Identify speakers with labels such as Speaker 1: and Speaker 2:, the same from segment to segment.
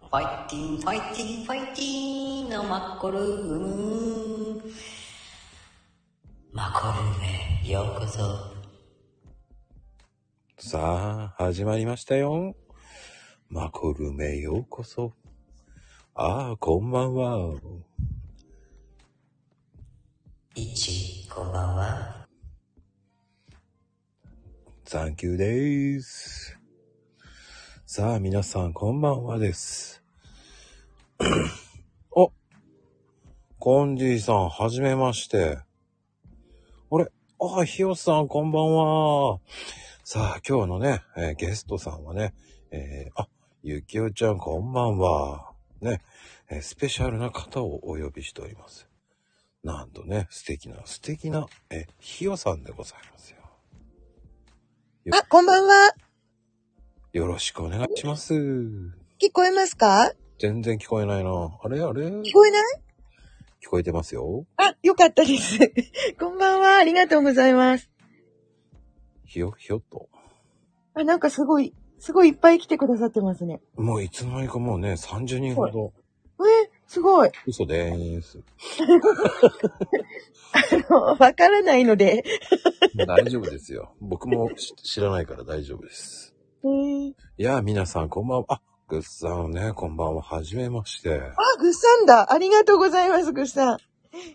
Speaker 1: ファイティン、ファイティン、ファイティンのマッコルーム。マコルームへようこそ。
Speaker 2: さあ、始まりましたよ。マコルメようこそ。ああ、こんばんは。
Speaker 1: いち、こんばんは。
Speaker 2: サンキューでーす。さあ、皆さん、こんばんはです。 おコンディさん、はじめまして。あれああ、ひよさん、こんばんは。さあ、今日のね、えーゲストさんはね、えーあ、ゆきおちゃん、こんばんは。ね、えースペシャルな方をお呼びしております。なんとね、素敵な、素敵な、えーひよさんでございますよ。
Speaker 3: あ、こんばんは。
Speaker 2: よろしくお願いします。
Speaker 3: 聞こえますか
Speaker 2: 全然聞こえないな。あれあれ
Speaker 3: 聞
Speaker 2: 聞
Speaker 3: こえない
Speaker 2: こえてますよ。
Speaker 3: あ、よかったです。 こんばんは。ありがとうございます。
Speaker 2: ひよひよっと。
Speaker 3: あ、なんかすごい、すごいいっぱい来てくださってますね。
Speaker 2: もういつの間にかもうね、30人ほど。
Speaker 3: え、すごい。
Speaker 2: 嘘でーす。
Speaker 3: あの、 わからないので。
Speaker 2: 大丈夫ですよ。僕もし知らないから大丈夫です。
Speaker 3: えー、
Speaker 2: いやー、皆さんこんばんは。あ、ぐっさんね、こんばんは。はじめまして。
Speaker 3: あ、ぐっさんだ。ありがとうございます、ぐっさん。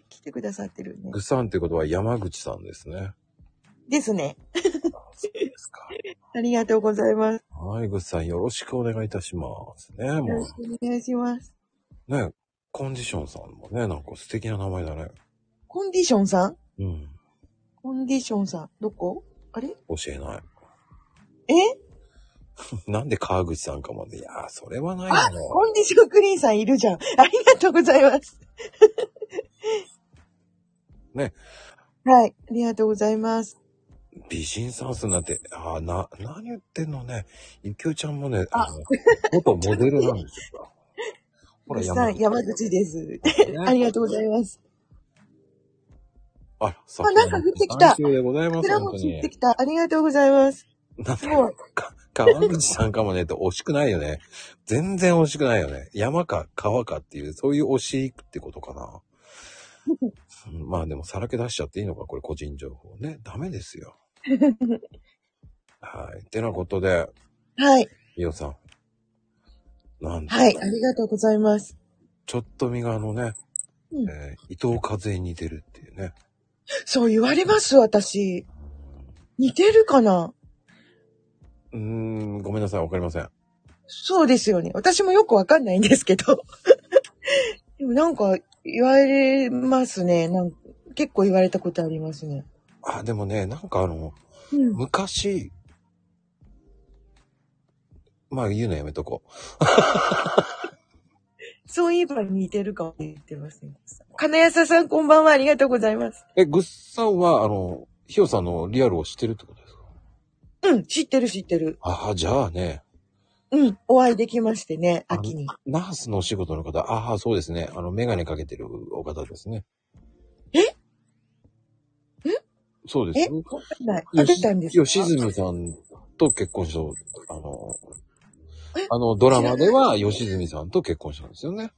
Speaker 3: 来てくださってるね
Speaker 2: ぐ。っさんってことは山口さんですね。
Speaker 3: ですね。
Speaker 2: そうですか。
Speaker 3: ありがとうございます。
Speaker 2: はい、ぐっさんよろしくお願いいたします。ね、
Speaker 3: よろ
Speaker 2: も
Speaker 3: しくお願いします。
Speaker 2: う。ね、コンディションさんもね、なんか素敵な名前だね。
Speaker 3: コンディションさん
Speaker 2: うん。
Speaker 3: コンディションさん。どこあれ
Speaker 2: 教え ない。
Speaker 3: え
Speaker 2: なんで川口さんかまで。いやー、それはない
Speaker 3: あ、
Speaker 2: のよ。
Speaker 3: コンディションクリーンさんいるじゃん。ありがとうございます。
Speaker 2: ね。
Speaker 3: はい、ありがとうございます。
Speaker 2: 美人さんすなんて、あーな、何言ってんのね。ゆきおちゃんもね、あの、元モデルなんです よ。ほら、山
Speaker 3: さん、
Speaker 2: 口
Speaker 3: 山口です。 あ
Speaker 2: ね。
Speaker 3: りがとうございます。
Speaker 2: あ、さ
Speaker 3: あなんか降ってきた
Speaker 2: サンキューでございま
Speaker 3: こち
Speaker 2: す、
Speaker 3: ら
Speaker 2: 本
Speaker 3: も
Speaker 2: 当
Speaker 3: 切って
Speaker 2: に。
Speaker 3: きた。ありがとうございます。
Speaker 2: なん
Speaker 3: す
Speaker 2: か
Speaker 3: ごい。
Speaker 2: か、川口さんかもねって惜しくないよね。全然惜しくないよね。山か川かっていう、そういう惜しいってことかな。うんまあでも、さらけ出しちゃっていいのか、これ個人情報ね。ダメです よ。はい。ってなことで、
Speaker 3: はい、
Speaker 2: 伊代さん。なんと、
Speaker 3: はい、ありがとうございます。
Speaker 2: ちょっと身があのね、
Speaker 3: うん
Speaker 2: えー伊藤和恵に似てるっていうね。
Speaker 3: そう言われます、私。似てるかな
Speaker 2: うーん、ごめんなさい、わかりません。
Speaker 3: そうですよね。私もよくわかんないんですけど。 でもなんか、言われますね。なんか結構言われたことありますね。
Speaker 2: あ、でもね、なんかあの、
Speaker 3: うん。
Speaker 2: 昔、まあ言うのやめとこ
Speaker 3: そういえば似てるかも言ってますね。金谷さんこんばんは、ありがとうございます
Speaker 2: う。。え、ぐっさんは、あの、ひよさんのリアルを知ってるってことですか
Speaker 3: うん、知ってる知ってる。
Speaker 2: ああ、じゃあね、
Speaker 3: うん、お会いできましてね、
Speaker 2: あ
Speaker 3: 秋に。
Speaker 2: ナースのお仕事の方、ああ、そうですね。あの、メガネかけてるお方ですね。
Speaker 3: え
Speaker 2: えそうです
Speaker 3: え
Speaker 2: よ。
Speaker 3: わかんない。あ、出たんですか
Speaker 2: 吉住さんと結婚した、あの
Speaker 3: え、
Speaker 2: あの、ドラマでは吉住さんと結婚したんですよね。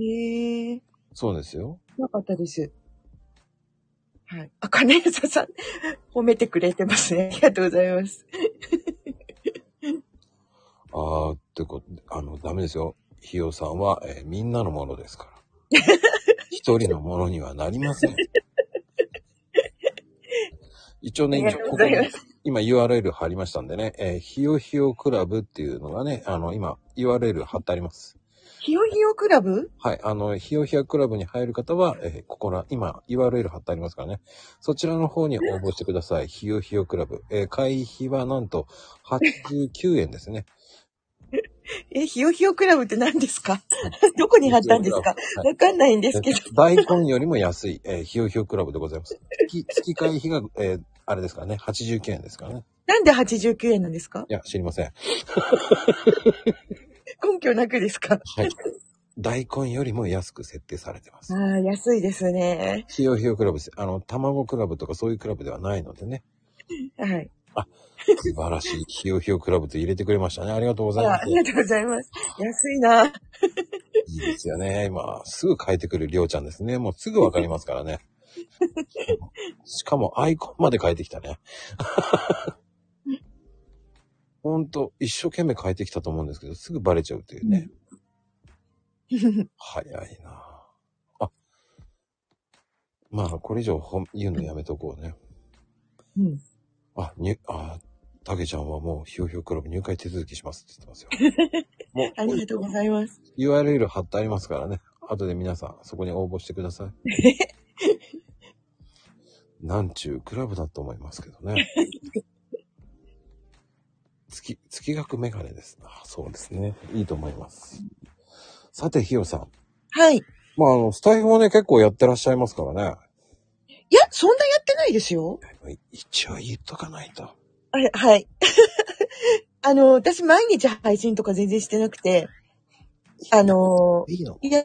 Speaker 3: へえ、
Speaker 2: そうですよ。
Speaker 3: なかったです。はい。あ、金谷さん、褒めてくれてますね。あ りがとうございます。
Speaker 2: ああ、ってこと、あの、ダメですよ。ひよさんは、えーみんなのものですから。 一人のものにはなりません。一応ね、
Speaker 3: あ
Speaker 2: 今
Speaker 3: りがと
Speaker 2: こ
Speaker 3: うご
Speaker 2: こ
Speaker 3: ざいます
Speaker 2: に今 URL 貼りましたんでね、えーひよひよクラブっていうのがね、あの、今 URL 貼ってあります。
Speaker 3: ひよひよクラブ
Speaker 2: はい。あの、ひよひよクラブに入る方は、えーここら、今、URL 貼ってありますからね。そちらの方に応募してください。ひよひよクラブ。えー会費はなんと、89円ですね。
Speaker 3: え、ひよひよクラブって何ですか どこに貼ったんですか
Speaker 2: はい
Speaker 3: わかんないんですけど。
Speaker 2: 大根よりも安い、えー、ひよひよクラブでございます。月、月会費が、えーあれですからね、89円ですからね。
Speaker 3: なんで89円なんですか
Speaker 2: いや、知りません。
Speaker 3: 根拠なくですか
Speaker 2: はい。大根よりも安く設定されてま
Speaker 3: あ
Speaker 2: す。
Speaker 3: あ、安いですね。
Speaker 2: ひよひよクラブです。あの、卵クラブとかそういうクラブではないのでね。
Speaker 3: はい。
Speaker 2: 素晴らしい。ひよひよクラブと入れてくれましたね。ありがとうございます
Speaker 3: あ。りがとうございます。安いな。
Speaker 2: いいですよね。今、すぐ変えてくるりょうちゃんですね。もうすぐわかりますからね。 しかもアイコンまで変えてきたね。 ほんと、一生懸命変えてきたと思うんですけど、すぐバレちゃうというね。早いなぁあ。まあ、これ以上ほん言うのやめとこうね。
Speaker 3: うん。
Speaker 2: あ、に、あ、たけちゃんはもう、ひよひよクラブ入会手続きしますって言ってますよ。
Speaker 3: ありがとうございます。
Speaker 2: URL 貼ってありますからね。後で皆さん、そこに応募してください。なんちゅうクラブだと思いますけどね。月、月額メガネです。あそうですね。いいと思います。さて、ひよさん。
Speaker 3: はい。い
Speaker 2: まあ、あの、スタイフもね、結構やってらっしゃいますからね。
Speaker 3: や、そんなやってないですよ。
Speaker 2: 一応言っとかないと。
Speaker 3: あれ、はい。 あの、私毎日配信とか全然してなくて、あの、
Speaker 2: いいの
Speaker 3: いや、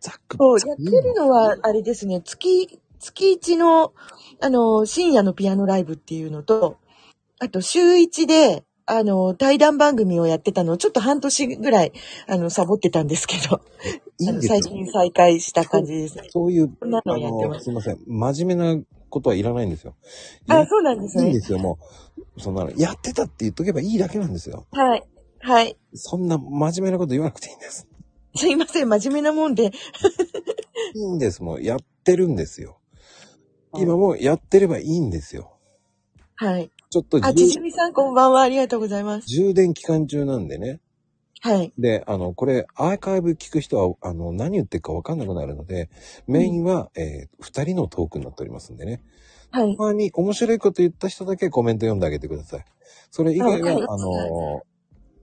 Speaker 2: ざっく
Speaker 3: そう、
Speaker 2: ざ
Speaker 3: や
Speaker 2: っ
Speaker 3: っ
Speaker 2: く
Speaker 3: てるのは、あれですね、月、月1の、あの、深夜のピアノライブっていうのと、あと、週1で、あの、対談番組をやってたのを、ちょっと半年ぐらい、あの、サボってたんですけど、
Speaker 2: いい
Speaker 3: あ
Speaker 2: ん
Speaker 3: の
Speaker 2: です
Speaker 3: 最
Speaker 2: よ
Speaker 3: 近再開した感じですね。
Speaker 2: そういう、
Speaker 3: こんな
Speaker 2: あ
Speaker 3: のやって
Speaker 2: の、
Speaker 3: ます
Speaker 2: すいません。真面目なことはいらないんですよ。
Speaker 3: あ、そうなんです
Speaker 2: いいん
Speaker 3: ね
Speaker 2: で。すよ、もう。そんなの、やってたって言っとけばいいだけなんですよ。
Speaker 3: はい。はい。
Speaker 2: そんな真面目なこと言わなくていいんです。
Speaker 3: すいません、真面目なもんで。
Speaker 2: いいんです、もう。やってるんですよ。今もうやってればいいんですよ。
Speaker 3: はい。
Speaker 2: ちょっと
Speaker 3: あ、
Speaker 2: 充
Speaker 3: ちじみさんこんばんは、ありがとうございます。
Speaker 2: 充電期間中なんでね。
Speaker 3: はい。
Speaker 2: で、あの、これ、アーカイブ聞く人は、あの、何言ってるかわかんなくなるので、メインは、えー二人のトークになっておりますんでね。
Speaker 3: はい。
Speaker 2: たまに面白いこと言った人だけコメント読んであげてください。それ以外
Speaker 3: あ
Speaker 2: は
Speaker 3: わ、
Speaker 2: あ
Speaker 3: かりま
Speaker 2: の、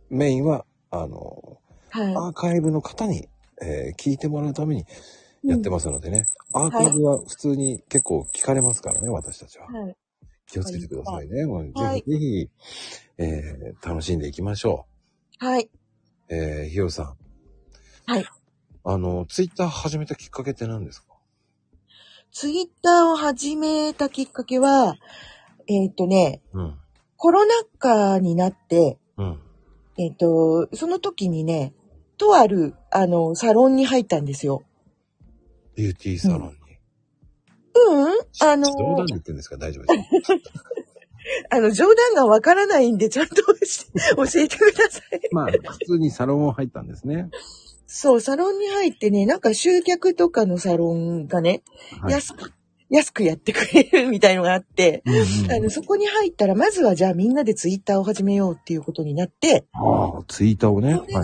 Speaker 2: メインは、あの、
Speaker 3: は
Speaker 2: アーカイブの方に、えー聞いてもらうために
Speaker 3: い。
Speaker 2: やって
Speaker 3: ま
Speaker 2: ますのでね。アーカイブは普通に結構聞かれますからね、私たちは。
Speaker 3: はい。
Speaker 2: 気をつけてくださいね。もう
Speaker 3: は
Speaker 2: ぜ
Speaker 3: い
Speaker 2: ひぜひ、えー楽しんでいきましょ
Speaker 3: はい。
Speaker 2: う。えー、ひよさん。
Speaker 3: はい。
Speaker 2: あの、ツイッター始めたきっかけって何ですか
Speaker 3: ツイッターを始めたきっかけは、えっ、とね、
Speaker 2: うん。
Speaker 3: コロナ禍になって、
Speaker 2: うん。
Speaker 3: えっ、と、その時にね、とある、あの、サロンに入ったんですよ。
Speaker 2: ビューティーサロンに。
Speaker 3: うん、あの、
Speaker 2: 冗談で言ってんですか大丈夫ですか
Speaker 3: あの、冗談がわからないんで、ちゃんと教え てください。
Speaker 2: まあ、普通にサロンを入ったんですね。
Speaker 3: そう、サロンに入ってね、なんか集客とかのサロンがね、
Speaker 2: はい
Speaker 3: 安く、 安くやってくれるみたいのがあって、
Speaker 2: うんうん
Speaker 3: あの、そこに入ったら、まずはじゃあみんなでツイッターを始めようっていうことになって、
Speaker 2: ああ、ツイッターをね。
Speaker 3: それが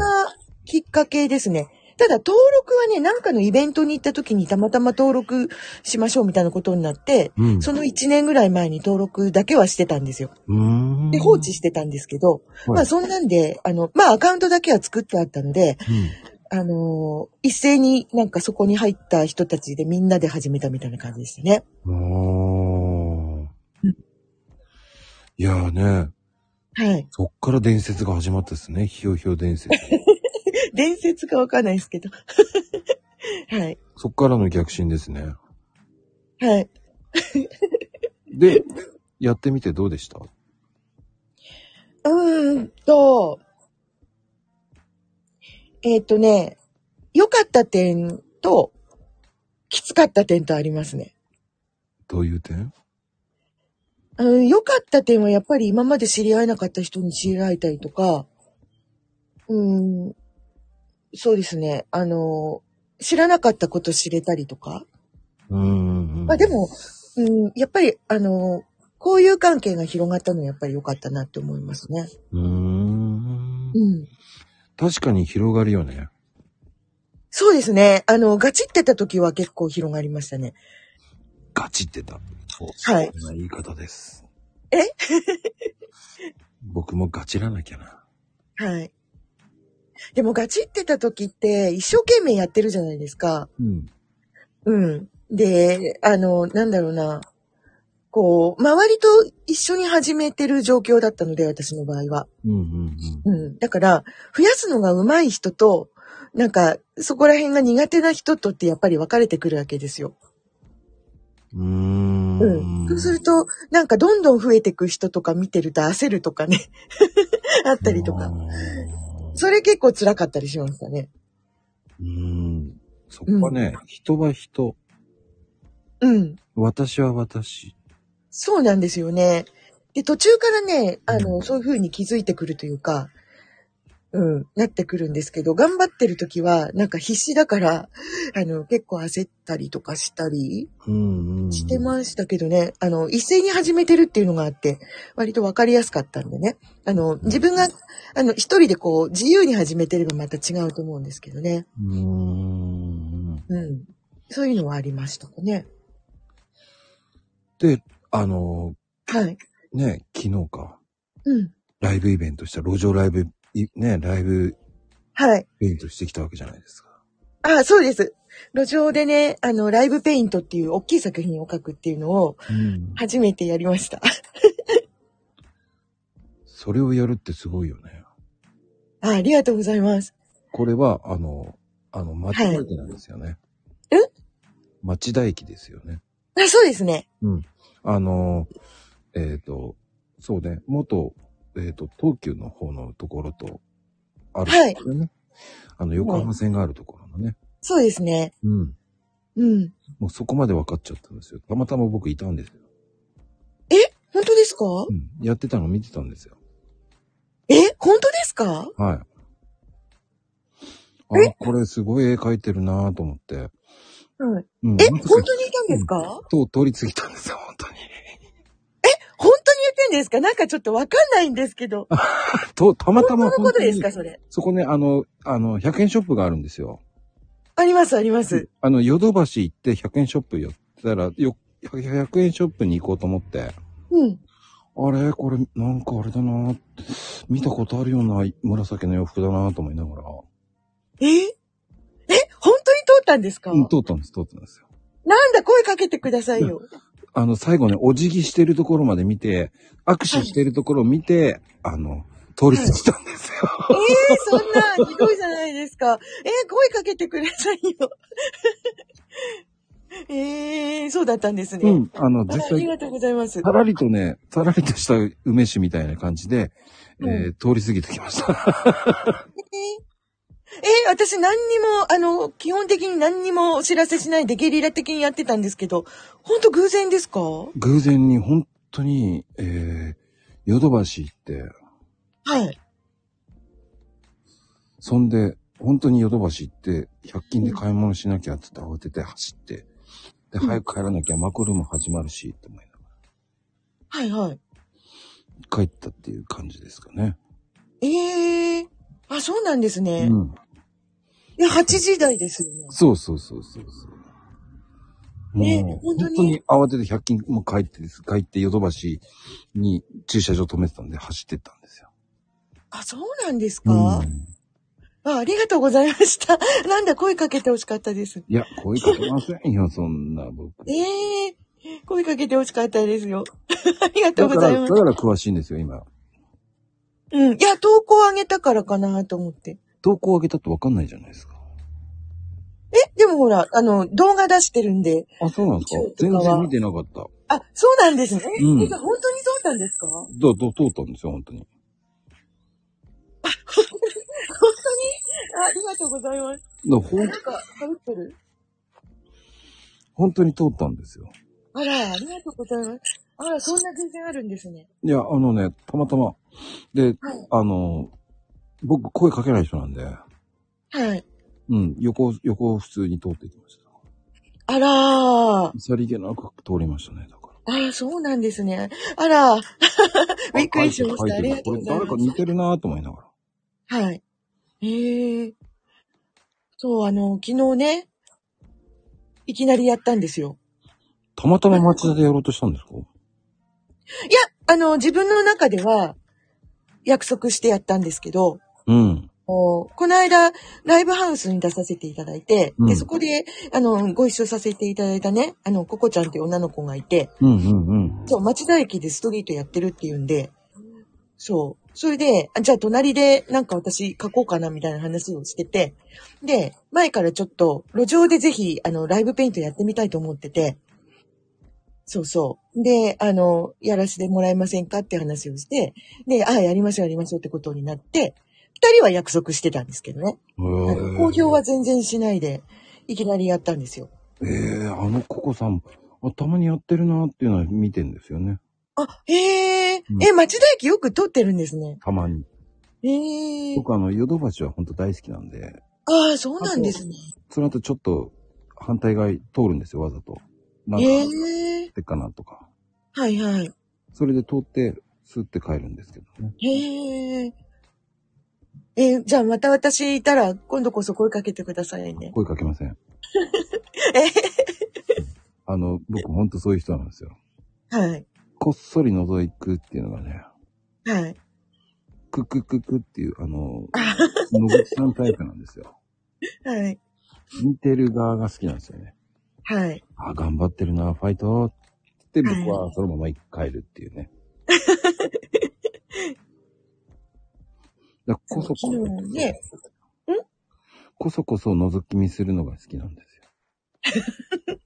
Speaker 3: きっかけですね。ただ登録はね、なんかのイベントに行った時にたまたま登録しましょうみたいなことになって、
Speaker 2: うん。
Speaker 3: その1年ぐらい前に登録だけはしてたんですよ。
Speaker 2: うん
Speaker 3: で、放置してたんですけ
Speaker 2: はい
Speaker 3: ど、まあそんなんで、あの、まあアカウントだけは作ってあったので、
Speaker 2: うん
Speaker 3: あのー一斉になんかそこに入った人たちでみんなで始めたみたいな感じでしたね。
Speaker 2: おー
Speaker 3: うん
Speaker 2: いやーね、
Speaker 3: はい。
Speaker 2: そっから伝説が始まったですね。ひよひよ伝 説。
Speaker 3: 伝説かわかんないですけど。 はい。
Speaker 2: そっからの逆進ですね。
Speaker 3: はい。
Speaker 2: で、やってみてどうでした
Speaker 3: うーんと、えっ、とね、良かった点と、きつかった点とありますね。
Speaker 2: どういう点
Speaker 3: うん良かった点はやっぱり今まで知り合えなかった人に知り合えたりとか、うん、そうですね、あの、知らなかったこと知れたりとか、
Speaker 2: うーん。
Speaker 3: まあで、も、うん、やっぱり、あの、交友関係が広がったのはやっぱり良かったなって思いますね。
Speaker 2: うーん。
Speaker 3: うん。
Speaker 2: 確かに広がるよね。
Speaker 3: そうですね。あの、ガチってた時は結構広がりましたね。
Speaker 2: ガチってた。そう。
Speaker 3: はい
Speaker 2: そんな言い方です。
Speaker 3: え
Speaker 2: 僕もガチらなきゃな。
Speaker 3: はい。でもガチってた時って一生懸命やってるじゃないですか。
Speaker 2: うん。
Speaker 3: うん。で、あの、なんだろうな。こう、周りと一緒に始めてる状況だったので、私の場合は。
Speaker 2: うんうん
Speaker 3: うん。だから、増やすのが上手い人と、なんか、そこら辺が苦手な人とってやっぱり分かれてくるわけですよ。
Speaker 2: うん。うーん。ん。
Speaker 3: そうすると、なんかどんどん増えてく人とか見てると焦るとかね、 あったりとか。それ結構辛かったりしましたね。
Speaker 2: うん。そこはね、人は人、
Speaker 3: うん。
Speaker 2: 私は私。
Speaker 3: そうなんですよね。で、途中からね、あ
Speaker 2: う
Speaker 3: の、
Speaker 2: ん
Speaker 3: そういう風に気づいてくるというか、うん、なってくるんですけど、頑張ってる時は、なんか必死だから、あの、結構焦ったりとかしたり
Speaker 2: うん、うん。
Speaker 3: してましたけどね、あの、一斉に始めてるっていうのがあって、割とわかりやすかったんでね。あの、自分が、あの、一人でこう、自由に始めてればまた違うと思うんですけどね。
Speaker 2: うん。
Speaker 3: うん。そういうのはありましたかね。
Speaker 2: で、あの、
Speaker 3: はい。
Speaker 2: ね、昨日か、
Speaker 3: うん。
Speaker 2: ライブイベントした、路上ライブ、いね、ライブ
Speaker 3: はい。
Speaker 2: イベントしてきたわけじゃないですか。
Speaker 3: あ、そうです。路上でね、あの、ライブペイントっていう大きい作品を描くっていうのを
Speaker 2: うん。
Speaker 3: 初めてやりました。
Speaker 2: それをやるってすごいよね。
Speaker 3: あありがとうございます。
Speaker 2: これは、あの、あの、町田駅なんですよね。
Speaker 3: え
Speaker 2: 町田駅ですよね。
Speaker 3: あそうですね。
Speaker 2: あの、えっ、と、そうね、元、えっ、と、東急の方のところと、あるんですよね。あの、横浜線があるところのね。
Speaker 3: そうですね。
Speaker 2: うん。
Speaker 3: うん。
Speaker 2: もうそこまで分かっちゃったんですよ。たまたま僕いたんですよ。
Speaker 3: 本当ですか
Speaker 2: うん。やってたの見てたんですよ。
Speaker 3: え本当ですか
Speaker 2: はい。あ、これすごい絵描いてるなぁと思って。
Speaker 3: はい。
Speaker 2: うん。ほ
Speaker 3: え本
Speaker 2: んとす
Speaker 3: 当
Speaker 2: ごい
Speaker 3: にいたんですか、
Speaker 2: うんと通り過ぎたんですよ、本当に。
Speaker 3: 本当に言ってんですかなんかちょっとわかんないんですけど。
Speaker 2: と、たまた
Speaker 3: 本当
Speaker 2: ま
Speaker 3: のこ
Speaker 2: 本当
Speaker 3: とです
Speaker 2: に
Speaker 3: か、それ。
Speaker 2: そこね、あの、あの、100円ショップがあるんですよ。
Speaker 3: あります、あります。
Speaker 2: あの、ヨドバシ行って100円ショップ寄ったら、よ、100円ショップに行こうと思って、
Speaker 3: うん。
Speaker 2: あれこれ、なんかあれだなぁ見たことあるような紫の洋服だなぁと思いながら、
Speaker 3: ええ本当に通ったんですか、
Speaker 2: うん、通ったんです、通ったんですよ。
Speaker 3: なんだ、声かけてくださいよ。
Speaker 2: あの、最後ね、お辞儀してるところまで見て、握手してるところを見て、あの、通り過ぎたんですよ。
Speaker 3: ええそんな、ひどいじゃないですか。ええ声かけてくださいよ。 ええそうだったんですね。
Speaker 2: うん、あの、
Speaker 3: あ
Speaker 2: 絶
Speaker 3: あり
Speaker 2: 対、
Speaker 3: がとうございます。
Speaker 2: さらりとね、さらりとした梅酒みたいな感じで、
Speaker 3: うん
Speaker 2: えー通り過ぎてきました。
Speaker 3: ええ私何にも、あの、基本的に何にもお知らせしないでゲリラ的にやってたんですけど、ほんと偶然ですかは
Speaker 2: 偶然に本当に、えー、ヨドバシ行って、
Speaker 3: い。
Speaker 2: そんで、本当にヨドバシ行って、100均で買い物しなきゃって言って慌てて走って、で、
Speaker 3: うん
Speaker 2: 早く帰らなきゃマクルーム始まるし、って思いなが
Speaker 3: はいは
Speaker 2: ら
Speaker 3: い。
Speaker 2: 帰ったっていう感じですかね。
Speaker 3: ええあ、そうなんです
Speaker 2: う
Speaker 3: ね。
Speaker 2: ん。
Speaker 3: で、8時台ですよね。
Speaker 2: そうそうそうそうそう。
Speaker 3: ね
Speaker 2: もう
Speaker 3: 本当に
Speaker 2: 慌てて100均も帰ってです。帰ってヨドバシに駐車場止めてたんで走ってったんですよ。
Speaker 3: あ、そうなんです
Speaker 2: う
Speaker 3: か、
Speaker 2: ん
Speaker 3: あありがとうございました。 なんだ、声かけてほしかったです。
Speaker 2: いや、声かけませんよ、そんな僕。
Speaker 3: ええ声かけて欲しかったですよ。 ありが
Speaker 2: だ
Speaker 3: とう
Speaker 2: か
Speaker 3: ござ
Speaker 2: ら、
Speaker 3: い
Speaker 2: だ
Speaker 3: ま
Speaker 2: か
Speaker 3: す。
Speaker 2: ら詳しいんですよ、今。
Speaker 3: うん。いや、投稿あげたからかなと思って。
Speaker 2: 投稿上げたってわかんないじゃないですか。
Speaker 3: え、でもほら、あの、動画出してるんで。
Speaker 2: あ、そうなんですか
Speaker 3: 一応
Speaker 2: 全
Speaker 3: とかは
Speaker 2: 然見てなかった。
Speaker 3: あ、そうなんですね。
Speaker 2: うん
Speaker 3: てか本当にそうなんですか本
Speaker 2: ど、ど、通ったんですよ、本当に。
Speaker 3: 当にあありがとうございます。
Speaker 2: だほん
Speaker 3: なんか、かぶってる
Speaker 2: 本当に通ったんですよ。
Speaker 3: あら、ありがとうございます。あら、そんな全然あるんですね。
Speaker 2: いや、あのね、たまたま。で、
Speaker 3: はい。
Speaker 2: あの、僕声かけない人なんで、
Speaker 3: はい。
Speaker 2: うん、横、横を普通に通っていきました。
Speaker 3: あらー。
Speaker 2: さりげなく通りましたね、だから。
Speaker 3: あら、そうなんですね。あら。 びっくりしました。
Speaker 2: 書
Speaker 3: あ
Speaker 2: いて
Speaker 3: り
Speaker 2: る
Speaker 3: がとうござい
Speaker 2: これ誰
Speaker 3: ま
Speaker 2: か
Speaker 3: す。
Speaker 2: 似てるなぁと思いながら。
Speaker 3: はい。ええそう、あの、昨日ね、いきなりやったんですよ。
Speaker 2: たまたま町田でやろうとしたんですか
Speaker 3: いや、あの、自分の中では、約束してやったんですけど、
Speaker 2: うん。
Speaker 3: おこの間、ライブハウスに出させていただいて、
Speaker 2: う
Speaker 3: で、
Speaker 2: ん
Speaker 3: そこで、あの、ご一緒させていただいたね、あの、ココちゃんっていう女の子がいて、
Speaker 2: うんうんうん。
Speaker 3: そう、町田駅でストリートやってるっていうんで、そう。それで、あじゃあ隣でなんか私書こうかなみたいな話をしてて、で、前からちょっと路上でぜひ、あの、ライブペイントやってみたいと思ってて、そうそう。で、あの、やらせてもらえませんかって話をして、で、ああ、やりましょう、やりましょうってことになって、二人は約束してたんですけどね。あの公表は全然しないで、いきなりやったんですよ。
Speaker 2: ええあのココさん、あたまにやってるなっていうのは見てんですよね。
Speaker 3: あ、へえ、
Speaker 2: うん
Speaker 3: え、町田駅よく撮ってるんですね。
Speaker 2: たまに。
Speaker 3: へえ、
Speaker 2: 僕あの、ヨドバシは本当大好きなんで、
Speaker 3: ああ、そうなんですね。
Speaker 2: その後ちょっと反対側通るんですよ、わざと。なんか、
Speaker 3: へ
Speaker 2: っ
Speaker 3: え、
Speaker 2: てっかなとか。
Speaker 3: はいはい。
Speaker 2: それで通って、スって帰るんですけどね。
Speaker 3: へえ。え、じゃあまた私いたら、今度こそ声かけてくださいね。
Speaker 2: 声かけません。
Speaker 3: え
Speaker 2: あの、僕本当そういう人なんですよ。
Speaker 3: はい。
Speaker 2: こっそり覗くっていうのがね、
Speaker 3: はい。
Speaker 2: ククククっていう、あ の、野口さんタイプなんですよ。
Speaker 3: はい。
Speaker 2: 見てる側が好きなんですよね。
Speaker 3: はい。
Speaker 2: あ、頑張ってるな、ファイトって僕はそのまま帰るっていう ね。だからこそこ
Speaker 3: そう
Speaker 2: そ、
Speaker 3: ね
Speaker 2: こそこそ覗き見するのが好きなんですよ。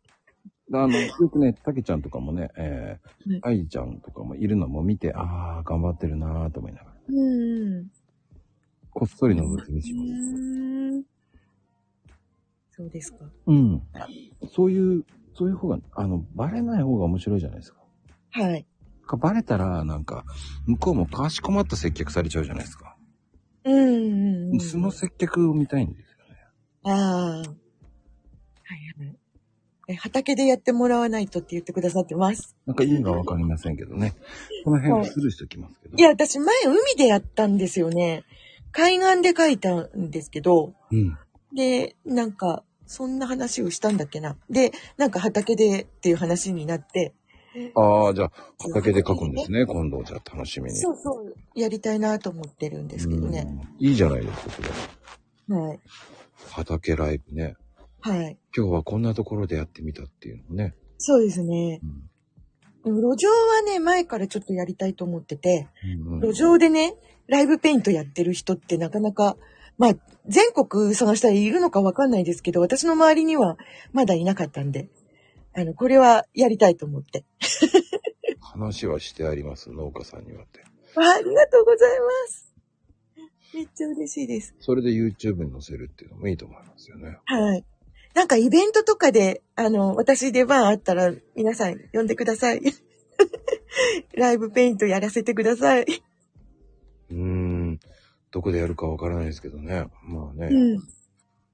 Speaker 2: あの、よくね、たけちゃんとかもね、えー
Speaker 3: ね、
Speaker 2: 愛ちゃんとかもいるのも見て、ああ、頑張ってるなーと思いながら、
Speaker 3: うん。
Speaker 2: こっそり覗き見します。
Speaker 3: うんそうですか。
Speaker 2: うん。そういう、そういう方が、あの、バレない方が面白いじゃないですか。
Speaker 3: はい。
Speaker 2: かバレたら、なんか、向こうもかしこまった接客されちゃうじゃないですか。
Speaker 3: うんうん、うん。
Speaker 2: その接客を見たいんですよね。
Speaker 3: ああ。はいはい。え、畑でやってもらわないとって言ってくださってます。
Speaker 2: なんか意味がわかりませんけどね。この辺はスルーしときますけど。
Speaker 3: いや、私前海でやったんですよね。海岸で書いたんですけど、
Speaker 2: うん。
Speaker 3: で、なんか、そんな話をしたんだっけな。で、なんか畑でっていう話になって、
Speaker 2: ああ、じゃあ、畑で書くんですね。今度、じゃあ楽しみに。
Speaker 3: そうそう、やりたいなと思ってるんですけどね。
Speaker 2: うん。いいじゃないですか、それ。
Speaker 3: はい。
Speaker 2: 畑ライブね。
Speaker 3: はい。
Speaker 2: 今日はこんなところでやってみたっていうのね。
Speaker 3: そうですね。
Speaker 2: うん
Speaker 3: でも路上はね、前からちょっとやりたいと思ってて、
Speaker 2: うんうん
Speaker 3: 路上でね、ライブペイントやってる人ってなかなか、まあ、全国探したらいるのかわかんないですけど、私の周りにはまだいなかったんで、あの、これはやりたいと思って。
Speaker 2: 話はしてあります、農家さんにはって。
Speaker 3: あありがとうございます。めっちゃ嬉しいです。
Speaker 2: それで YouTube に載せるっていうのもいいと思いますよね。
Speaker 3: はい。なんかイベントとかで、あの、私でバーあったら皆さん呼んでください。 ライブペイントやらせてください。
Speaker 2: うーん。どこでやるかわからないですけどね。まあね。
Speaker 3: うん。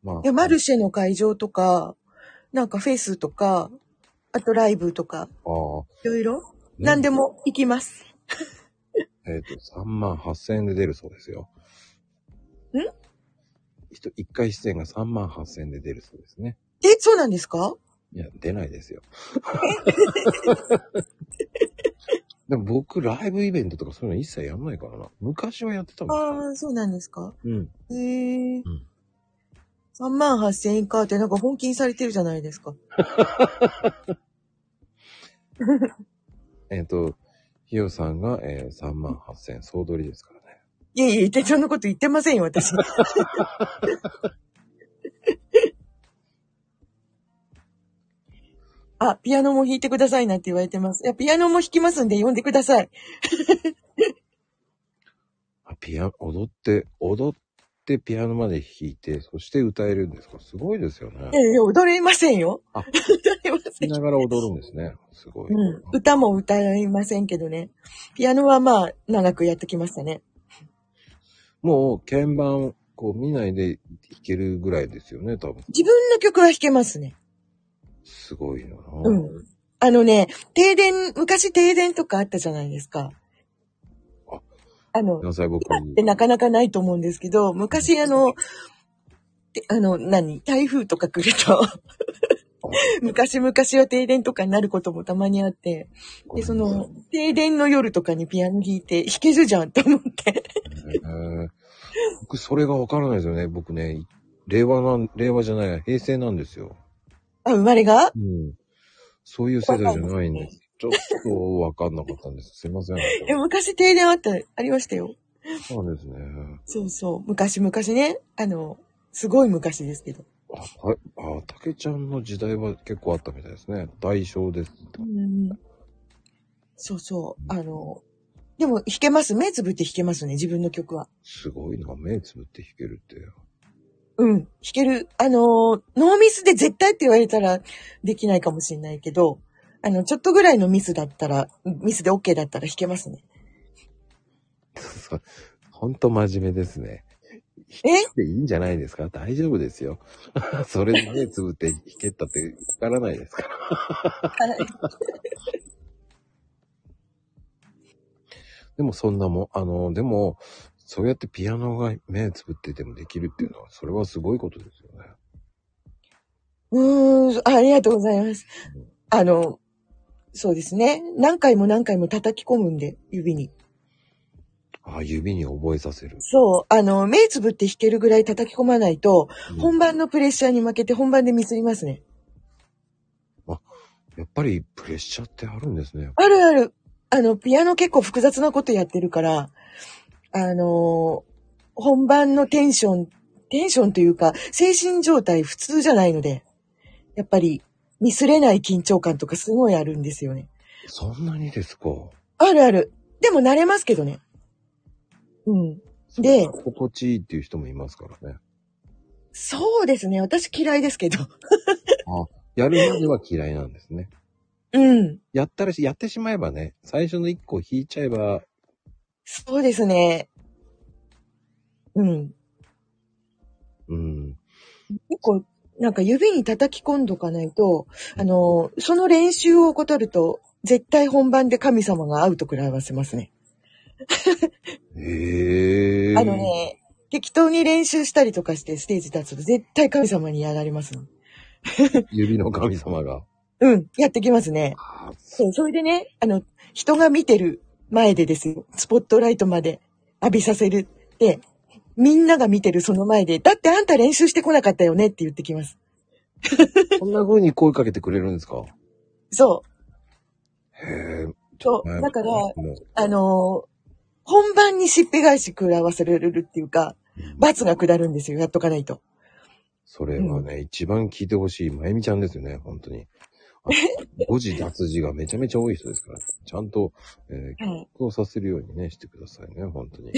Speaker 2: まあ
Speaker 3: いや、マルシェの会場とか、なんかフェスとか、あとライブとか、
Speaker 2: ああ。
Speaker 3: いろいろ、
Speaker 2: ね
Speaker 3: 何でも行きます。
Speaker 2: えっ、と、3万8000円で出るそうですよ。
Speaker 3: ん
Speaker 2: 人、一回出演が3万8000円で出るそうですね。
Speaker 3: え、そうなんですか
Speaker 2: いや、出ない ですよ。でも僕、ライブイベントとかそういうの一切やんないからな。昔はやってたもん。
Speaker 3: ああ、そうなんですか
Speaker 2: うん。
Speaker 3: へえ。
Speaker 2: ん
Speaker 3: 3万8000円かってなんか本気にされてるじゃないですか。
Speaker 2: えっ、と、ひよさんが、えー、3万8000円総取りですからね。
Speaker 3: いやいや、手帳のこと言ってませんよ、私。 あ、ピアノも弾いてくださいなんて言われてます。いや、ピアノも弾きますんで呼んでください。
Speaker 2: あ、ピア、踊って、踊ってピアノまで弾いて、そして歌えるんですかすごいですよね
Speaker 3: い。やいや、踊れませんよ。
Speaker 2: あ
Speaker 3: 踊れませ
Speaker 2: 弾き
Speaker 3: ん。
Speaker 2: ながら踊るんですね。すごい。
Speaker 3: うん。歌も歌いませんけどね。ピアノはまあ、長くやってきましたね。
Speaker 2: もう鍵盤こう見ないで弾けるぐらいですよね、多分。
Speaker 3: 自分の曲は弾けますね。
Speaker 2: すごいよな。
Speaker 3: うん。あのね、停電、昔停電とかあったじゃないですか
Speaker 2: あ。
Speaker 3: あの
Speaker 2: ごめん、なさい、僕。
Speaker 3: でなかなかないと思うんですけど、昔あの、てあの、何台風とか来ると、 昔々は停電とかになることもたまにあって、で、その、停電の夜とかにピアノ弾いて、弾けるじゃんと思って。
Speaker 2: えー僕、それがわからないですよね。僕ね、令和なん、令和じゃない、平成なんですよ。
Speaker 3: あ、生まれが
Speaker 2: うん。そういう世代じゃないんです。ちょっとわかんなかったんです。すいません。
Speaker 3: え、昔停電あった、ありましたよ。
Speaker 2: そうなんですね。
Speaker 3: そうそう。昔々ね。あの、すごい昔ですけど。
Speaker 2: あ、はい、ああ、竹ちゃんの時代は結構あったみたいですね。代償です。
Speaker 3: うんそうそう。あの、でも弾けます。目つぶって弾けますね、自分の曲は。
Speaker 2: すごいな。目つぶって弾けるって。
Speaker 3: うん、弾ける。あの、ノーミスで絶対って言われたらできないかもしれないけど、あの、ちょっとぐらいのミスだったら、ミスで OK だったら弾けますね。
Speaker 2: そう ほんと真面目ですね。
Speaker 3: え
Speaker 2: でいいんじゃないですか大丈夫ですよ。 それで目つぶって弾けたってわからないですから。でもそんなもん、あの、でも、そうやってピアノが目つぶっててもできるっていうのは、それはすごいことですよね。
Speaker 3: うーん、ありがとうございます。あの、そうですね。何回も何回も叩き込むんで、指に。
Speaker 2: ああ、指に覚えさせる。
Speaker 3: そう、あの、目つぶって弾けるぐらい叩き込まないと、
Speaker 2: うん
Speaker 3: 本番のプレッシャーに負けて本番でミスりますね。
Speaker 2: やっぱりプレッシャーってあるんですね。
Speaker 3: あるある。あの、ピアノ結構複雑なことやってるから、あのー本番のテンション、テンションというか、精神状態普通じゃないので、やっぱり、ミスれない緊張感とかすごいあるんですよね。
Speaker 2: そんなにですか。
Speaker 3: あるある。でも慣れますけどね。うん。で、
Speaker 2: 心地いいっていう人もいますからね。
Speaker 3: そうですね。私嫌いですけど。
Speaker 2: やるまでは嫌いなんですね。
Speaker 3: うん。
Speaker 2: やったらし、やってしまえばね、最初の一個引いちゃえば、
Speaker 3: そうですね。うん。
Speaker 2: うん、
Speaker 3: 結構、なんか指に叩き込んどかないと、あの、その練習を怠ると、絶対本番で神様が会うと食らわせますね。
Speaker 2: ええ
Speaker 3: あのね、適当に練習したりとかしてステージ立つと絶対神様にやられますの。
Speaker 2: 指の神様が。
Speaker 3: うん、やってきますね。
Speaker 2: あ
Speaker 3: そう、それでね、あの、人が見てる前でですよ。スポットライトまで浴びさせるって、みんなが見てるその前で、だってあんた練習してこなかったよねって言ってきます。
Speaker 2: そんな風に声かけてくれるんですか
Speaker 3: そう。
Speaker 2: へえ。
Speaker 3: そうだから
Speaker 2: もう
Speaker 3: あのー本番にしっぺ返し食らわせられるっていうか、罰が下るんですよ、やっとかないと。
Speaker 2: それはね、一番聞いてほしい、まゆみちゃんですよね、本当に。あの誤字脱字がめちゃめちゃ多い人ですから、ちゃんと、えー、
Speaker 3: はい。
Speaker 2: 記憶をさせるようにね、してくださいね、本 当に。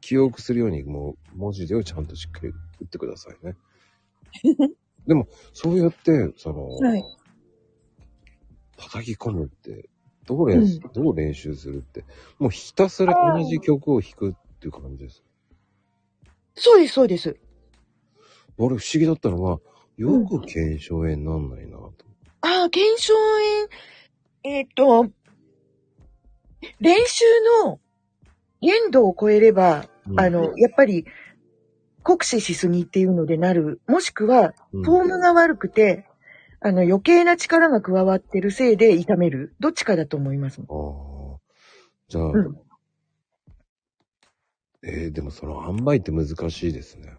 Speaker 2: 記憶するように、もう、文字をちゃんとしっかり打ってくださいね。でも、そうやって、その、
Speaker 3: はい。
Speaker 2: 叩き込むって、どう練習、どう練習するって、もうひたすら同じ曲を弾くっていう感じです。
Speaker 3: そうです、そうです。
Speaker 2: 俺不思議だったのは、よく検証炎になんないなと。
Speaker 3: ああ、検証炎、えーっと、練習の限度を超えれば、
Speaker 2: うん
Speaker 3: あの、、やっぱり、酷使しすぎっていうのでなる。もしくは、
Speaker 2: うん
Speaker 3: フォームが悪くて、あの、余計な力が加わってるせいで痛める。どっちかだと思います。
Speaker 2: ああ。じゃあ、
Speaker 3: うん
Speaker 2: えーでもその販売って難しいですね。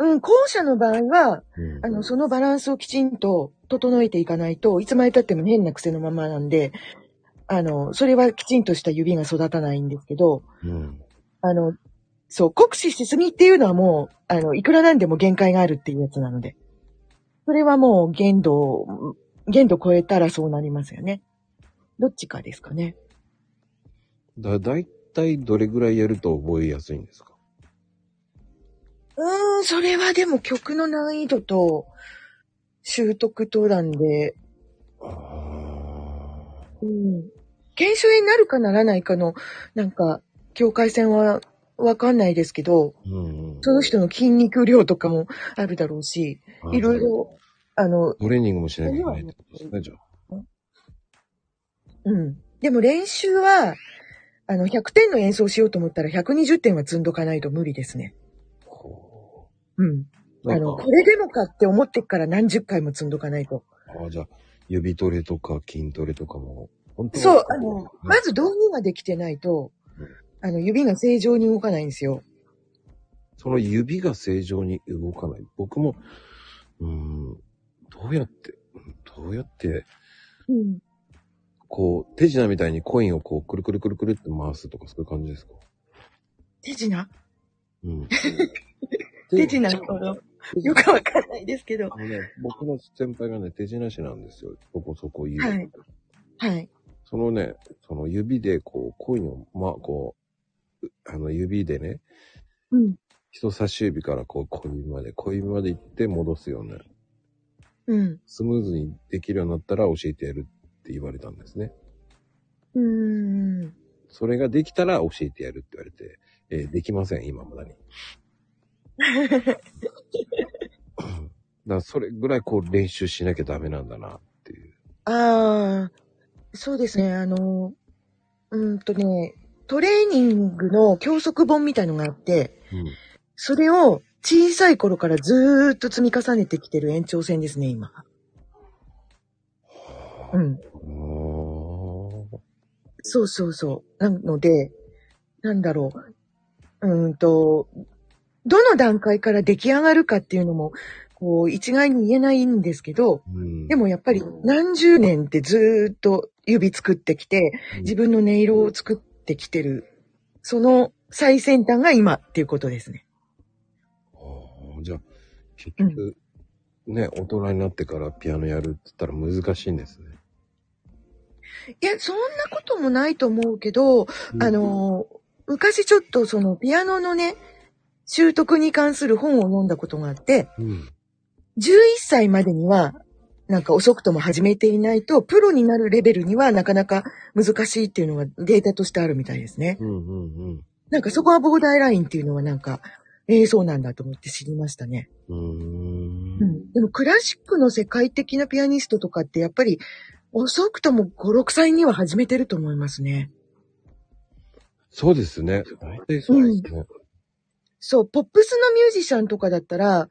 Speaker 3: うん、後者の場合は、
Speaker 2: うん
Speaker 3: あの、そのバランスをきちんと整えていかないといつまで経っても変な癖のままなんで、あの、それはきちんとした指が育たないんですけど、
Speaker 2: うん。
Speaker 3: あの、そう、酷使しすぎっていうのはもう、あの、いくらなんでも限界があるっていうやつなので。それはもう限度を、限度超えたらそうなりますよね。どっちかですかね。
Speaker 2: だ、だいたいどれぐらいやると覚えやすいんですか
Speaker 3: うーん、それはでも曲の難易度と、習得となんで、
Speaker 2: ああ。
Speaker 3: うん。研修になるかならないかの、なんか、境界線はわかんないですけど、
Speaker 2: うん、うん。
Speaker 3: その人の筋肉量とかもあるだろうし、
Speaker 2: あ
Speaker 3: いろい。ろ、あの、
Speaker 2: トレーニングもしなきゃいけないってことですね、じゃあ。
Speaker 3: うん。でも練習は、あの、100点の演奏しようと思ったら120点は積んどかないと無理ですね。
Speaker 2: ほ
Speaker 3: うん。
Speaker 2: う
Speaker 3: あ
Speaker 2: なん
Speaker 3: の、
Speaker 2: か
Speaker 3: こ、れでもかって思ってっから何十回も積んどかないと。
Speaker 2: ああ、じゃあ、指トレとか筋トレとかも、本当
Speaker 3: そう、あの、まず導入ができてないと、あの、指が正常に動かないんですよ。
Speaker 2: その指が正常に動かない。僕も、うーん、どうやって、うんどうやって、
Speaker 3: うん。
Speaker 2: こう、手品みたいにコインをこう、くるくるくるくるって回すとか、そういう感じですか
Speaker 3: 手品
Speaker 2: うん。
Speaker 3: 手品
Speaker 2: 手
Speaker 3: このよくわかんないですけど。
Speaker 2: あのね、僕の先輩がね、手品師なんですよ。そこそこいい。
Speaker 3: はいはい。
Speaker 2: そのね、その指でこう、コインを、まあ、こう、うあの指でね、
Speaker 3: うん。
Speaker 2: 人差し指からこう、小指まで、小指まで行って戻すような、
Speaker 3: うん。
Speaker 2: スムーズにできるようになったら教えてやるって言われたんですね。
Speaker 3: うーん。
Speaker 2: それができたら教えてやるって言われて、えーできません、今まだ に。だからそれぐらいこう練習しなきゃダメなんだなっていう。
Speaker 3: ああ、そうですね。あの、うーんとね、トレーニングの教則本みたいのがあって、
Speaker 2: うん
Speaker 3: それを小さい頃からずーっと積み重ねてきてる延長線ですね、今。うん。
Speaker 2: お
Speaker 3: そうそうそう。なので、なんだろう。うーんと、どの段階から出来上がるかっていうのも、こう、一概に言えないんですけど、
Speaker 2: ーうん
Speaker 3: でもやっぱり何十年ってずーっと指作ってきて、自分の音色を作ってきてる、その最先端が今っていうことですね。
Speaker 2: あーじゃあ、結局、ね、大人になってからピアノやるって言ったら難しいんですね。
Speaker 3: いや、そんなこともないと思うけど、あの、昔ちょっとそのピアノのね、習得に関する本を読んだことがあって、
Speaker 2: うん、
Speaker 3: 11歳までには、なんか遅くとも始めていないと、プロになるレベルにはなかなか難しいっていうのがデータとしてあるみたいですね。
Speaker 2: うん、うん、
Speaker 3: なんかそこはボーダーラインっていうのはなんか、ええそうなんだと思って知りましたね。
Speaker 2: うん。うー。
Speaker 3: うんんでもクラシックの世界的なピアニストとかってやっぱり遅くとも5、6歳には始めてると思いますね。
Speaker 2: そうですね。大体そうですね。
Speaker 3: そう、ポップスのミュージシャンとかだったら、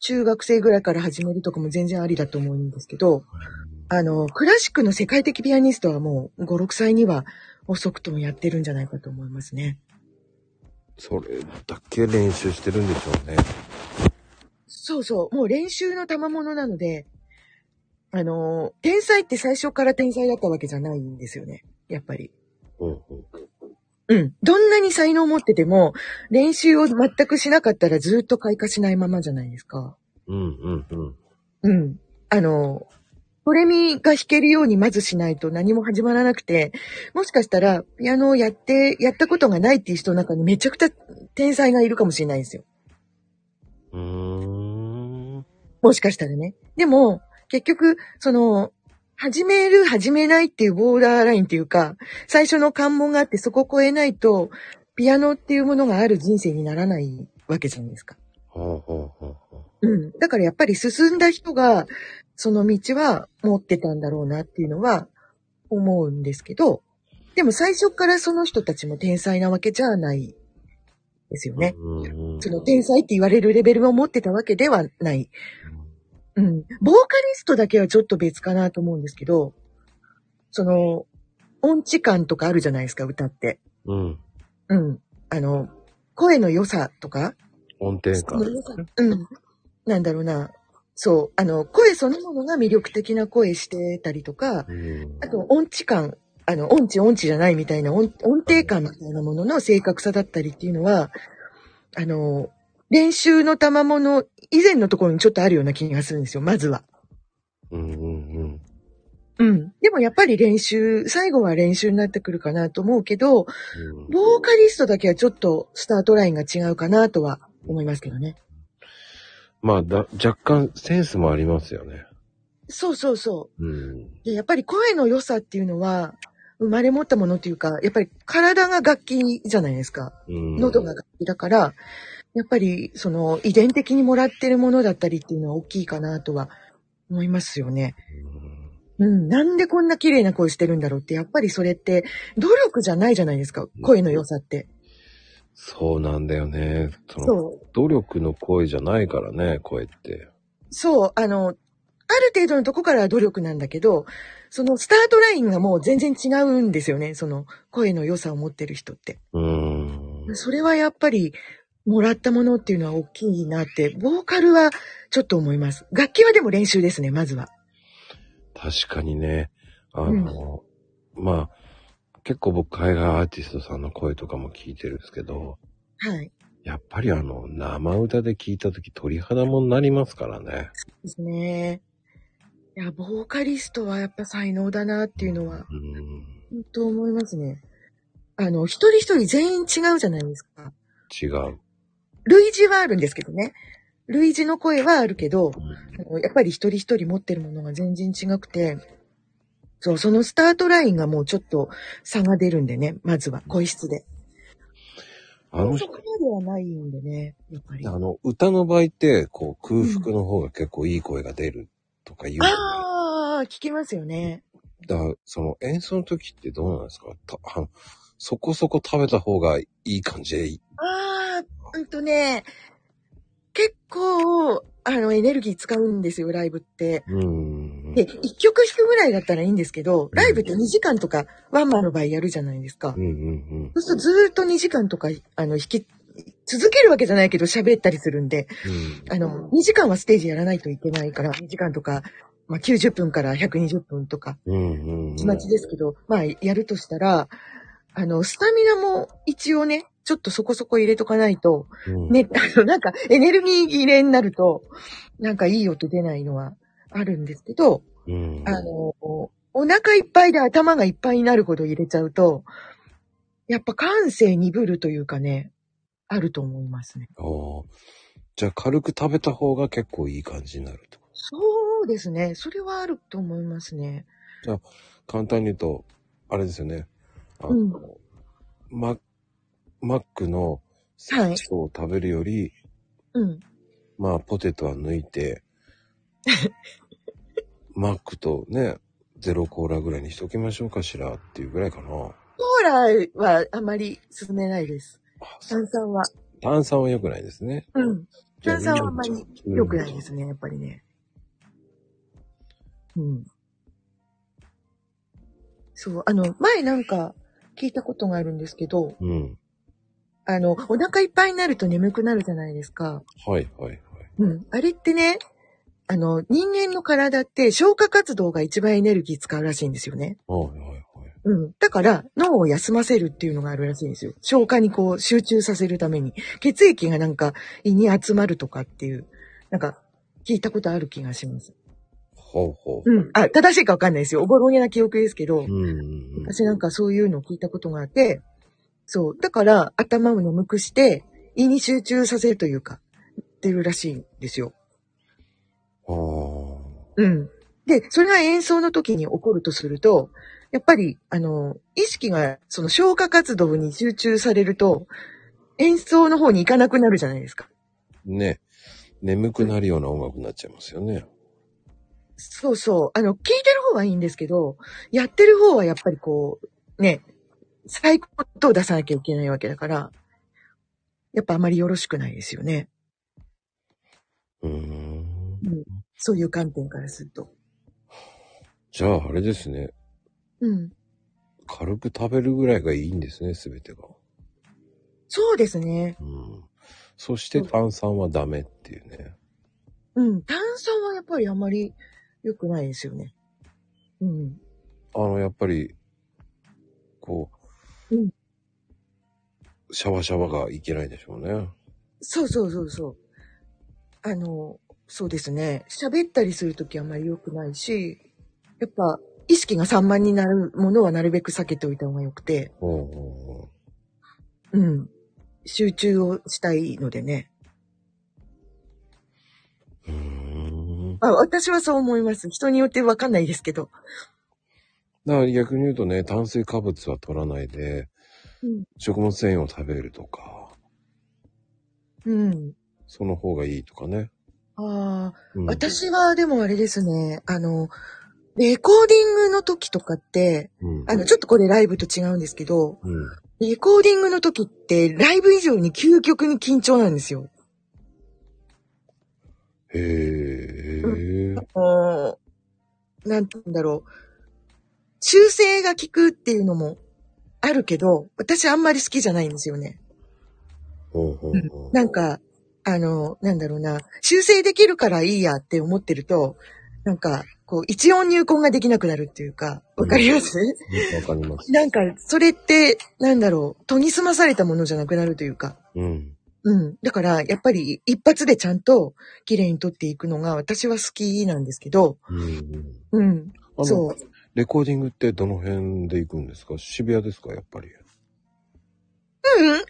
Speaker 3: 中学生ぐらいから始めるとかも全然ありだと思うんですけど、あの、クラシックの世界的ピアニストはもう5、6歳には遅くともやってるんじゃないかと思いますね。
Speaker 2: それだけ練習してるんでしょうね。
Speaker 3: そうそう、もう練習の賜物なので、あの、天才って最初から天才だったわけじゃないんですよね。やっぱり。
Speaker 2: うんうん
Speaker 3: うん。どんなに才能を持ってても、練習を全くしなかったらずっと開花しないままじゃないですか。
Speaker 2: うんうんうん。
Speaker 3: うん。あの、ドレミが弾けるようにまずしないと何も始まらなくて、もしかしたら、ピアノをやって、やったことがないっていう人の中にめちゃくちゃ天才がいるかもしれないんですよ。
Speaker 2: うーん。
Speaker 3: もしかしたらね。でも、結局、その、始める、始めないっていうボーダーラインっていうか、最初の関門があってそこを越えないと、ピアノっていうものがある人生にならないわけじゃないですか。
Speaker 2: ほうほうほうほ
Speaker 3: うん。だからやっぱり進んだ人が、その道は持ってたんだろうなっていうのは思うんですけど、でも最初からその人たちも天才なわけじゃないですよ
Speaker 2: う。
Speaker 3: ね。
Speaker 2: うんうん。
Speaker 3: その天才って言われるレベルを持ってたわけではない。うん。ボーカリストだけはちょっと別かなと思うんですけど、その、音痴感とかあるじゃないですか、歌って。
Speaker 2: うん。
Speaker 3: うん。あの、声の良さとか、
Speaker 2: 音程感。
Speaker 3: うん。なんだろうな。そう。あの、声そのものが魅力的な声してたりとか、
Speaker 2: うん
Speaker 3: あと音痴感、あの、音痴音痴じゃないみたいな音音程感みたいなものの正確さだったりっていうのは、あの、練習の賜物以前のところにちょっとあるような気がするんですよ、まずは。
Speaker 2: うんうんうん。
Speaker 3: うん。でもやっぱり練習、最後は練習になってくるかなと思うけど、
Speaker 2: うん
Speaker 3: ボーカリストだけはちょっとスタートラインが違うかなとは思いますけどね。
Speaker 2: まあだ、若干センスもありますよね。
Speaker 3: そうそうそう。
Speaker 2: うん。
Speaker 3: でやっぱり声の良さっていうのは、生まれ持ったものっていうか、やっぱり体が楽器じゃないですか。
Speaker 2: うん
Speaker 3: 喉が楽器だから、やっぱりその遺伝的にもらってるものだったりっていうのは大きいかなとは思いますよね。
Speaker 2: うん
Speaker 3: うん。なんでこんな綺麗な声してるんだろうって、やっぱりそれって努力じゃないじゃないですか。声の良さって。
Speaker 2: そうなんだよね。その
Speaker 3: そう。
Speaker 2: 努力の声じゃないからね、声って。
Speaker 3: そう、あの、ある程度のとこからは努力なんだけど、そのスタートラインがもう全然違うんですよね。その声の良さを持ってる人って。
Speaker 2: うーん。
Speaker 3: それはやっぱり、もらったものっていうのは大きいなって、ボーカルはちょっと思います。楽器はでも練習ですね、まずは。
Speaker 2: 確かにね。あの、まあ、結構僕海外アーティストさんの声とかも聞いてるんですけど、
Speaker 3: はい。
Speaker 2: やっぱりあの、生歌で聴いたとき鳥肌もんなりますからね。
Speaker 3: ですね。いや、ボーカリストはやっぱ才能だなっていうのは、
Speaker 2: うん。
Speaker 3: 本当思いますね。あの、一人一人全員違うじゃないですか。
Speaker 2: 違う。
Speaker 3: 類似はあるんですけどね。類似の声はあるけど
Speaker 2: う、ん
Speaker 3: あのやっぱり一人一人持ってるものが全然違くて、そう、そのスタートラインがもうちょっと差が出るんでね、まずは、声質で。
Speaker 2: あの
Speaker 3: そ
Speaker 2: 人、
Speaker 3: こまではないんでね、やっぱり。
Speaker 2: あ
Speaker 3: あ
Speaker 2: の、歌の場合って、こう、空腹の方が結構いい声が出るとか言うよね、
Speaker 3: あー、聞きますよね。
Speaker 2: だからその演奏の時ってどうなんですかたあのそこそこ食べた方がいい感じでいい。
Speaker 3: あー、うんとね、結構、あの、エネルギー使うんですよ、ライブって。
Speaker 2: うん
Speaker 3: で、。一曲弾くぐらいだったらいいんですけど、ライブって2時間とか、ワンマンの場合やるじゃないですか
Speaker 2: うんう。ん
Speaker 3: そうするとずーっと2時間とか、あの、弾き、続けるわけじゃないけど喋ったりするんで、
Speaker 2: うん。
Speaker 3: あの、2時間はステージやらないといけないから、2時間とか、まあ、90分から120分とか、
Speaker 2: うんうんうん。
Speaker 3: ちまちですけど、まあ、やるとしたら、あの、スタミナも一応ね、ちょっとそこそこ入れとかないと、
Speaker 2: うん。
Speaker 3: ね、あの、なんか、エネルギー切れになると、なんかいい音出ないのはあるんですけど、
Speaker 2: うん。
Speaker 3: あの、お腹いっぱいで頭がいっぱいになるほど入れちゃうと、やっぱ感性鈍るというかね、あると思いますね。
Speaker 2: おーじゃあ軽く食べた方が結構いい感じになると。
Speaker 3: そうですね。それはあると思いますね。
Speaker 2: 簡単に言うと、あれですよね。あの、
Speaker 3: うん
Speaker 2: ママックのサ
Speaker 3: はい
Speaker 2: ンドを食べるより、
Speaker 3: うん。
Speaker 2: まあポテトは抜い て、マックとね、ゼロコーラぐらいにしときましょうかしらっていうぐらいかな。
Speaker 3: コーラはあまり進めないです。
Speaker 2: あ
Speaker 3: 炭酸は。
Speaker 2: 炭酸は良くないですね。。
Speaker 3: うん。炭酸はあんまり良くないですすね、やっぱりね。うん。そう、あの、前なんか聞いたことがあるんですけど、
Speaker 2: うん。
Speaker 3: あの、お腹いっぱいになると眠くなるじゃないですか。
Speaker 2: はいはいはい。
Speaker 3: うん。あれってね、あの、人間の体って消化活動が一番エネルギー使うらしいんですよね。
Speaker 2: はいはいはい。
Speaker 3: うん。だから、脳を休ませるっていうのがあるらしいんですよ。消化にこう、集中させるために。血液がなんか、胃に集まるとかっていう、なんか、聞いたことある気がします。
Speaker 2: ほうほう。
Speaker 3: うん。あ、正しいかわかんないですよ。おぼろげな記憶ですけど、
Speaker 2: うんうん
Speaker 3: 私なんかそういうのを聞いたことがあって、そう。だから、頭を眠くして、胃に集中させるというか、言ってるらしいんですよ。
Speaker 2: うん。ああ。
Speaker 3: うん。で、それが演奏の時に起こるとすると、やっぱり、あの、意識が、その消化活動に集中されると、演奏の方に行かなくなるじゃないですか。
Speaker 2: ね、眠くなるような音楽になっちゃいますよね。
Speaker 3: そうそう。あの、聞いてる方はいいんですけど、やってる方はやっぱりこう、ね、最高の音を出さなきゃいけないわけだから、やっぱあまりよろしくないですよね。
Speaker 2: うーん。
Speaker 3: そういう観点からすると。
Speaker 2: じゃあ、あれですね。
Speaker 3: うん。
Speaker 2: 軽く食べるぐらいがいいんですね、すべてが。
Speaker 3: そうですね。
Speaker 2: うん。そして炭酸はダメっていうね。
Speaker 3: うん。炭酸はやっぱりあまり良くないですよね。うん。
Speaker 2: あの、やっぱり、こう、
Speaker 3: うん
Speaker 2: シャワシャワがいけないでしょうね。
Speaker 3: そうそうそうそう。あの、そうですね。喋ったりするときあまり良くないし、やっぱ意識が散漫になるものはなるべく避けておいた方が良くて、
Speaker 2: うんうんうん
Speaker 3: うん。集中をしたいのでね。
Speaker 2: うーん。
Speaker 3: まあ私はそう思います。人によってわかんないですけど。
Speaker 2: だから逆に言うとね、炭水化物は取らないで、
Speaker 3: うん
Speaker 2: 食物繊維を食べるとか、
Speaker 3: うん。
Speaker 2: その方がいいとかね。
Speaker 3: ああ、
Speaker 2: うん、
Speaker 3: 私はでもあれですね。あの、レコーディングの時とかって、
Speaker 2: うん、
Speaker 3: あの、ちょっとこれライブと違うんですけど、
Speaker 2: うん。
Speaker 3: レコーディングの時ってライブ以上に究極に緊張なんですよ。
Speaker 2: へえ。
Speaker 3: もう、なんて言うんだろう。修正が効くっていうのもあるけど、私あんまり好きじゃないんですよね。
Speaker 2: ほうほうほう。
Speaker 3: なんか、あの、なんだろうな、修正できるからいいやって思ってると、なんか、こう、一音入魂ができなくなるっていうか、わかります、
Speaker 2: わかり ます。
Speaker 3: なんか、それって、なんだろう、研ぎ澄まされたものじゃなくなるというか、
Speaker 2: うん。
Speaker 3: うん。だから、やっぱり一発でちゃんと綺麗に撮っていくのが私は好きなんですけど、
Speaker 2: うん。
Speaker 3: うん。
Speaker 2: あの
Speaker 3: そう。
Speaker 2: レコーディングってどの辺で行くんですか渋谷ですかやっぱり。
Speaker 3: うん。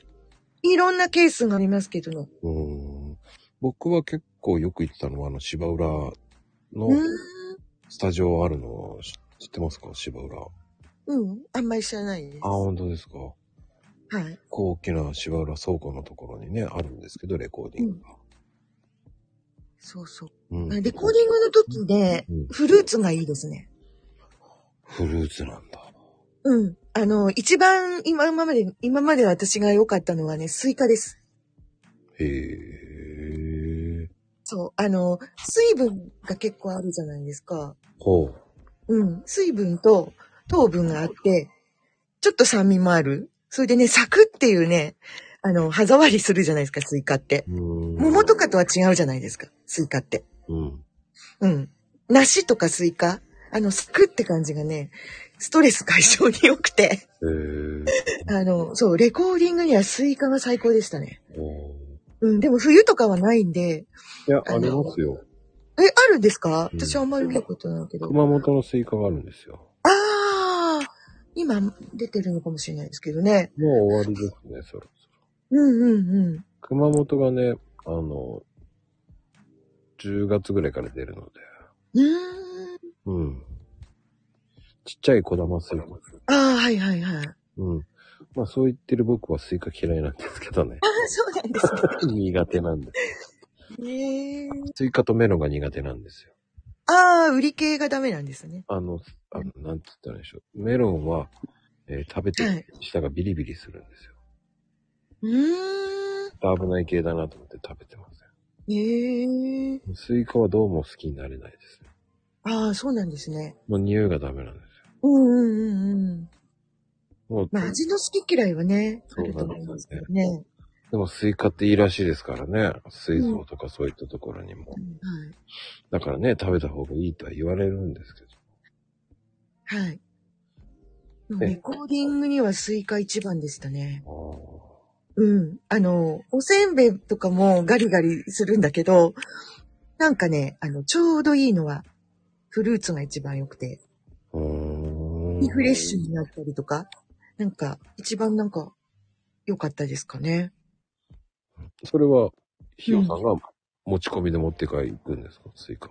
Speaker 3: いろんなケースがありますけど。
Speaker 2: うーん。僕は結構よく行ったのは、あの、芝浦
Speaker 3: う
Speaker 2: の
Speaker 3: ん。
Speaker 2: スタジオあるの知知ってますか芝浦。あ、
Speaker 3: うん。あんまり知らないです。は
Speaker 2: 本当ですか。
Speaker 3: い。
Speaker 2: 高貴な芝浦倉庫のところにね、あるんですけど、レコーディングが。
Speaker 3: そうそう。
Speaker 2: うん
Speaker 3: レコーディングの時で
Speaker 2: うん、
Speaker 3: フルーツがいいですね。
Speaker 2: フルーツなんだ。
Speaker 3: うん。あの、一番今まで、今まで私が良かったのはね、スイカです。
Speaker 2: へえ。
Speaker 3: そう。あの、水分が結構あるじゃないですか。
Speaker 2: ほう。
Speaker 3: うん。水分と糖分があって、ちょっと酸味もある。それでね、サクっていうね、あの、歯触りするじゃないですか、スイカって。
Speaker 2: うーん
Speaker 3: 桃とかとは違うじゃないですか、スイカって。
Speaker 2: うん。
Speaker 3: うん。梨とかスイカあの、サクって感じがね、ストレス解消に良くて。
Speaker 2: へ
Speaker 3: あの、そう、レコーディングにはスイカが最高でしたね。
Speaker 2: え。ほう
Speaker 3: うん、でも冬とかはないんで、
Speaker 2: いや、
Speaker 3: あ
Speaker 2: あ
Speaker 3: の
Speaker 2: りますよ。
Speaker 3: え、あるんですか
Speaker 2: うん
Speaker 3: 私あんまり見たことないけど。
Speaker 2: 熊本のスイカがあるんですよ。
Speaker 3: ああ今出てるのかもしれないですけどね。
Speaker 2: もう終わりですね、そろそろ。
Speaker 3: うんうんうん。
Speaker 2: 熊本がね、あの、10月ぐらいから出るので。
Speaker 3: うーん。
Speaker 2: うん。ちっちゃい小玉スイカ。
Speaker 3: ああ、はいはいはい。あ
Speaker 2: うん。まあそう言ってる僕はスイカ嫌いなんですけどね。
Speaker 3: あ、 そうなんです
Speaker 2: 苦手なんで。
Speaker 3: ね。へえ
Speaker 2: スイカとメロンが苦手なんですよ。
Speaker 3: ああ、売り系がダメなんですね。
Speaker 2: あの、あのなんつったらいいんでしょう。メロンは、えー食べ
Speaker 3: はい
Speaker 2: て舌がビリビリするんですよ。
Speaker 3: うーん。
Speaker 2: 危ない系だなと思って食べてませ
Speaker 3: へえ
Speaker 2: ん。スイカはどうも好きになれないですね。
Speaker 3: ああ、そうなんですね。
Speaker 2: もう匂いがダメなんです
Speaker 3: うんうんうんうん。
Speaker 2: よ。もう、
Speaker 3: まあ、味の好き嫌いはね、あ
Speaker 2: そう
Speaker 3: ると
Speaker 2: なん
Speaker 3: 思
Speaker 2: ですよね
Speaker 3: いますけどね。はい。
Speaker 2: でもスイカっていいらしいですからね。水槽とかそういったところにも。だからね、食べた方がいいとは言われるんですけど。
Speaker 3: はい。でも
Speaker 2: え
Speaker 3: レコーディングにはスイカ一番でしたね。
Speaker 2: あ
Speaker 3: うん。あの、おせんべいとかもガリガリするんだけど、なんかね、あの、ちょうどいいのは、フルーツが一番良くて、
Speaker 2: あ。うーん。
Speaker 3: リフレッシュになったりとか、なんか、一番なんか、良かったですかね。
Speaker 2: それは、ひよさんが持ち込みで持って帰行くんですか、スイカ。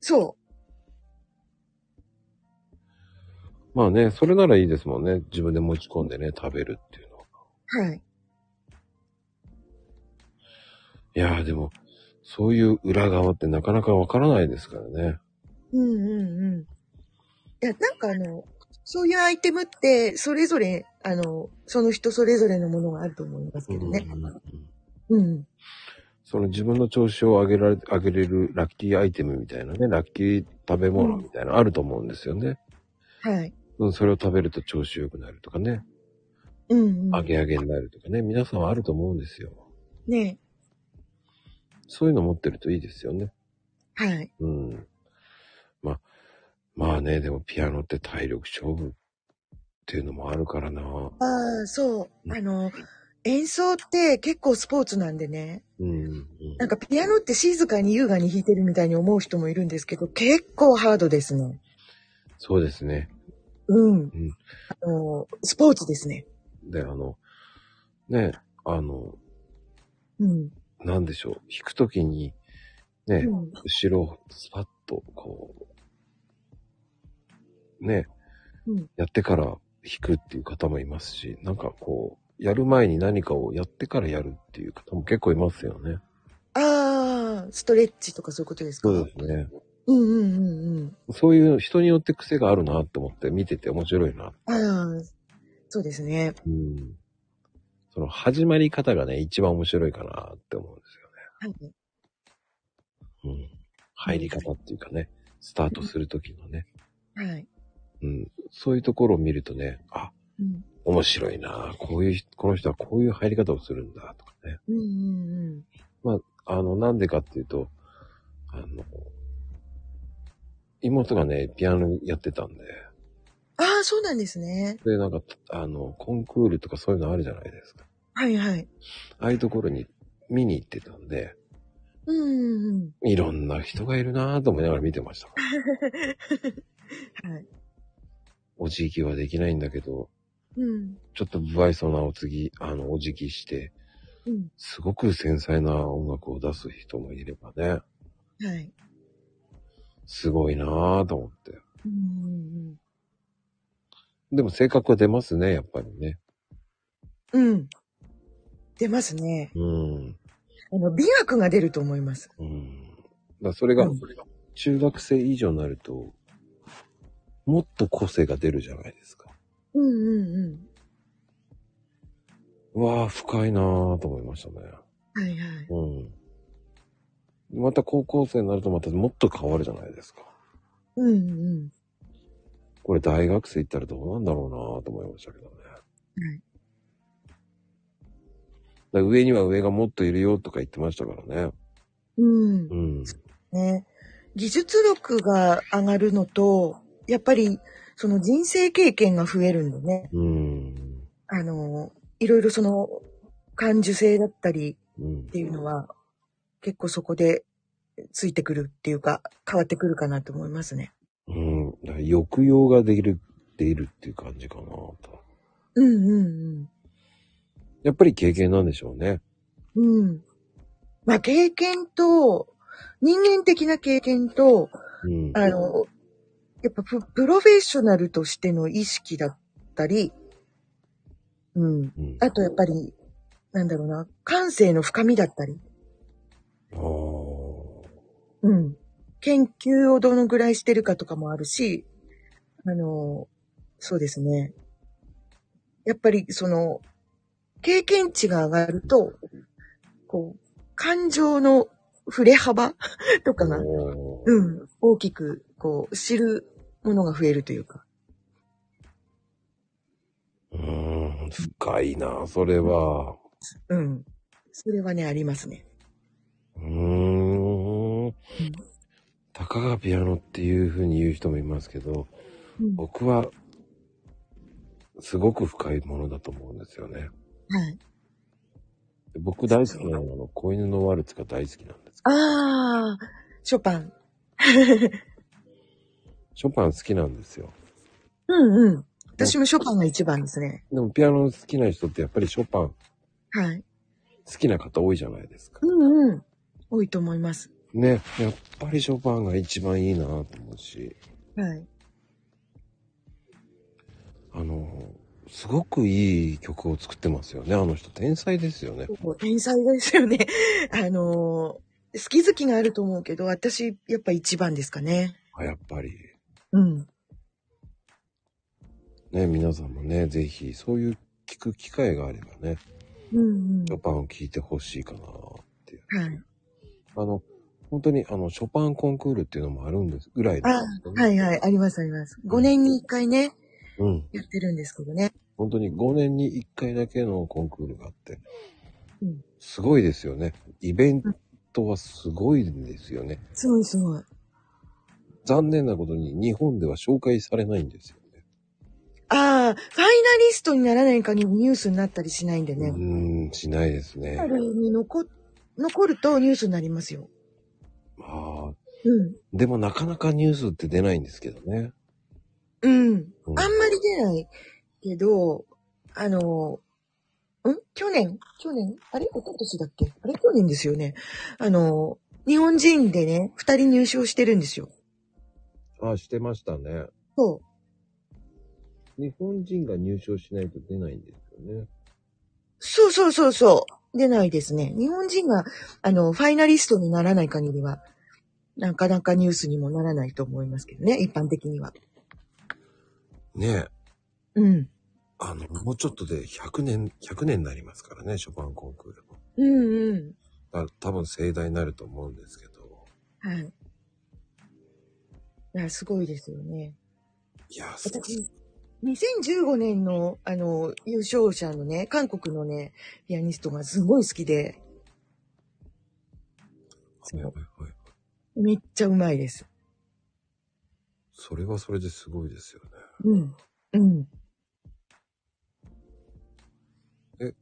Speaker 3: そ
Speaker 2: まあね、それならいいですもんね。自分で持ち込んでね、食べるっていうのは。
Speaker 3: う。はい。
Speaker 2: いやーでも、そういう裏側ってなかなかわからないですからね。
Speaker 3: うんうんうん。いや、なんかあの、そういうアイテムって、それぞれ、あの、その人それぞれのものがあると思いますけどね。
Speaker 2: うん
Speaker 3: うん。
Speaker 2: その自分の調子を上げられ、上げれるラッキーアイテムみたいなね、ラッキー食べ物みたいなのあると思うんですよね。
Speaker 3: はい。
Speaker 2: うん、それを食べると調子良くなるとかね、
Speaker 3: うん、う
Speaker 2: 上
Speaker 3: ん。
Speaker 2: げ上げになるとかね、皆さんはあると思うんですよ。
Speaker 3: ね
Speaker 2: そういうの持ってるといいですよね。
Speaker 3: はい。
Speaker 2: うん。まあ、まあね、でもピアノって体力勝負っていうのもあるからな。
Speaker 3: ああ、そう。あの、演奏って結構スポーツなんでね。
Speaker 2: うんうん。
Speaker 3: なんかピアノって静かに優雅に弾いてるみたいに思う人もいるんですけど、結構ハードですね。
Speaker 2: そうですね。
Speaker 3: うん。
Speaker 2: ん
Speaker 3: あの、スポーツですね。
Speaker 2: で、あの、ね、あの、
Speaker 3: うん。
Speaker 2: なんでしょう、弾くときに、
Speaker 3: う
Speaker 2: ね、
Speaker 3: ん。
Speaker 2: 後ろをスパッとこう、ね、
Speaker 3: うん
Speaker 2: やってから弾くっていう方もいますし、なんかこう、やる前に何かをやってからやるっていう方も結構いますよね。
Speaker 3: ああ、ストレッチとかそういうことですか
Speaker 2: すね。
Speaker 3: うんうんうんうん。
Speaker 2: そういう人によって癖があるなって思って見てて面白いな。
Speaker 3: ああ、そうですね。
Speaker 2: うん。その始まり方がね、一番面白いかなって思うんですよね。
Speaker 3: は
Speaker 2: う
Speaker 3: い。
Speaker 2: ん。入り方っていうかね、スタートするときのね、
Speaker 3: はい。
Speaker 2: うん。そういうところを見るとね、あ、
Speaker 3: うん。
Speaker 2: 面白いなあこういう人、この人はこういう入り方をするんだとかね。
Speaker 3: うんうん
Speaker 2: あの、なんでかっていうと、あの、妹がね、ピアノやってたんで、
Speaker 3: うん。ああ、そうなんですね。
Speaker 2: で、なんか、あの、コンクールとかそういうのあるじゃないですか。
Speaker 3: はいはい。
Speaker 2: ああいうところに見に行ってたんで、
Speaker 3: うん。
Speaker 2: いろんな人がいるなぁと思いながら見てました。
Speaker 3: はい。
Speaker 2: お辞儀はできないんだけど、
Speaker 3: うん。
Speaker 2: ちょっと不愛想なお辞儀、あの、お辞儀して、
Speaker 3: うん。
Speaker 2: すごく繊細な音楽を出す人もいればね、
Speaker 3: はい。
Speaker 2: すごいなぁと思って。
Speaker 3: うん。
Speaker 2: でも性格は出ますね、やっぱりね。
Speaker 3: うん。出ますね。
Speaker 2: うん。
Speaker 3: あの、美学が出ると思います。
Speaker 2: うん。だからそれが
Speaker 3: うん、
Speaker 2: 中学生以上になると、もっと個性が出るじゃないですか。
Speaker 3: うんうん
Speaker 2: うわぁ、深いなぁと思いましたね。
Speaker 3: うん。はいはい。
Speaker 2: うん。また高校生になるとまたもっと変わるじゃないですか。
Speaker 3: うんうん。
Speaker 2: これ大学生行ったらどうなんだろうなぁと思いましたけどね。
Speaker 3: はい。
Speaker 2: だから上には上がもっといるよとか言ってましたからね。
Speaker 3: うん
Speaker 2: う。ん。
Speaker 3: ね。技術力が上がるのと、やっぱり、その人生経験が増えるんでね。
Speaker 2: うん。
Speaker 3: あの、いろいろその、感受性だったり
Speaker 2: うん
Speaker 3: っ。ていうのは、結構そこでついてくるっていうか、変わってくるかなと思いますね。
Speaker 2: うん。だから抑揚ができる、出るっていう感じかなと。
Speaker 3: うんうん
Speaker 2: やっぱり経験なんでしょうね。
Speaker 3: うん。うん。まあ、経験と、人間的な経験と、
Speaker 2: うん。
Speaker 3: あの、やっぱププロフェッショナルとしての意識だったり、うん。
Speaker 2: うん、
Speaker 3: あとやっぱり、なんだろうな、感性の深みだったり、
Speaker 2: あー
Speaker 3: うん。研究をどのぐらいしてるかとかもあるし、あの、そうですね。やっぱりその、経験値が上がると、こう、感情の触れ幅 とかが、
Speaker 2: おー
Speaker 3: うん、大きく、こう、知るものが増えるというか。
Speaker 2: うん。深いな、それは。
Speaker 3: うん。それはね、ありますね。
Speaker 2: うーん。たかがピアノっていう風に言う人もいますけど、
Speaker 3: うん、は
Speaker 2: 僕は、すごく深いものだと思うんですよね。
Speaker 3: い。
Speaker 2: 僕大好きなのはあの、子犬のワルツが大好きなんですけど、
Speaker 3: ああ、ショパン。
Speaker 2: ショパン好きなんですよ。
Speaker 3: うんうん。私もショパンが一番ですね。
Speaker 2: でもピアノ好きな人ってやっぱりショパン
Speaker 3: はい。
Speaker 2: 好きな方多いじゃないですか。
Speaker 3: うんうん。多いと思います。
Speaker 2: ね、やっぱりショパンが一番いいなと思うし、
Speaker 3: はい。
Speaker 2: あの、すごくいい曲を作ってますよね。あの人、天才ですよね。
Speaker 3: もう天才ですよね。 あのー好き好きがあると思うけど、私、やっぱ一番ですかね。
Speaker 2: あやっぱり。
Speaker 3: うん。
Speaker 2: ね、皆さんもね、ぜひ、そういう聞く機会があればね、
Speaker 3: うんうん。
Speaker 2: ショ
Speaker 3: は
Speaker 2: パンを聴いてほしいかなっていう。
Speaker 3: い。
Speaker 2: あの、本当に、あの、ショパンコンクールっていうのもあるんです、ぐらいで
Speaker 3: あ
Speaker 2: すよね、
Speaker 3: はいはい。ありますあります。5年に1回ね、
Speaker 2: うん。
Speaker 3: やってるんですけどね。
Speaker 2: 本当に5年に1回だけのコンクールがあって
Speaker 3: うん、
Speaker 2: すごいですよね。イベントはすごいんですよね。
Speaker 3: すごいすごい。
Speaker 2: 残念なことに日本では紹介されないんですよね。
Speaker 3: ああ、ファイナリストにならない限りニュースになったりしないんでね。フ
Speaker 2: うーん、しないですね
Speaker 3: ァイ。ナルに残、残るとニュースになりますよ。
Speaker 2: まあ、
Speaker 3: うん。
Speaker 2: でもなかなかニュースって出ないんですけどね。
Speaker 3: うん。
Speaker 2: うん
Speaker 3: あんまり出ないけど、あの、ん去年去年あれおととしだっけあれ去年ですよね。あの、日本人でね、二人入賞してるんですよ。
Speaker 2: ああ、してましたね。
Speaker 3: そ
Speaker 2: 日本人が入賞しないと出ないんですよね。
Speaker 3: う。そうそうそうそう。出ないですね。日本人が、あの、ファイナリストにならない限りは、なかなかニュースにもならないと思いますけどね、一般的には。
Speaker 2: ねえ。
Speaker 3: うん。
Speaker 2: あの、もうちょっとで100年、100年になりますからね、ショパンコンクールも。
Speaker 3: うんう
Speaker 2: だ多分盛大になると思うんですけど。
Speaker 3: ん。はい。いや、すごいですよね。
Speaker 2: いや、す
Speaker 3: 私、2015年の、あの、優勝者のね、韓国のね、ピアニストがすごい好きで、
Speaker 2: はいはいはい。
Speaker 3: めっちゃうまいです。
Speaker 2: それはそれですごいですよね。
Speaker 3: うん。うん。
Speaker 2: え、で、えっ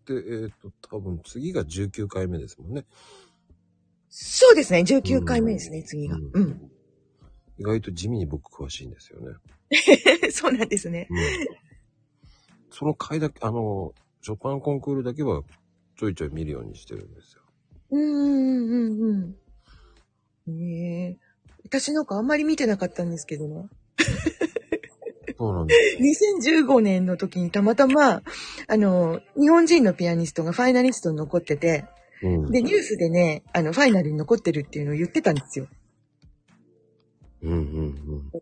Speaker 2: と、多分次が19回目ですもんね。
Speaker 3: そうですね。19回目ですね、次が。
Speaker 2: う
Speaker 3: うんん。
Speaker 2: 意外と地味に僕詳しいんですよね。
Speaker 3: そうなん ですね。
Speaker 2: うん、 その回だけ、あの、ショパンコンクールだけはちょいちょい見るようにしてるんですよ。
Speaker 3: うんうんうんうん。ねえ。私なんかあんまり見てなかったんですけどね。
Speaker 2: そうなんです。
Speaker 3: 2015年の時にたまたま、あの、日本人のピアニストがファイナリストに残ってて、
Speaker 2: うん。
Speaker 3: で、ニュースでね、あの、ファイナルに残ってるっていうのを言ってたんですよ。
Speaker 2: うんうん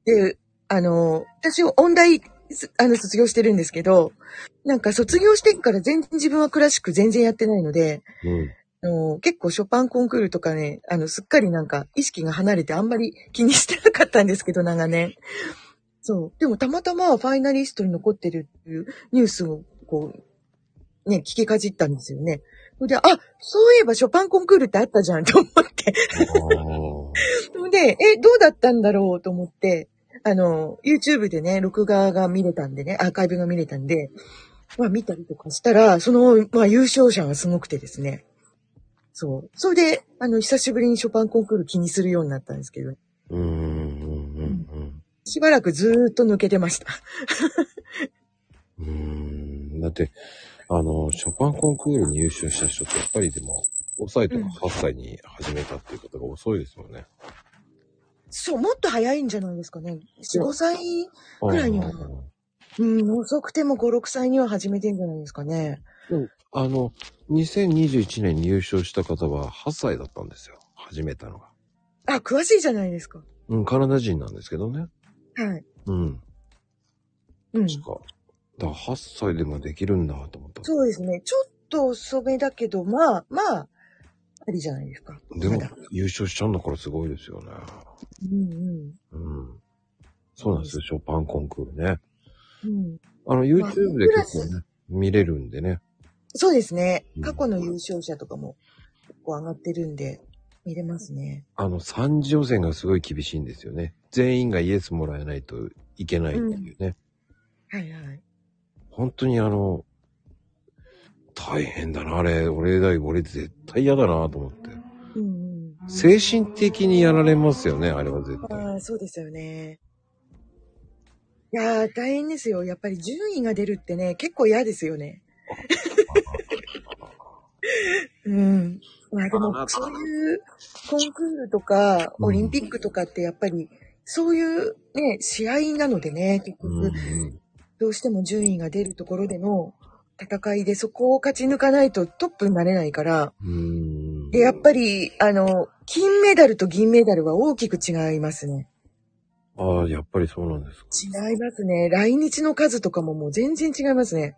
Speaker 3: で、あの、私、音大、すあの、卒業してるんですけど、なんか卒業してから全然自分はクラシック全然やってないので、
Speaker 2: うん。うん。
Speaker 3: あの結構ショパンコンクールとかね、あの、すっかりなんか意識が離れてあんまり気にしてなかったんですけど、長年。そう。でもたまたまファイナリストに残ってるっていうニュースをこう、ね、聞きかじったんですよね。それで、あ、そういえばショパンコンクールってあったじゃんと思って。で、え、どうだったんだろうと思って、あの、YouTube でね、録画が見れたんでね、アーカイブが見れたんで、まあ見たりとかしたら、その、まあ優勝者がすごくてですね。そう。それで、あの、久しぶりにショパンコンクール気にするようになったんですけど、
Speaker 2: うんうんうん
Speaker 3: しばらくずーっと抜けてました。
Speaker 2: うんうん。うん。だって、あの、ショパンコンクールに優秀した人ってやっぱりでも、5歳とか8歳に始めたっていうことが遅いですよね。
Speaker 3: そう、もっと早いんじゃないですかね。4、5歳、
Speaker 2: うん
Speaker 3: くらいにはうん、遅くても5、6歳には始めてんじゃないですかね。
Speaker 2: あの、2021年に優勝した方は8歳だったんですよ。始めたのが。
Speaker 3: あ、詳しいじゃないですか。
Speaker 2: うん、カナダ人なんですけどね。
Speaker 3: はい。
Speaker 2: うん。
Speaker 3: うん。
Speaker 2: 確か。だから8歳でもできるんだと思った。
Speaker 3: そうですね。ちょっと遅めだけど、まあ、まあ、ありじゃないですか。
Speaker 2: でも
Speaker 3: まだ、
Speaker 2: 優勝しちゃうんだからすごいですよね。
Speaker 3: うん
Speaker 2: うん。そうなんですよ、ショパンコンクールね。
Speaker 3: うん。うん、
Speaker 2: あの、YouTube で結構ね、見れるんでね。
Speaker 3: そうですね
Speaker 2: う。ん
Speaker 3: 過去の優勝者とかも結構上がってるんで、見れますね。
Speaker 2: あの、三次予選がすごい厳しいんですよね。全員がイエスもらえないといけないっていうね。
Speaker 3: はいはい。
Speaker 2: 本当にあの、大変だな、あれ。俺だよ、俺絶対嫌だなと思って。
Speaker 3: うん、
Speaker 2: 精神的にやられますよね、あれは絶
Speaker 3: うん。
Speaker 2: 対。
Speaker 3: ああ、そうですよね。いやー、大変ですよ。やっぱり順位が出るってね、結構嫌です よね。うん。まあでも、そういうコンクールとか、
Speaker 2: うん
Speaker 3: オリンピックとかってやっぱり、そういうね、試合なのでね、結
Speaker 2: う
Speaker 3: 局、
Speaker 2: んうん
Speaker 3: どうしても順位が出るところでの戦いでそこを勝ち抜かないとトップになれないから、
Speaker 2: うん。
Speaker 3: で、やっぱり、あの、金メダルと銀メダルは大きく違いますね。
Speaker 2: ああ、やっぱりそうなんですか。
Speaker 3: 違いますね。来日の数とかももう全然違いますね。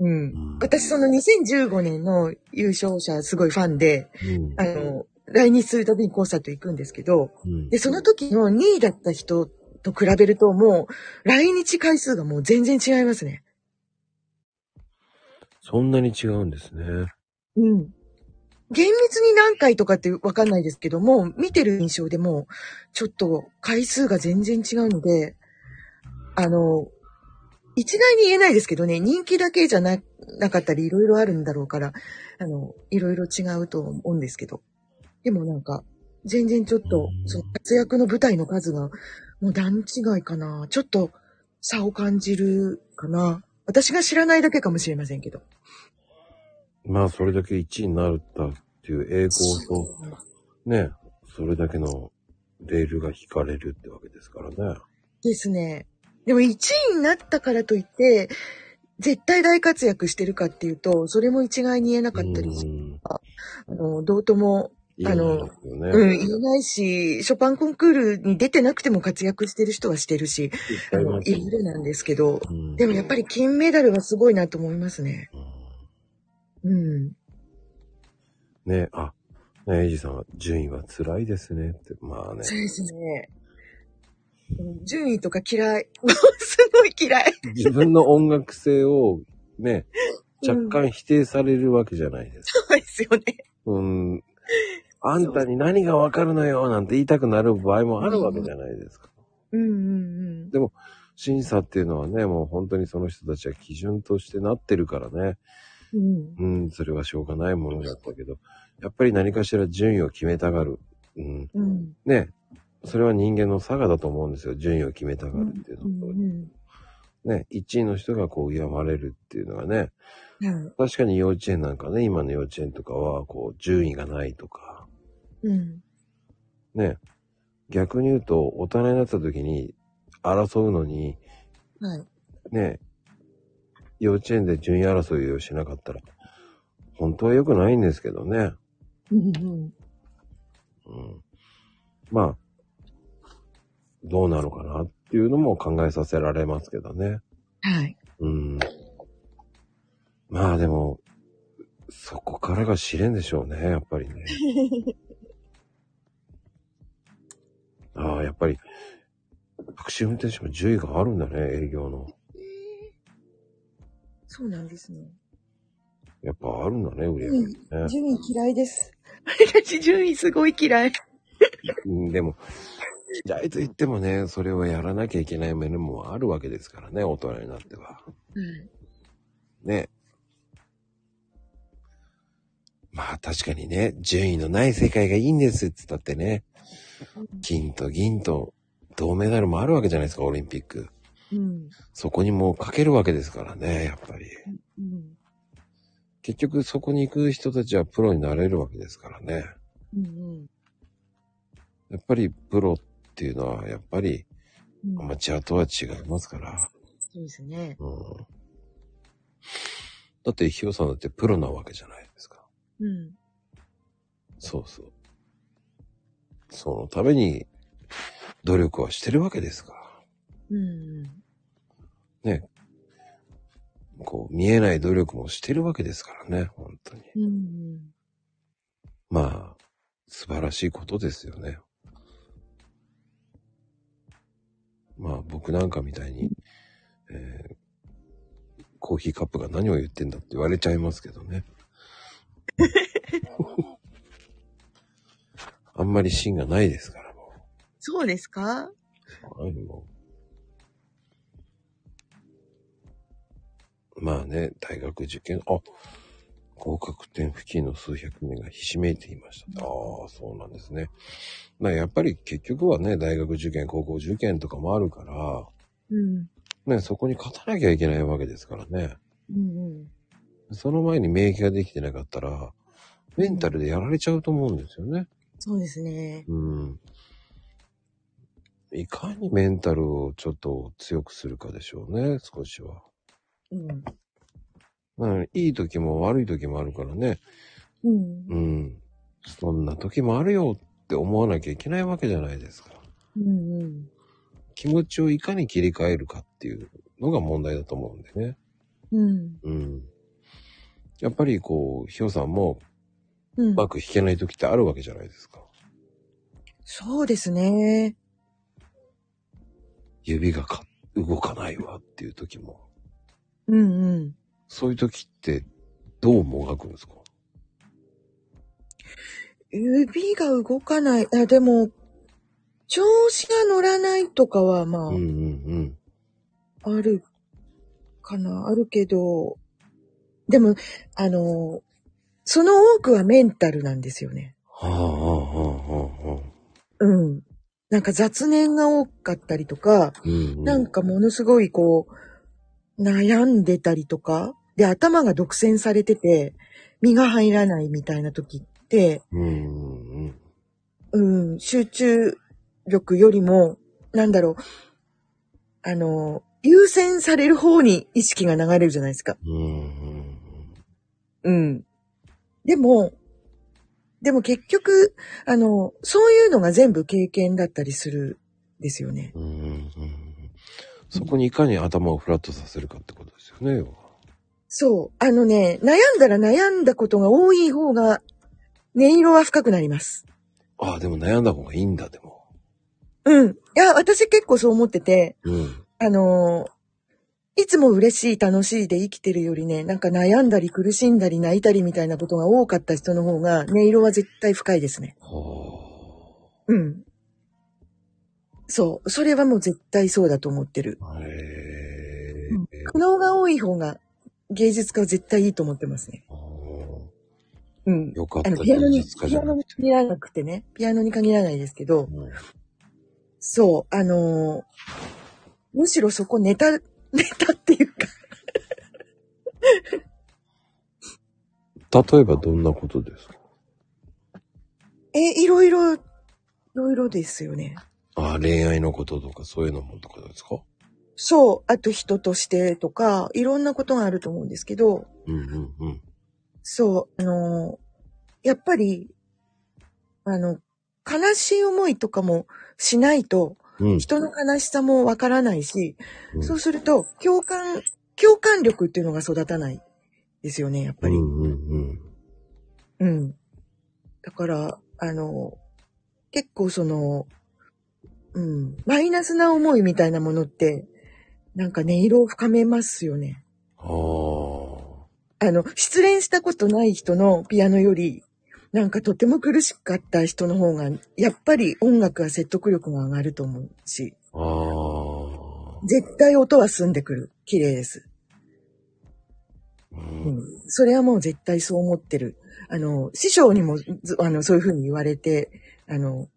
Speaker 3: うん。私その2015年の優勝者すごいファンで、
Speaker 2: うん
Speaker 3: あの、来日するたびにコンサート行くんですけど、
Speaker 2: うん
Speaker 3: で、その時の2位だった人と比べるともう、来日回数がもう全然違いますね。
Speaker 2: そんなに違うんですね。
Speaker 3: うん。厳密に何回とかってわかんないですけども、見てる印象でも、ちょっと回数が全然違うので、あの、一概に言えないですけどね、人気だけじゃな、なかったりいろいろあるんだろうから、あの、いろいろ違うと思うんですけど。でもなんか、全然ちょっと、その活躍の舞台の数が、もう段違いかな。ちょっと差を感じるかな。私が知らないだけかもしれませんけど。
Speaker 2: まあ、それだけ1位になったっていう栄光と、ね、それだけのレールが引かれるってわけですからね。
Speaker 3: ですね。でも1位になったからといって、絶対大活躍してるかっていうと、それも一概に言えなかったりし、
Speaker 2: うん
Speaker 3: あの、どうとも、
Speaker 2: 言えないですよね。
Speaker 3: うん、言えないし、ショパンコンクールに出てなくても活躍してる人はしてるし、あ
Speaker 2: いっぱいい
Speaker 3: の、
Speaker 2: ます
Speaker 3: いろいろなんですけど、
Speaker 2: うん
Speaker 3: でもやっぱり金メダルはすごいなと思いますね。うん。
Speaker 2: ね、あ、ね、エイジさんは、順位は辛いですねって。まあ ね
Speaker 3: そ、うですね。うん順位とか嫌い。 すごい嫌い。
Speaker 2: 自分の音楽性をね、若干否定されるわけじゃないですか
Speaker 3: そうですよね。
Speaker 2: うん。あんたに何がわかるのよなんて言いたくなる場合もあるわけじゃないですか。
Speaker 3: うんうんうん。
Speaker 2: でも、審査っていうのはね、もう本当にその人たちは基準としてなってるからね。
Speaker 3: う
Speaker 2: う
Speaker 3: ん。
Speaker 2: ん、それはしょうがないものだったけど、やっぱり何かしら順位を決めたがる。うん。
Speaker 3: うん。
Speaker 2: ね、それは人間の差がだと思うんですよ。順位を決めたがるっていう
Speaker 3: う
Speaker 2: のは。
Speaker 3: ん。
Speaker 2: ね、1位の人がこう敬われるっていうのはね、
Speaker 3: うん。
Speaker 2: 確かに幼稚園なんかね、今の幼稚園とかは、こう、順位がないとか、
Speaker 3: うん。
Speaker 2: ね、逆に言うと、大人になった時に争うのに、
Speaker 3: はい。
Speaker 2: ね、幼稚園で順位争いをしなかったら、本当は良くないんですけどね。
Speaker 3: うん。うん。
Speaker 2: うんまあ、どうなのかなっていうのも考えさせられますけどね。
Speaker 3: はい。
Speaker 2: うん。まあでも、そこからが試練でしょうね、やっぱりね。ああ、やっぱり、タクシー運転手も順位があるんだね、営業の。
Speaker 3: そうなんですね。
Speaker 2: やっぱあるんだね、売り上げね。
Speaker 3: 順位嫌いです。私、順位すごい嫌い。
Speaker 2: うんでも、嫌いと言ってもね、それをやらなきゃいけない面もあるわけですからね、大人になっては。ね。まあ確かにね、順位のない世界がいいんですって言ったってね、金と銀と銅メダルもあるわけじゃないですか、オリンピック。
Speaker 3: うん。
Speaker 2: そこにもうかけるわけですからね、やっぱり。
Speaker 3: うん。
Speaker 2: 結局そこに行く人たちはプロになれるわけですからね。
Speaker 3: うん。
Speaker 2: やっぱりプロっていうのはやっぱり
Speaker 3: うん
Speaker 2: アマチュアとは違いますから。
Speaker 3: そうですね。
Speaker 2: うん。だってヒヨさんだってプロなわけじゃないですか。
Speaker 3: うん。
Speaker 2: そうそう。そのために努力はしてるわけですか
Speaker 3: うん。
Speaker 2: ら。こう、見えない努力もしてるわけですからね、本当に。
Speaker 3: うん。
Speaker 2: まあ、素晴らしいことですよね。まあ、僕なんかみたいに、えーコーヒーカップが何を言ってんだって言われちゃいますけどね。あんまり芯がないですから、もう。
Speaker 3: そうですか
Speaker 2: はい、もう。まあね、大学受験、あ、合格点付近の数百名がひしめいていました。ああ、そうなんですね。まあやっぱり結局はね、大学受験、高校受験とかもあるから、
Speaker 3: うん。
Speaker 2: ね、そこに勝たなきゃいけないわけですからね。
Speaker 3: うんうん。
Speaker 2: その前に免疫ができてなかったら、メンタルでやられちゃうと思うんですよね。
Speaker 3: そうですね。
Speaker 2: うん。いかにメンタルをちょっと強くするかでしょうね、少しは。
Speaker 3: うん。
Speaker 2: なのでいい時も悪い時もあるからね。
Speaker 3: うん。
Speaker 2: うん。そんな時もあるよって思わなきゃいけないわけじゃないですか。
Speaker 3: うんうん。
Speaker 2: 気持ちをいかに切り替えるかっていうのが問題だと思うんでね。
Speaker 3: うん。
Speaker 2: うん。やっぱりこう、ひよさんも
Speaker 3: う
Speaker 2: うんまく弾けない時ってあるわけじゃないですか。
Speaker 3: そうですね。
Speaker 2: 指がか動かないわっていう時も。
Speaker 3: うんうん。
Speaker 2: そういう時ってどうもがくんですか
Speaker 3: 指が動かない。あ、でも、調子が乗らないとかは、ま
Speaker 2: うんうん
Speaker 3: あ、あるかな、あるけど、でも、あの、その多くはメンタルなんですよね。
Speaker 2: はあはあはあはあ。
Speaker 3: うん。なんか雑念が多かったりとか、
Speaker 2: うんうん、
Speaker 3: なんかものすごいこう、悩んでたりとか、で、頭が独占されてて、身が入らないみたいな時って、
Speaker 2: うんうんうん。
Speaker 3: うん、集中力よりも、なんだろう、あの、優先される方に意識が流れるじゃないですか。
Speaker 2: うんうん
Speaker 3: うん。でも、でも結局、あの、そういうのが全部経験だったりするんですよね。
Speaker 2: うんうんうんうんそこにいかに頭をフラットさせるかってことですよね。要は
Speaker 3: そう。あのね、悩んだら悩んだことが多い方が、音色は深くなります。
Speaker 2: ああ、でも悩んだ方がいいんだ、でも。
Speaker 3: うん。いや、私結構そう思ってて、
Speaker 2: うん。
Speaker 3: あのーいつも嬉しい、楽しいで生きてるよりね、なんか悩んだり苦しんだり泣いたりみたいなことが多かった人の方が、音色は絶対深いですね。
Speaker 2: は
Speaker 3: うん。そう。それはもう絶対そうだと思ってる。
Speaker 2: へ
Speaker 3: うん
Speaker 2: え。
Speaker 3: 苦悩が多い方が芸術家は絶対いいと思ってますね。
Speaker 2: あー
Speaker 3: うん。
Speaker 2: よかっ
Speaker 3: あ
Speaker 2: た。
Speaker 3: の、ピアノに、
Speaker 2: 芸術家
Speaker 3: ピ
Speaker 2: じゃ
Speaker 3: ア
Speaker 2: なく
Speaker 3: ノに限らなくてね。ピアノに限らないですけ
Speaker 2: う
Speaker 3: ど、
Speaker 2: ん
Speaker 3: そう、あのーむしろそこネタ、ネ タっていうか、
Speaker 2: 例えばどんなことですか
Speaker 3: え、いろいろ、いろいろですよね。
Speaker 2: あー恋愛のこととかそういうのもとかですか
Speaker 3: そう、あと人としてとか、いろんなことがあると思うんですけど、
Speaker 2: うんうんうん。
Speaker 3: そう、あのーやっぱり、あの、悲しい思いとかもしないと、
Speaker 2: うん。
Speaker 3: 人の悲しさもわからないし、
Speaker 2: うん
Speaker 3: そうすると、共感、共感力っていうのが育たないですよね、やっぱ
Speaker 2: うん
Speaker 3: り。
Speaker 2: うん
Speaker 3: うん。だから、あの、結構その、うん、マイナスな思いみたいなものって、なんかね、色を深めますよね。
Speaker 2: うん。ああ。
Speaker 3: あの、失恋したことない人のピアノより、なんかとても苦しかった人の方が、やっぱり音楽は説得力が上がると思うし、
Speaker 2: ああ。
Speaker 3: 絶対音は澄んでくる。綺麗です。
Speaker 2: う。
Speaker 3: うんん。それはもう絶対そう思ってる。あの、師匠にもず、あの、そういうふうに言われて、あの、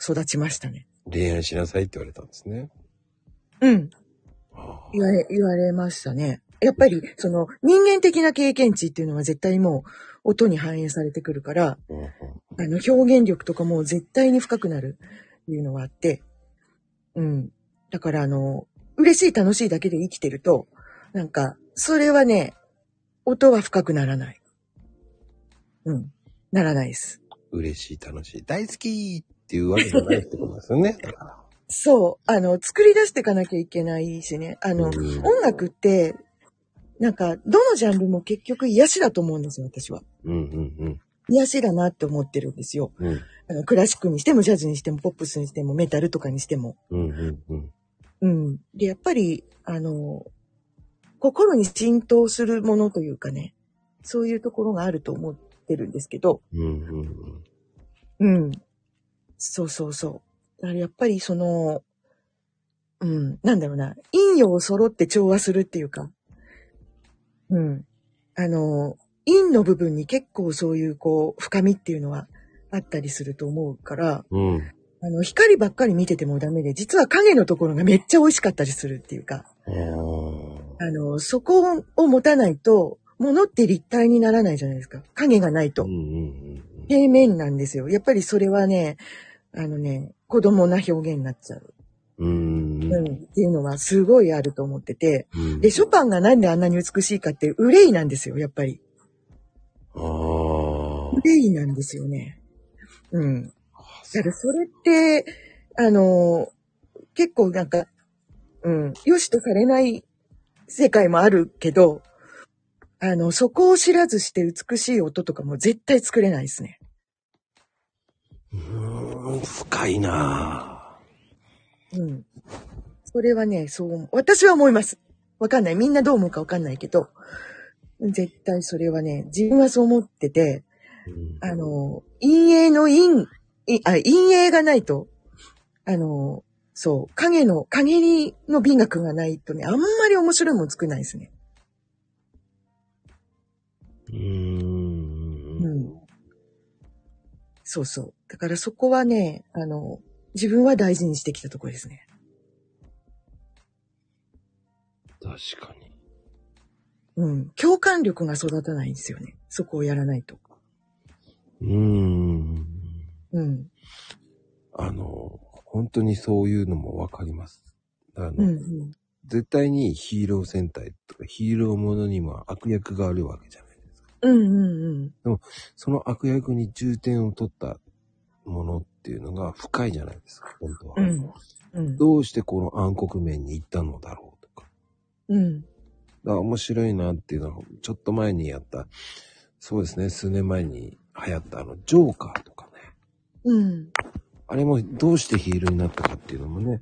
Speaker 3: 育ちましたね。
Speaker 2: 恋愛しなさいって言われたんですね。
Speaker 3: うん。
Speaker 2: あ
Speaker 3: 言われ、言われましたね。やっぱり、その、人間的な経験値っていうのは絶対もう、音に反映されてくるから、
Speaker 2: ーうんうん
Speaker 3: あの、表現力とかも絶対に深くなるっていうのはあって、うん。だから、あの、嬉しい楽しいだけで生きてると、なんか、それはね、音は深くならない。うん。ならないです。
Speaker 2: 嬉しい、楽しい、大好きっていうわけじゃないってことですよね。だから
Speaker 3: そう。あの、作り出していかなきゃいけないしね。あの、
Speaker 2: うん
Speaker 3: 音楽って、なんか、どのジャンルも結局癒しだと思うんですよ、私は。
Speaker 2: うんうん
Speaker 3: 癒しだなって思ってるんですよ。
Speaker 2: うん。うん
Speaker 3: あの、クラシックにしても、ジャズにしても、ポップスにしても、メタルとかにしても。
Speaker 2: うんうんうん。
Speaker 3: うん。で、やっぱり、あの、心に浸透するものというかね、そういうところがあると思ってるんですけど、
Speaker 2: うんうんうん。
Speaker 3: うん。そうそうそう。だからやっぱりその、うん、なんだろうな、陰陽を揃って調和するっていうか、うん。あの、陰の部分に結構そういうこう、深みっていうのはあったりすると思うから、
Speaker 2: うん。
Speaker 3: あの、光ばっかり見ててもダメで、実は影のところがめっちゃ美味しかったりするっていうか、
Speaker 2: あー
Speaker 3: あの、そこを持たないと、物って立体にならないじゃないですか。影がないと
Speaker 2: うん。うんうん。
Speaker 3: 平面なんですよ。やっぱりそれはね、あのね、子供な表現になっちゃう。
Speaker 2: うん
Speaker 3: うん。っていうのはすごいあると思ってて。
Speaker 2: うん。
Speaker 3: で、ショパンがなんであんなに美しいかって、憂いなんですよ、やっぱり。
Speaker 2: あー
Speaker 3: 憂いなんですよね。うん。
Speaker 2: あ。
Speaker 3: だからそれって、あの、結構なんか、うん、良しとされない世界もあるけど、あの、そこを知らずして美しい音とかも絶対作れないですね。
Speaker 2: うーん、深いな
Speaker 3: うん。それはね、そう思う、私は思います。わかんない。みんなどう思うかわかんないけど、絶対それはね、自分はそう思ってて、
Speaker 2: ぁうん
Speaker 3: あの、陰影の陰、いあ、陰影がないと、あの、そう、影の、影にの美学がないとね、あんまり面白いもん作れないですね。
Speaker 2: うーん。
Speaker 3: うんそうそう。だからそこはね、あの、自分は大事にしてきたところですね。
Speaker 2: 確かに。
Speaker 3: うん。共感力が育たないんですよね。そこをやらないと。
Speaker 2: うーん。
Speaker 3: うん。
Speaker 2: あの、本当にそういうのもわかります。あの、
Speaker 3: うん、うん。
Speaker 2: 絶対にヒーロー戦隊とかヒーローものにも悪役があるわけじゃないですか。
Speaker 3: うんうん
Speaker 2: その悪役に重点を取ったものっていうのが深いじゃないですか、本当は。
Speaker 3: うん。うん。うん。
Speaker 2: どうしてこの暗黒面に行ったのだろうとか。
Speaker 3: うん。
Speaker 2: だから面白いなっていうのは、ちょっと前にやった、そうですね、数年前に流行ったあの、ジョーカーとかね。
Speaker 3: うん。
Speaker 2: あれもどうしてヒールになったかっていうのもね、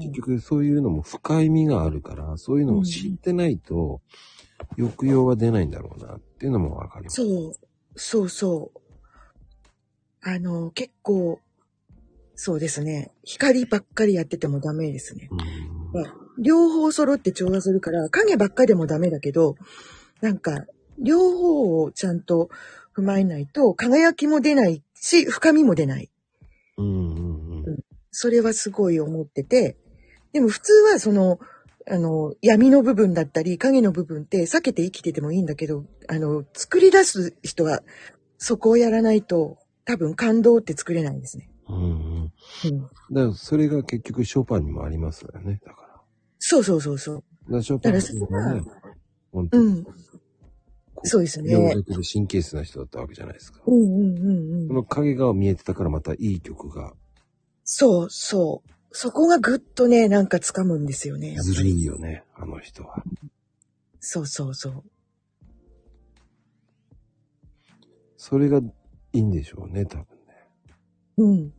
Speaker 2: 結局そういうのも深い意味があるから、そういうのを知ってないと、抑揚は出ないんだろうなっていうのもわかります。
Speaker 3: そう、そうそう。あの、結構、そうですね。光ばっかりやっててもダメですね。
Speaker 2: うん
Speaker 3: 両方揃って調和するから、影ばっかりでもダメだけど、なんか、両方をちゃんと踏まえないと、輝きも出ないし、深みも出ない。
Speaker 2: うんうんうん
Speaker 3: それはすごい思ってて、でも普通はその、あの、闇の部分だったり、影の部分って避けて生きててもいいんだけど、あの、作り出す人は、そこをやらないと、多分感動って作れないんですね。
Speaker 2: うんうん。
Speaker 3: うん。
Speaker 2: だからそれが結局ショパンにもありますよね。だから。だか
Speaker 3: そうそうそうそう。
Speaker 2: らショパンもね、本当
Speaker 3: う
Speaker 2: に
Speaker 3: ん。そうですね。
Speaker 2: 両手で神経質な人だったわけじゃないですか。
Speaker 3: うんうんうん
Speaker 2: そ
Speaker 3: うん。
Speaker 2: の影が見えてたからまたいい曲が
Speaker 3: そうそう。そこがぐっとね、なんか掴むんですよね。やっぱ
Speaker 2: ずる
Speaker 3: り
Speaker 2: いよね、あの人は。
Speaker 3: そうそうそう。
Speaker 2: それがいいんでしょうね、多分ね。
Speaker 3: うん。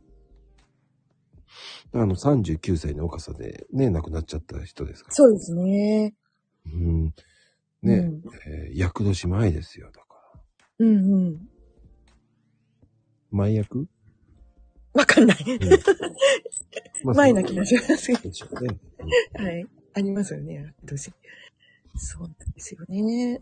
Speaker 2: あの、39歳の若さでね、亡くなっちゃった人ですから。
Speaker 3: そうですね。
Speaker 2: うん。ね、
Speaker 3: うん
Speaker 2: えー役年前ですよ、だから。
Speaker 3: うんうん。
Speaker 2: 前 役、
Speaker 3: わかん ない。
Speaker 2: まあ
Speaker 3: 前な気がしますけど
Speaker 2: そうでしょうね。
Speaker 3: はい。ありますよね、どうし。そうなんですよね。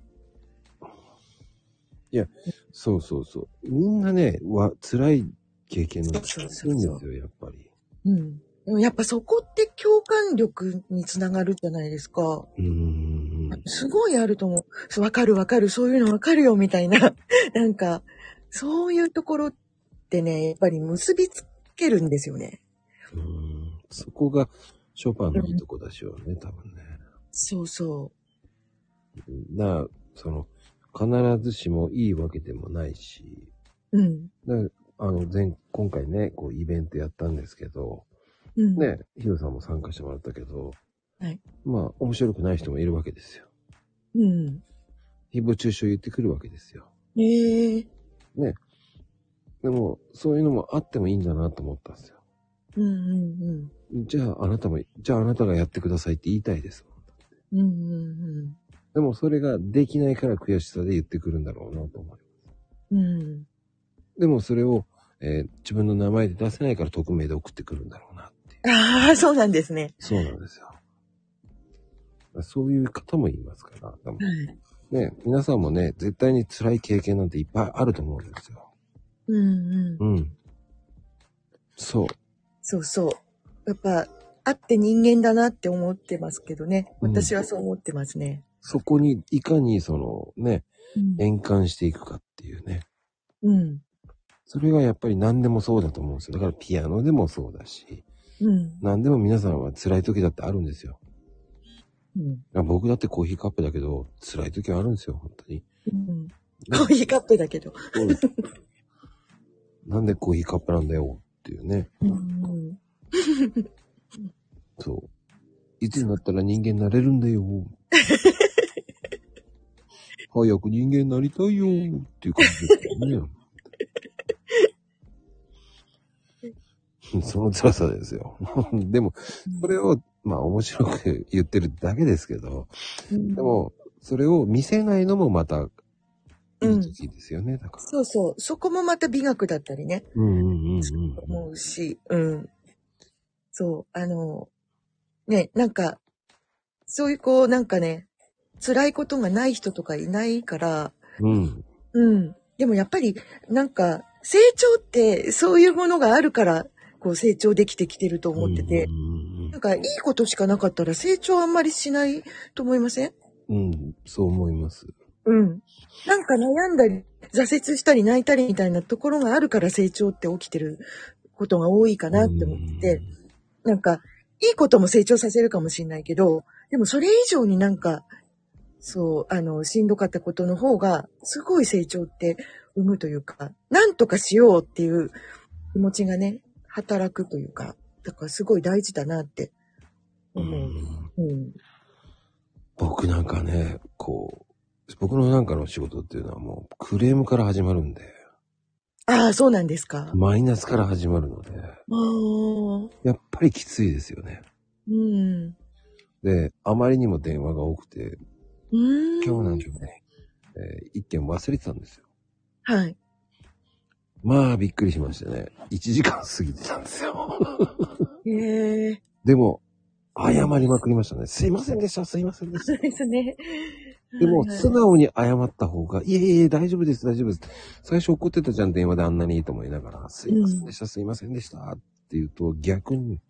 Speaker 2: そうそうそう。みんなね、わ、辛い経験の
Speaker 3: そうそうそう
Speaker 2: いいんですよ、やっぱり。
Speaker 3: うん。でもやっぱそこって共感力につながるじゃないですか。
Speaker 2: うーん。
Speaker 3: すごいあると思うそう。わかるわかる、そういうのわかるよ、みたいな。 なんか、そういうところってね、やっぱり結びつけるんですよね。
Speaker 2: うんそこが、ショパンのいいとこだしようね、多分ね。
Speaker 3: そうそ
Speaker 2: な、その、必ずしもいいわけでもないし、
Speaker 3: う。うん。
Speaker 2: だあの、前、今回ね、こう、イベントやったんですけど、
Speaker 3: うん。
Speaker 2: ね、ヒロさんも参加してもらったけど、
Speaker 3: はい
Speaker 2: まあ、面白くない人もいるわけですよ。
Speaker 3: うん。
Speaker 2: 誹謗中傷言ってくるわけですよ。
Speaker 3: ええ
Speaker 2: でも、そういうのもあってもいいんだなと思ったんですよ。
Speaker 3: うんうん
Speaker 2: じゃあ、あなたも、じゃああなたがやってくださいって言いたいですもん。
Speaker 3: うん。うんうん
Speaker 2: でも、それができないから悔しさで言ってくるんだろうなと思う。
Speaker 3: うん。うん。
Speaker 2: でも、それを、えー自分の名前で出せないから匿名で送ってくるんだろうなっていう。
Speaker 3: ああ、そうなんですね。
Speaker 2: そうなんですよ。そういう方もいますから。でも
Speaker 3: はい。
Speaker 2: ね、皆さんもね、絶対に辛い経験なんていっぱいあると思うんですよ。
Speaker 3: うんうん。
Speaker 2: うん。そう。
Speaker 3: そうそう。やっぱ、あって人間だなって思ってますけどね。
Speaker 2: うん
Speaker 3: 私はそう思ってますね。
Speaker 2: そこに、いかにそのね、
Speaker 3: うん。
Speaker 2: 変換していくかっていうね。
Speaker 3: うん。
Speaker 2: それがやっぱり何でもそうだと思うんですよ。だからピアノでもそうだし、
Speaker 3: うん。
Speaker 2: 何でも皆さんは辛い時だってあるんですよ。
Speaker 3: うん。
Speaker 2: だから僕だってコーヒーカップだけど、辛い時あるんですよ、本当に。
Speaker 3: うん。コーヒーカップだけど。
Speaker 2: なんでコーヒーカップなんだよっていうね。
Speaker 3: うん。
Speaker 2: そう。いつになったら人間になれるんだ よ。早く人間になりたいよっていう感じです よね。その辛さですよ。 でも、それを、まあ面白く言ってるだけですけど、
Speaker 3: うん
Speaker 2: で、も、それを見せないのもまた、いい時ですよね、だから。
Speaker 3: そうそう。そこもまた美学だったりね。
Speaker 2: うんうんうんうん
Speaker 3: 思うし、うん。そう、あの、ね、なんか、そういうこう、なんかね、辛いことがない人とかいないから、
Speaker 2: うん。うん。
Speaker 3: うん。でもやっぱり、なんか、成長って、そういうものがあるから、こう成長できてきてると思ってて
Speaker 2: う、ん
Speaker 3: なんか、いいことしかなかったら成長あんまりしないと思いません
Speaker 2: うんうん、うんそう思います。
Speaker 3: うん。なんか悩んだり、挫折したり泣いたりみたいなところがあるから成長って起きてることが多いかなって思ってて、なんか、いいことも成長させるかもしれないけど、でもそれ以上になんか、そう、あの、しんどかったことの方が、すごい成長って生むというか、なんとかしようっていう気持ちがね、働くというか、だからすごい大事だなって
Speaker 2: う
Speaker 3: 思
Speaker 2: ん
Speaker 3: う。うん。
Speaker 2: 僕なんかね、こう、僕のなんかの仕事っていうのはもうクレームから始まるんで、
Speaker 3: ああ、そうなんですか。
Speaker 2: マイナスから始まるので、
Speaker 3: ああ、
Speaker 2: やっぱりきついですよね。
Speaker 3: うん。
Speaker 2: で、あまりにも電話が多くて、
Speaker 3: うん。
Speaker 2: 今日なんでしょうね、えー一件忘れてたんですよ。
Speaker 3: はい。
Speaker 2: まあ、びっくりしましたね。1時間過ぎてたんですよ。
Speaker 3: へえ。
Speaker 2: でも、謝りまくりましたね。すいませんでした、すいませんでした
Speaker 3: そう。ですね。
Speaker 2: でも、
Speaker 3: はいはい
Speaker 2: 素直に謝った方が、いえいえ、大丈夫です、大丈夫です。最初怒ってたじゃん、電話であんなにと思いながら、すいませんでした、すいませんでした、って言うと、逆に、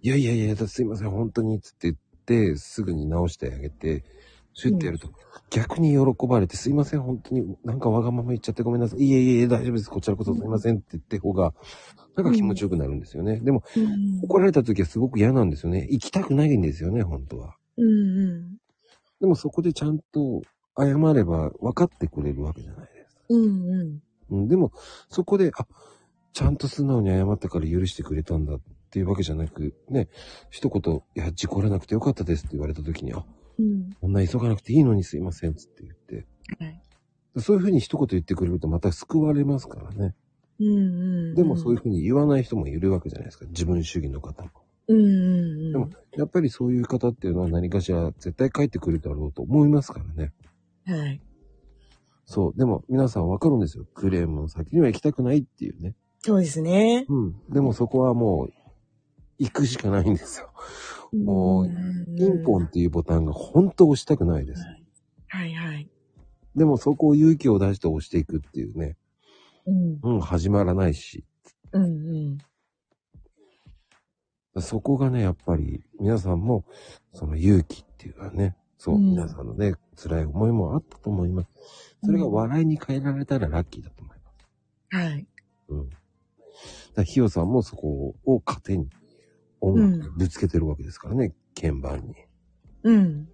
Speaker 2: いやいやいや、すいません、本当に、つって言って、すぐに直してあげて、シュッてやると、逆に喜ばれて、すいません、本当に、なんかわがまま言っちゃってごめんなさい、いえいえ、大丈夫です、こちらこそすいませんって言って方が、なんか気持ちよくなるんですよね。でも、
Speaker 3: うん
Speaker 2: 怒られた時はすごく嫌なんですよね。行きたくないんですよね、本当は。
Speaker 3: うんうん。
Speaker 2: でもそこでちゃんと謝れば分かってくれるわけじゃないですか。
Speaker 3: うんうん。
Speaker 2: うん、でも、そこで、あ、ちゃんと素直に謝ったから許してくれたんだっていうわけじゃなく、ね、一言、いや、事故らなくてよかったですって言われた時に、あ、
Speaker 3: うん。
Speaker 2: こんな急がなくていいのにすいませんっつって言って。
Speaker 3: はい
Speaker 2: そういうふうに一言言ってくれるとまた救われますからね。
Speaker 3: うんうんうん。
Speaker 2: でもそういうふうに言わない人もいるわけじゃないですか。自分主義の方も。
Speaker 3: うんうんうん。
Speaker 2: でもやっぱりそういう方っていうのは何かしら絶対帰ってくるだろうと思いますからね。
Speaker 3: はい。
Speaker 2: そう。でも、皆さんわかるんですよ。クレームの先には行きたくないっていうね。
Speaker 3: そうですね。
Speaker 2: うん。でもそこはもう、行くしかないんですよ。もうピンポ
Speaker 3: ン。
Speaker 2: ンっていうボタンが本当押したくないです。
Speaker 3: はいはい。
Speaker 2: でもそこを勇気を出して押していくっていうね。
Speaker 3: うん。
Speaker 2: うん、始まらないし。
Speaker 3: うんうん。
Speaker 2: そこがね、やっぱり、皆さんも、その勇気っていうかね。そう、
Speaker 3: うん
Speaker 2: 皆さんのね、辛い思いもあったと思います。それが笑いに変えられたらラッキーだと思います。
Speaker 3: はい。
Speaker 2: うん。だからヒヨさんもそこを糧に音楽でぶつけてるわけですからね、鍵盤に。
Speaker 3: うん。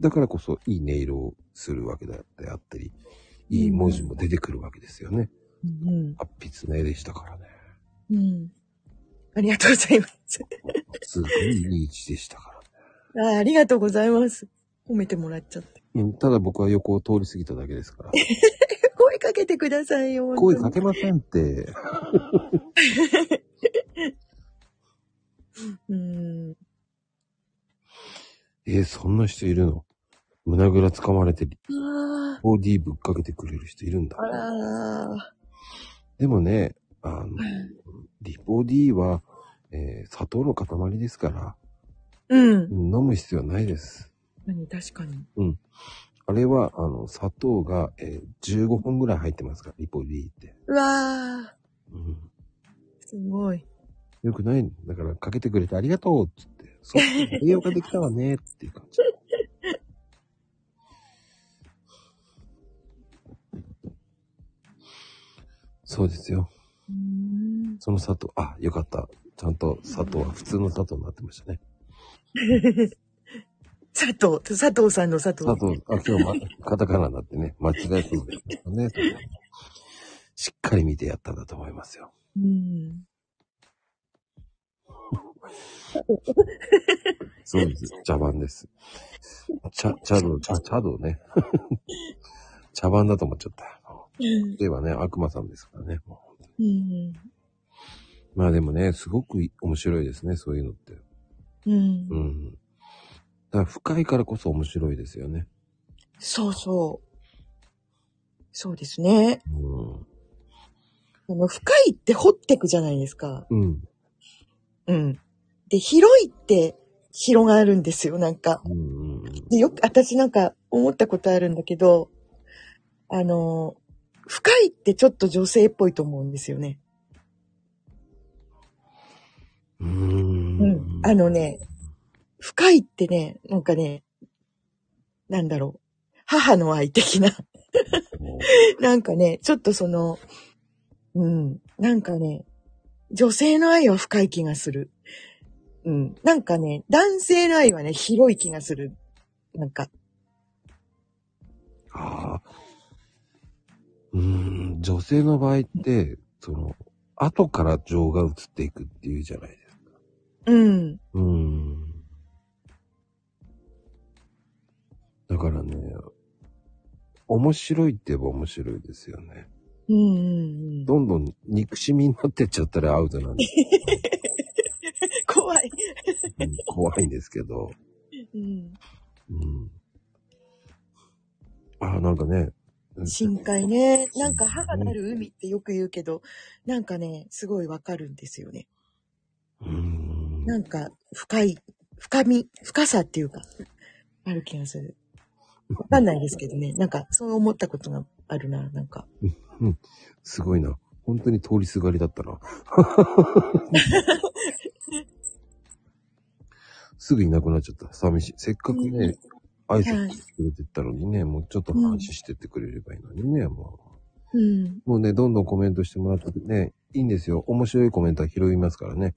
Speaker 2: だからこそいい音色をするわけであったり、いい文字も出てくるわけですよね。
Speaker 3: うん
Speaker 2: 達筆な絵でしたからね。
Speaker 3: うん。うん。ありがとうございます。
Speaker 2: すごいいい位置でしたからね。
Speaker 3: あありがとうございます。褒めてもらっちゃって。
Speaker 2: うんただ僕は横を通り過ぎただけですから。
Speaker 3: 声かけてくださいよ。
Speaker 2: 声か
Speaker 3: 本
Speaker 2: けませんって。
Speaker 3: 当にうん。
Speaker 2: えーそんな人いるの胸ぐら掴まれて、
Speaker 3: あ
Speaker 2: 4D ぶっかけてくれる人いるんだ
Speaker 3: あ。。あら
Speaker 2: でもね、あの、リポ D は、えー砂糖の塊ですから、
Speaker 3: ー。うん。
Speaker 2: 飲む必要ないです。
Speaker 3: 何確かに。
Speaker 2: あれは、あの、砂糖が、えー15本ぐらい入ってますから、リポ D って。
Speaker 3: うわあ。
Speaker 2: うん。
Speaker 3: すごい。
Speaker 2: よくない。だから、かけてくれてありがとうっつって。そう、栄養ができたわねっていう感じ。そうですよ。
Speaker 3: うーん
Speaker 2: その砂糖、あ、よかった。ちゃんと砂糖は普通の砂糖になってましたね。
Speaker 3: 佐藤、佐藤さんの佐藤。
Speaker 2: あと、あ、今日、ま、カタカナだってね、間違えそうです ね。そこしっかり見てやったんだと思いますよ。
Speaker 3: うん。
Speaker 2: そうです。茶番です。茶、茶道、茶、茶道ね。 茶番だと思っちゃった。
Speaker 3: うん
Speaker 2: ではね、悪魔さんですからね。もう
Speaker 3: うん。
Speaker 2: まあでもね、すごく面白いですね、そういうのって。
Speaker 3: うん
Speaker 2: う。ん。だから深いからこそ面白いですよね。
Speaker 3: そうそう。そうですね。
Speaker 2: う
Speaker 3: あの、深いって掘ってくじゃないですか。
Speaker 2: ん。うん。
Speaker 3: うん。で、広いって広がるんですよ、なんか。
Speaker 2: うんうんうん。
Speaker 3: で、よく、私なんか思ったことあるんだけど、あの、深いってちょっと女性っぽいと思うんですよね。
Speaker 2: う
Speaker 3: うんん。あのね、深いってね、なんかね、なんだろう。母の愛的な。
Speaker 2: もう
Speaker 3: なんかね、ちょっとその、うん、なんかね、女性の愛は深い気がする。うん、なんかね、男性の愛はね、広い気がする。なんか、
Speaker 2: ああ。うーん、女性の場合って、その、後から情が移っていくっていうじゃないですか。
Speaker 3: うん、
Speaker 2: うーん。だからね、面白いって言えば面白いですよね。
Speaker 3: うん、うん、うん。
Speaker 2: どんどん憎しみになってっちゃったらアウトなんで、
Speaker 3: 怖い。
Speaker 2: うん怖いんですけど。
Speaker 3: うん、
Speaker 2: うん。ああ、なんかね、うん
Speaker 3: 深海ね。
Speaker 2: 深海
Speaker 3: なんか歯がなる海ってよく言うけど、なんかね、すごいわかるんですよね。
Speaker 2: うん。
Speaker 3: なんか、深い、深み、深さっていうか、ある気がする。わかんないですけどね。なんか、そう思ったことがあるな、なんか。
Speaker 2: すごいな。本当に通りすがりだったな。すぐいなくなっちゃった。寂しい。せっかくね、挨拶してくれてたのにね、もうちょっと話してってくれればいいのにね、も
Speaker 3: うん。
Speaker 2: う。もうね、どんどんコメントしてもらってね、いいんですよ。面白いコメントは拾いますからね。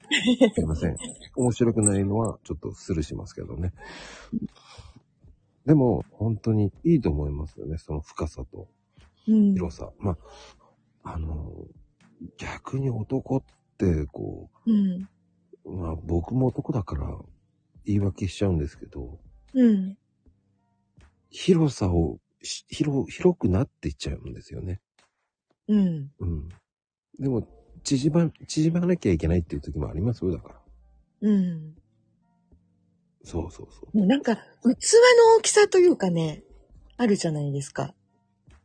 Speaker 2: すいません。面白くないのはちょっとスルしますけどね。でも、本当にいいと思いますよね。その深さと。
Speaker 3: うん。
Speaker 2: 広さ。まあ、あの、逆に男って、こ
Speaker 3: うん。
Speaker 2: う、まあ僕も男だから言い訳しちゃうんですけど、
Speaker 3: うん。
Speaker 2: 広さをし、広、広くなっていっちゃうんですよね。
Speaker 3: うん。
Speaker 2: うん。でも、縮ま、縮まなきゃいけないっていう時もありますよ、だから。
Speaker 3: うん。
Speaker 2: そうそうそ
Speaker 3: もうなんか、器の大きさというかね、あるじゃないですか。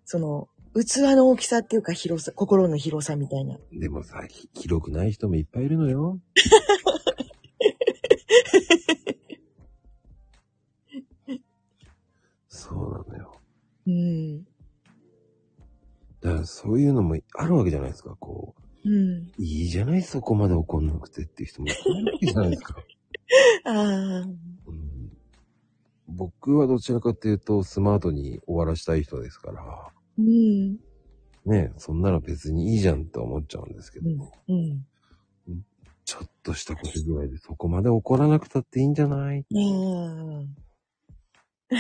Speaker 3: その、器の大きさっていうか広さ、心の広さみたいな。
Speaker 2: う。でもさ、ひ広くない人もいっぱいいるの よ。そうなんだよ。
Speaker 3: うん。
Speaker 2: だからそういうのもあるわけじゃないですか、こ
Speaker 3: うん。
Speaker 2: う。いいじゃない、そこまで怒んなくてっていう人もいるわけじゃないですか。
Speaker 3: ああ。
Speaker 2: うん、僕はどちらかというと、スマートに終わらしたい人ですから、
Speaker 3: うん。
Speaker 2: ねえそんなの別にいいじゃんと思っちゃうんですけど、
Speaker 3: うん。
Speaker 2: ちょっとしたことぐらいでそこまで怒らなくたっていいんじゃない
Speaker 3: ああ。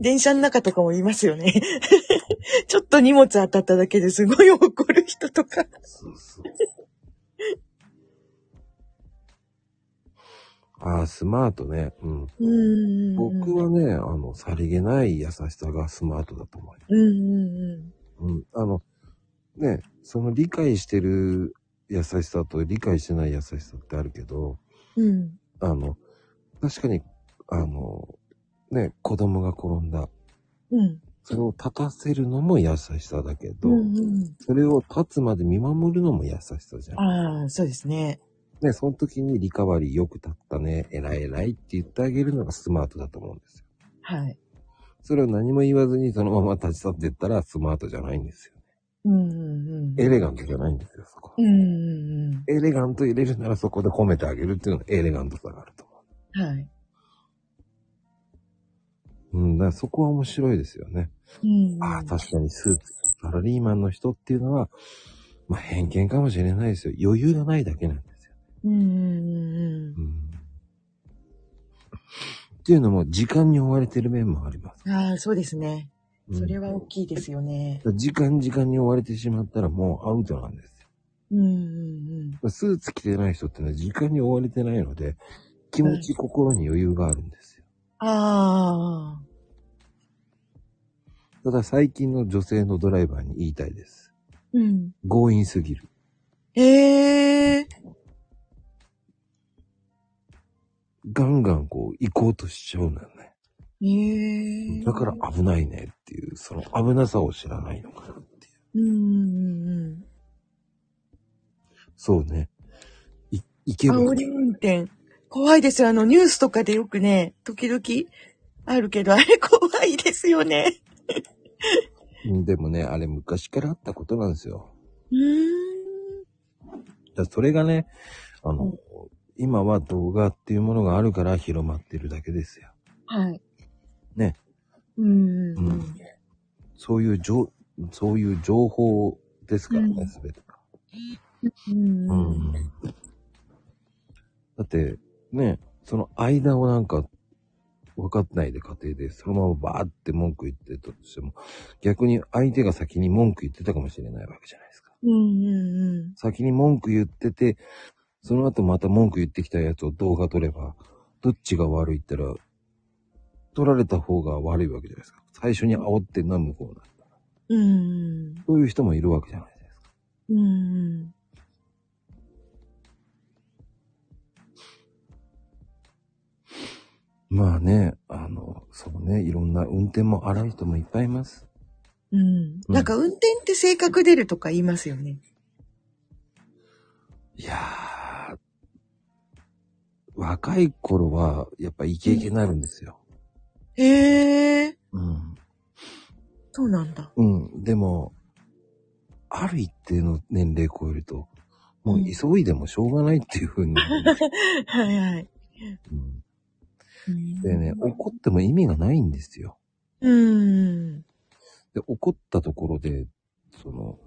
Speaker 3: 電車の中とかもいますよね。ちょっと荷物当たっただけですごい怒る人とか。
Speaker 2: そう そう。ああ、スマートね。うん。
Speaker 3: うん
Speaker 2: 僕はね、あの、さりげない優しさがスマートだと思います
Speaker 3: うんうん
Speaker 2: うん、あの、ね、その理解してる優しさと理解してない優しさってあるけど、
Speaker 3: うん。うん。
Speaker 2: あの、確かに、あの、ね、子供が転んだ。
Speaker 3: うん。
Speaker 2: それを立たせるのも優しさだけど、
Speaker 3: うんうん。
Speaker 2: それを立つまで見守るのも優しさじゃん。
Speaker 3: ああ、そうですね。
Speaker 2: ね、その時にリカバリーよく立ったね、偉い偉いって言ってあげるのがスマートだと思うんですよ。
Speaker 3: はい。
Speaker 2: それを何も言わずにそのまま立ち去っていったらスマートじゃないんですよ。
Speaker 3: うんうんうん。
Speaker 2: エレガントじゃないんですよ、そこは。
Speaker 3: うんうん
Speaker 2: エレガント入れるならそこで褒めてあげるっていうのがエレガントさがあると思
Speaker 3: うん。はい。
Speaker 2: う。うん、だからそこは面白いですよね。
Speaker 3: うん。
Speaker 2: ああ、確かにスーツ、サラリーマンの人っていうのは、まあ偏見かもしれないですよ。余裕がないだけなんですよ。
Speaker 3: うんうん
Speaker 2: うん。っていうのも、時間に追われてる面もあります。
Speaker 3: うん。ああ、そうですね。それは
Speaker 2: うん
Speaker 3: 大きいですよね。
Speaker 2: 時間時間に追われてしまったらもうアウトなんです
Speaker 3: うんうん
Speaker 2: よ。スーツ着てない人ってのは時間に追われてないので、気持ち、心に余裕があるんですよ。
Speaker 3: うん。ああ。
Speaker 2: ただ最近の女性のドライバーに言いたいです。
Speaker 3: うん。
Speaker 2: 強引すぎる。
Speaker 3: ええ
Speaker 2: ガンガンこう行こうとしちゃうんだよね。
Speaker 3: ええ
Speaker 2: だから危ないねっていう、その危なさを知らないのかなっていう。
Speaker 3: うんうん
Speaker 2: そうね。い、行け
Speaker 3: うん。
Speaker 2: ば
Speaker 3: 煽、り運転。怖いですよ。あの、ニュースとかでよくね、時々あるけど、あれ怖いですよね。
Speaker 2: うんでもね、あれ昔からあったことなんですよ。
Speaker 3: うー
Speaker 2: だからそれがね、あの、
Speaker 3: う
Speaker 2: 今は動画っていうものがあるから広まってるだけですよ。
Speaker 3: ん。はい。
Speaker 2: ね。
Speaker 3: うんうんう
Speaker 2: うん
Speaker 3: ん。
Speaker 2: そういう情、そういう情報ですから
Speaker 3: う
Speaker 2: ね、
Speaker 3: ん
Speaker 2: すべてが。
Speaker 3: うんうん。
Speaker 2: だって、ね、その間をなんか、分かってないで家庭で、そのままバーって文句言ってたとしても、逆に相手が先に文句言ってたかもしれないわけじゃないですか。
Speaker 3: うんうん
Speaker 2: 先に文句言ってて、その後また文句言ってきたやつを動画撮れば、どっちが悪いったら、撮られた方が悪いわけじゃないですか。最初に煽って飲む方だ。
Speaker 3: うん。うん
Speaker 2: そういう人もいるわけじゃないですか。
Speaker 3: うん。
Speaker 2: まあね、あの、そうね、いろんな運転も荒い人もいっぱいいます。
Speaker 3: うん。なんか運転って性格出るとか言いますよね。
Speaker 2: いやー、若い頃は、やっぱイケイケになるんですよ。
Speaker 3: へえ、
Speaker 2: うん。
Speaker 3: そうなんだ。
Speaker 2: うん。でも、ある一定の年齢超えると、もう急いでもしょうがないっていう風になるんですよ、
Speaker 3: はいはい。
Speaker 2: うん
Speaker 3: うん
Speaker 2: で ね、怒っても意味がないんですよ。
Speaker 3: うん。
Speaker 2: で、怒ったところで、その、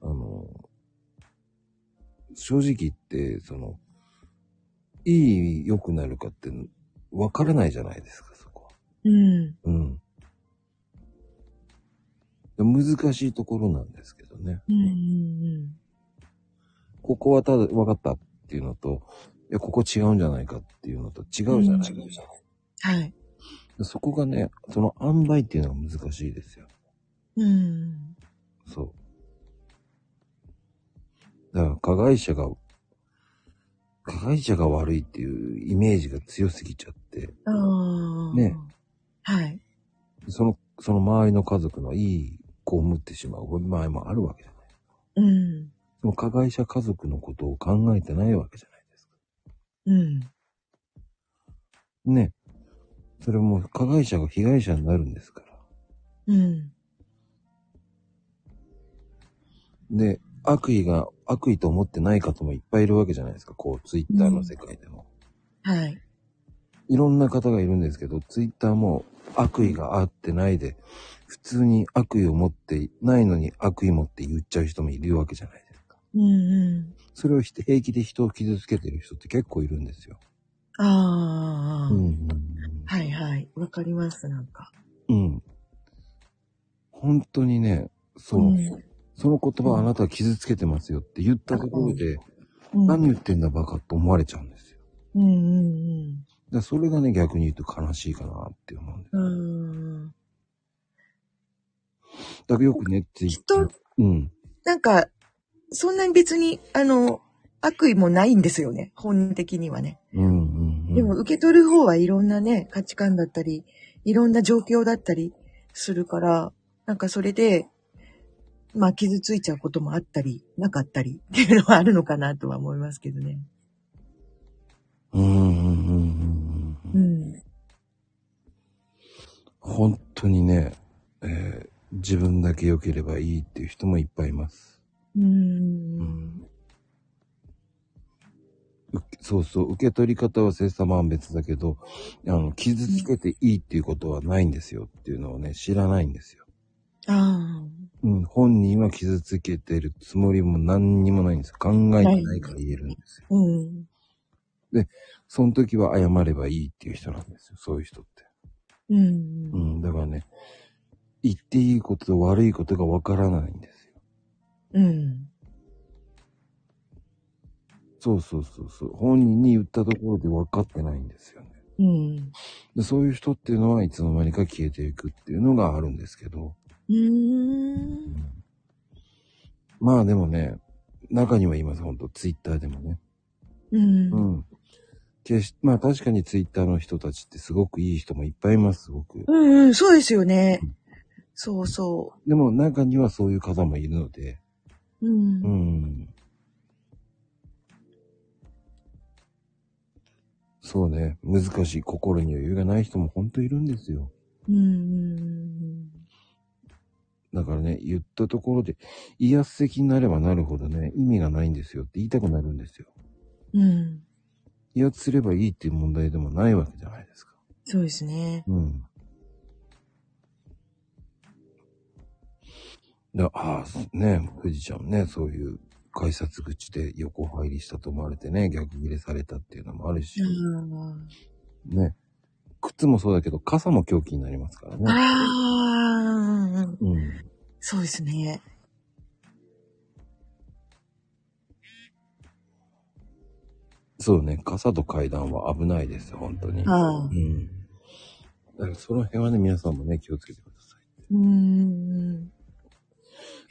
Speaker 2: あの、正直言って、その、いい、良くなるかって、わからないじゃないですか、そこは。
Speaker 3: うん。
Speaker 2: うん。で難しいところなんですけどね。
Speaker 3: うん。うん
Speaker 2: ここはただ、分かったっていうのと、いや、ここ違うんじゃないかっていうのと、違うじゃないか、
Speaker 3: はい。
Speaker 2: でそこがね、その塩梅っていうのが難しいですよ。
Speaker 3: うん。
Speaker 2: そう。だから、加害者が、加害者が悪いっていうイメージが強すぎちゃって、
Speaker 3: ああ。
Speaker 2: ね。
Speaker 3: はい。
Speaker 2: その、その周りの家族のいい子を持ってしまう場合もあるわけじゃない。
Speaker 3: うん。
Speaker 2: その加害者家族のことを考えてないわけじゃないですか。
Speaker 3: うん。
Speaker 2: ね。それも加害者が被害者になるんですから。
Speaker 3: うん。
Speaker 2: で、悪意が、悪意と思ってない方もいっぱいいるわけじゃないですか。こう、ツイッターの世界でも。
Speaker 3: はい。
Speaker 2: いろんな方がいるんですけど、ツイッターも悪意があってないで、普通に悪意を持って、ないのに悪意持って言っちゃう人もいるわけじゃないですか。
Speaker 3: うんうん。
Speaker 2: それをひて平気で人を傷つけてる人って結構いるんですよ。
Speaker 3: ああ。
Speaker 2: うん。
Speaker 3: はいはい。わかります、なんか。
Speaker 2: うん。本当にね、そう、
Speaker 3: うん
Speaker 2: その言葉あなたは傷つけてますよって言ったところで、
Speaker 3: うん
Speaker 2: 何言ってんだバカって思われちゃうんですよ。
Speaker 3: うんうん
Speaker 2: だからそれがね、逆に言うと悲しいかなって思うんです。
Speaker 3: うん。うん。
Speaker 2: だからよくね、ツイッター
Speaker 3: 人。
Speaker 2: うん。
Speaker 3: なんか、そんなに別に、あの、悪意もないんですよね。本人的にはね。
Speaker 2: うんうん、うん。
Speaker 3: でも受け取る方はいろんなね、価値観だったり、いろんな状況だったりするから、なんかそれで、まあ傷ついちゃうこともあったり、なかったりっていうのはあるのかなとは思いますけどね。
Speaker 2: うんうんうんうんうん。
Speaker 3: うん。
Speaker 2: 本当にね、えー自分だけ良ければいいっていう人もいっぱいいます。
Speaker 3: う。
Speaker 2: うんん、うそうそう、受け取り方は千差万別だけど、あの、傷つけていいっていうことはないんですよっていうのをね、知らないんですよ。
Speaker 3: あ
Speaker 2: うん、本人は傷つけてるつもりも何にもないんですよ。考えてないから言えるんですよ。
Speaker 3: あ。うん。
Speaker 2: その時は謝ればいいっていう人なんですよ。そういう人って。
Speaker 3: う。
Speaker 2: うんん、だからね、言っていいことと悪いことがわからないんですよ。
Speaker 3: うん。
Speaker 2: そうそうそうそう。本人に言ったところで分かってないんですよね。
Speaker 3: うん。
Speaker 2: でそういう人っていうのはいつの間にか消えていくっていうのがあるんですけど。
Speaker 3: うーん。
Speaker 2: まあでもね、中にはいます、ほんと。ツイッターでもね。
Speaker 3: うん
Speaker 2: う。ん。決しまあ確かにツイッターの人たちってすごくいい人もいっぱいいます、すごく。
Speaker 3: うんうん、そうですよね。そうそ
Speaker 2: でも中にはそういう方もいるので。
Speaker 3: う。うん
Speaker 2: う。ん。そうね。難しい。心に余裕がない人もほんといるんですよ。
Speaker 3: うんうん。
Speaker 2: だからね、言ったところで、威圧的になればなるほどね、意味がないんですよって言いたくなるんですよ。
Speaker 3: うん。
Speaker 2: 威圧すればいいっていう問題でもないわけじゃないですか。
Speaker 3: そうですね。
Speaker 2: うん。だああ、ね、富士ちゃんね、そういう改札口で横入りしたと思われてね、逆切れされたっていうのもあるし、ね。靴もそうだけど、傘も凶器になりますから
Speaker 3: あ
Speaker 2: ね。
Speaker 3: あー、
Speaker 2: うん。
Speaker 3: そうですね。
Speaker 2: そうね、傘と階段は危ないです、本当に。
Speaker 3: ああ
Speaker 2: う。ん。だからその辺はね、皆さんもね、気をつけてくださ
Speaker 3: うん。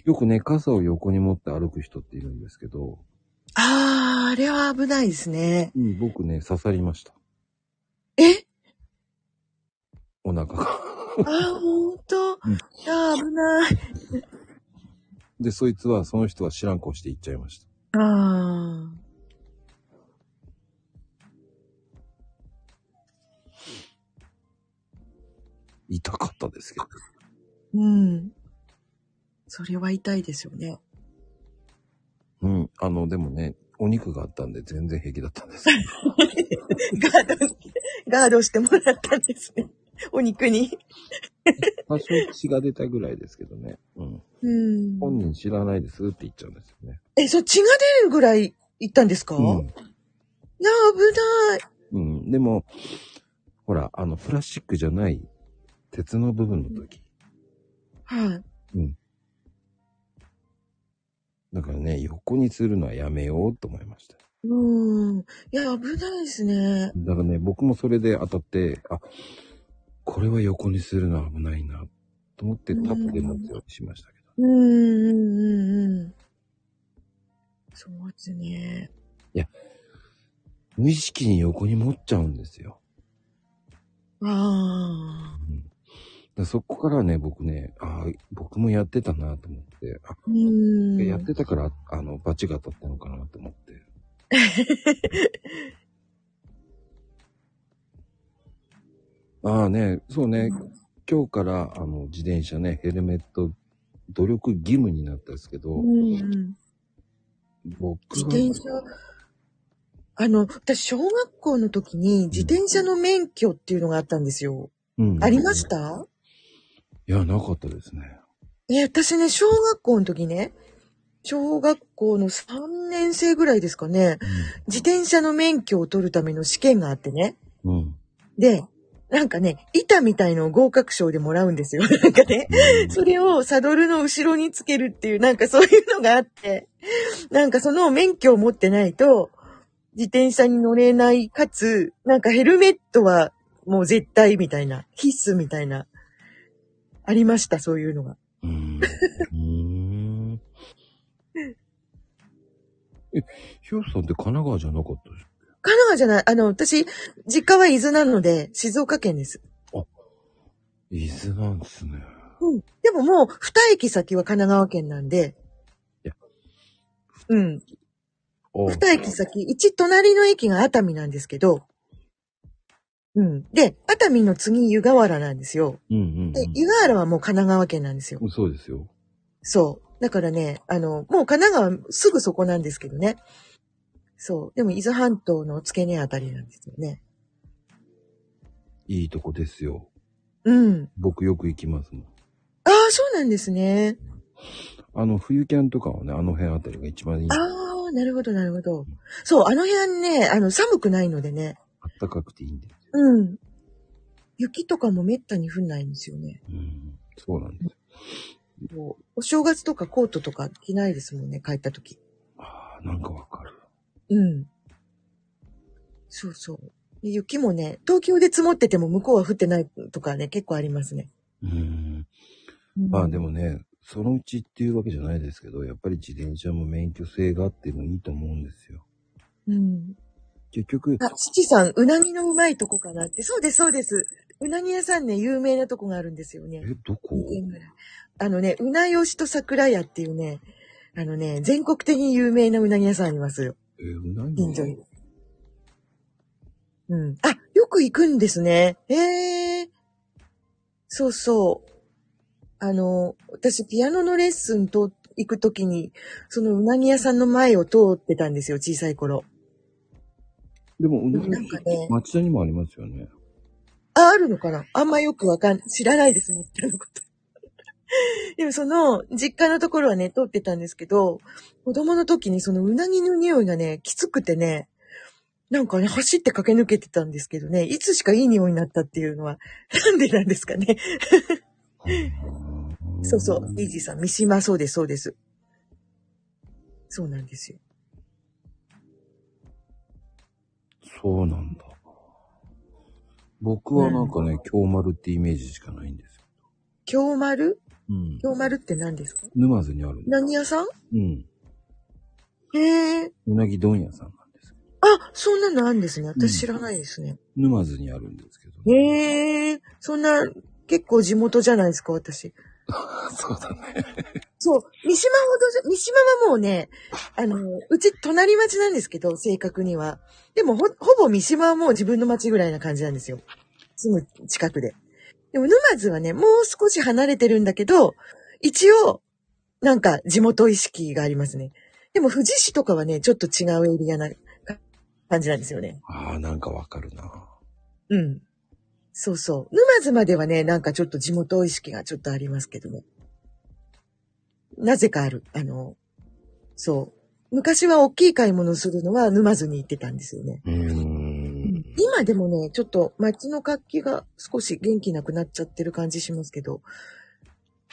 Speaker 2: い。よくね、傘を横に持って歩く人っているんですけど、
Speaker 3: ああ、あれは危ないですね。
Speaker 2: うん、僕ね、刺さりました。
Speaker 3: え
Speaker 2: お腹が。
Speaker 3: あ、ほんと。いやー、危ない。
Speaker 2: で、そいつは、その人は知らん顔して行っちゃいました。
Speaker 3: あ
Speaker 2: 痛かったですけど。
Speaker 3: ーうん。それは痛いですよね。
Speaker 2: うん。あの、でもね、お肉があったんで全然平気だったんですけど。
Speaker 3: ガード、ガードしてもらったんですね。お肉に。
Speaker 2: 多少血が出たぐらいですけどね。うん。
Speaker 3: うん。
Speaker 2: 本人知らないですって言っちゃうんですよね。
Speaker 3: え、そう、血が出るぐらい行ったんですか、いや、危ない。
Speaker 2: うん。うん。でも、ほら、あの、プラスチックじゃない鉄の部分の時。
Speaker 3: はい。
Speaker 2: だからね、横にするのはやめようと思いました。
Speaker 3: うん。いや、危ないですね。
Speaker 2: だからね、僕もそれで当たって、あ、これは横にするのは危ないな、と思ってタップで持つようにしましたけど。
Speaker 3: うん、うん、うん、うん。そうですね。
Speaker 2: 無意識に横に持っちゃうんですよ。
Speaker 3: ああ。
Speaker 2: うん、だからそこからね、僕ね、ああ、僕もやってたなと思って、あ、
Speaker 3: うん。
Speaker 2: やってたから、あの、バチが当たったのかなと思 って。ああね、そうね、今日から、あの、自転車ね、ヘルメット、努力義務になったんですけど、
Speaker 3: うんうん。
Speaker 2: 僕
Speaker 3: 自
Speaker 2: は、
Speaker 3: 転車、あの、私、小学校の時に自転車の免許っていうのがあったんですよ。
Speaker 2: うん
Speaker 3: ありました
Speaker 2: いや、なかったですね。
Speaker 3: え、私ね、小学校の時ね、小学校の3年生ぐらいですかね、自転車の免許を取るための試験があってね。
Speaker 2: うん。うん
Speaker 3: で、なんかね、板みたいのを合格賞でもらうんですよ。 なんかね。 それをサドルの後ろにつけるっていう、なんかそういうのがあって、なんかその免許を持ってないと、自転車に乗れない、かつ、なんかヘルメットはもう絶対みたいな、必須みたいな、ありました、そういうのが。
Speaker 2: うん。うん。え、ひよさんって神奈川じゃなかったでしょ
Speaker 3: 神奈川じゃない、あの、私、実家は伊豆なので、静岡県です。
Speaker 2: 伊豆なんですね。
Speaker 3: うん。でももう、二駅先は神奈川県なんで
Speaker 2: いや、
Speaker 3: うん。
Speaker 2: お
Speaker 3: 二駅先、一隣の駅が熱海なんですけど、うん。で、熱海の次湯河原なんですよ。
Speaker 2: うんうん、
Speaker 3: で、湯河原はもう神奈川県なんですよ
Speaker 2: う。ん。そうですよ。
Speaker 3: そう。だからね、あの、もう神奈川すぐそこなんですけどね。そう。でも伊豆半島の付け根あたりなんですよね。
Speaker 2: いいとこですよ。
Speaker 3: うん。
Speaker 2: 僕よく行きますもん。
Speaker 3: ああ、そうなんですね。
Speaker 2: あの、冬キャンとかはね、あの辺あたりが一番いい。
Speaker 3: あ
Speaker 2: あ
Speaker 3: あ、なるほど、なるほど。そう、あの辺ね、あの、寒くないのでね。
Speaker 2: ったかくていいんで。
Speaker 3: うん。雪とかもめったに降んないんですよね。
Speaker 2: うん。そうなんですよ。
Speaker 3: もうお正月とかコートとか着ないですもんね、帰った時。
Speaker 2: ああ、なんかわかる。
Speaker 3: うん。そうそう。で雪もね、東京で積もってても向こうは降ってないとかね、結構ありますね。
Speaker 2: うん。
Speaker 3: うん
Speaker 2: まあでもね、そのうちっていうわけじゃないですけど、やっぱり自転車も免許制があってもいいと思うんですよ。
Speaker 3: うん。
Speaker 2: 結局、
Speaker 3: あ、七さん、うなぎのうまいとこかなって。そうです、そうです。うなぎ屋さんね、有名なとこがあるんですよね。
Speaker 2: え、どこ
Speaker 3: 二軒ぐらいあのね、うなよしと桜屋っていうね、あのね、全国的に有名なうなぎ屋さんありますよ。
Speaker 2: え、うなぎ
Speaker 3: 近所に。うん。あ、よく行くんですね。へえ。そうそう。あの、私、ピアノのレッスンと行くときに、そのうなぎ屋さんの前を通ってたんですよ、小さい頃。
Speaker 2: でも、うなぎ
Speaker 3: なんかね、
Speaker 2: 町田にもありますよね。
Speaker 3: あ、あるのかなあんまよくわかん、知らないです、みたいなこと。 でもその、実家のところはね、通ってたんですけど、子供の時にそのうなぎの匂いがね、きつくてね、なんかね、走って駆け抜けてたんですけどね、いつしかいい匂いになったっていうのは、なんでなんですかね。 そうそう、イージーさん、三島、そうです、そうです。そうなんですよ。
Speaker 2: そうなんだ。僕はなんかね、京丸ってイメージしかないんですよ。
Speaker 3: 京丸
Speaker 2: うん。
Speaker 3: 京丸って何ですか
Speaker 2: 沼津にあるん
Speaker 3: う
Speaker 2: だ。
Speaker 3: なぎ屋さん
Speaker 2: うん。
Speaker 3: へえ。
Speaker 2: うなぎ問屋さんなんですけど。
Speaker 3: あ、そんなのあるんですね。私知らないですね。
Speaker 2: 沼津にあるんですけど、
Speaker 3: へえ、そんな結構地元じゃないですか、私。
Speaker 2: そうだね。
Speaker 3: そう、三島ほどじゃ、三島はもうね、あの、うち隣町なんですけど、正確には。でもほ、ほぼ三島はもう自分の町ぐらいな感じなんですよ。すぐ近くで。でも沼津はね、もう少し離れてるんだけど、一応、なんか地元意識がありますね。でも富士市とかはね、ちょっと違うエリアなか感じなんですよね。
Speaker 2: ああ、なんかわかるな。
Speaker 3: うん。そうそう。沼津まではね、なんかちょっと地元意識がちょっとありますけども。なぜかある。あの、そう。昔は大きい買い物するのは沼津に行ってたんですよね。
Speaker 2: うーん。
Speaker 3: 今でもね、ちょっと街の活気が少し元気なくなっちゃってる感じしますけど。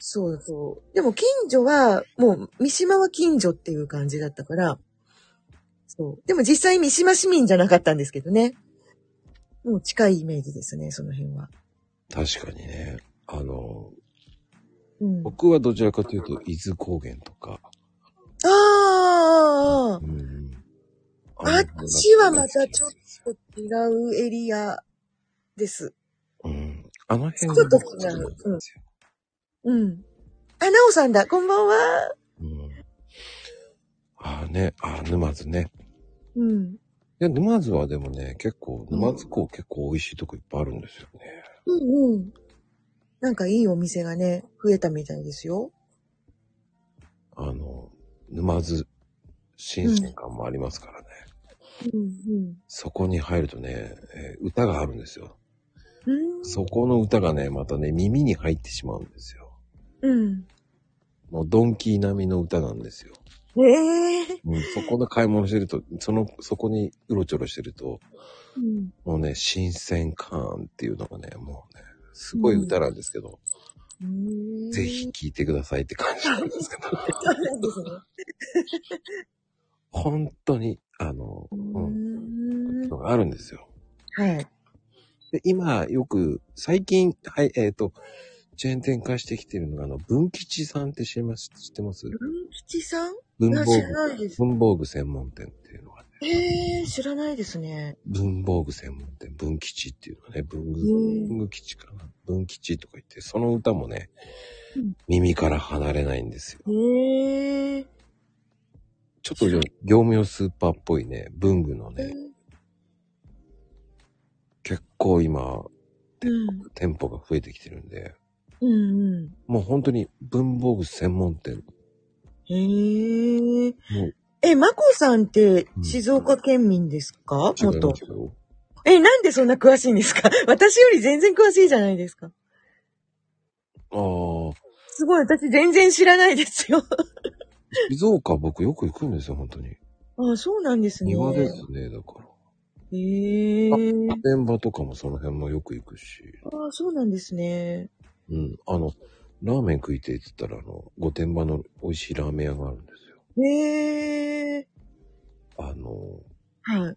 Speaker 3: そうそう。でも近所は、もう三島は近所っていう感じだったから。そう。でも実際三島市民じゃなかったんですけどね。もう近いイメージですね、その辺は。
Speaker 2: 確かにね。あの、
Speaker 3: うん。あ
Speaker 2: 僕はどちらかというと、伊豆高原とか。
Speaker 3: あー、
Speaker 2: うん。
Speaker 3: あっちはまたちょっと違うエリアです。
Speaker 2: うん。あの辺
Speaker 3: ちょっと違
Speaker 2: な
Speaker 3: う
Speaker 2: んですよ
Speaker 3: うん。あ、なおさんだ。こんばんは。
Speaker 2: うん。ああね、ああ、沼津ね。
Speaker 3: うん。
Speaker 2: いや、沼津はでもね、結構、沼津港結構美味しいとこいっぱいあるんですよね。
Speaker 3: うんうん。なんかいいお店がね、増えたみたいですよ。
Speaker 2: あの、沼津新鮮感もありますからね。
Speaker 3: うん
Speaker 2: そこに入るとね、えー歌があるんですよ。
Speaker 3: うん。うん。
Speaker 2: そこの歌がね、またね、耳に入ってしまうんですよ。
Speaker 3: うん。
Speaker 2: もうドンキー並みの歌なんですよ。
Speaker 3: ええ
Speaker 2: うん、そこで買い物してると、その、そこにうろちょろしてると、
Speaker 3: うん。
Speaker 2: もうね、新鮮感っていうのがね、もうね、すごい歌なんですけど、
Speaker 3: うん
Speaker 2: ぜひ。聴いてくださいって感じなんですけど、
Speaker 3: そうなんですね。
Speaker 2: 本当に、あの、
Speaker 3: う
Speaker 2: うん、
Speaker 3: ん
Speaker 2: のがあるんですよ。
Speaker 3: はい。
Speaker 2: で、今、よく、最近、はい、えっ、と、チェーン展開してきてるのが、あの、文吉さんって知ります、知ってます
Speaker 3: 文吉さん
Speaker 2: 文
Speaker 3: いや、
Speaker 2: 房
Speaker 3: 知
Speaker 2: 具
Speaker 3: ら、ないです。
Speaker 2: 文房具専門店っていうのがね、
Speaker 3: ええ知らないですね。
Speaker 2: 文房具専門店、文吉っていうのがね、文具、
Speaker 3: うん
Speaker 2: 文具吉かな文吉とか言って、その歌もね
Speaker 3: うん、
Speaker 2: 耳から離れないんですよ。
Speaker 3: ええ
Speaker 2: ちょっとよ業務用スーパーっぽいね、文具のね、結構今、
Speaker 3: うん。
Speaker 2: 店舗が増えてきてるんで、
Speaker 3: うんうん。
Speaker 2: もう本当に文房具専門店。
Speaker 3: へえ。
Speaker 2: もう
Speaker 3: え、まこさんって
Speaker 2: うん
Speaker 3: 静岡県民ですか、
Speaker 2: 違い
Speaker 3: 元
Speaker 2: ま。すよ。
Speaker 3: え、なんでそんな詳しいんですか 私より全然詳しいじゃないですか。
Speaker 2: ああ、
Speaker 3: すごい、私全然知らないですよ。
Speaker 2: 静岡僕よく行くんですよ、本当に。
Speaker 3: あそうなんですね。
Speaker 2: 庭ですね、だから。
Speaker 3: へえ。
Speaker 2: 現場とかもその辺もよく行くし。
Speaker 3: あそうなんですね。
Speaker 2: うん。あの、ラーメン食いてえって言ったら、あの、御殿場の美味しいラーメン屋があるんですよ。
Speaker 3: へえ。
Speaker 2: あの、
Speaker 3: はい。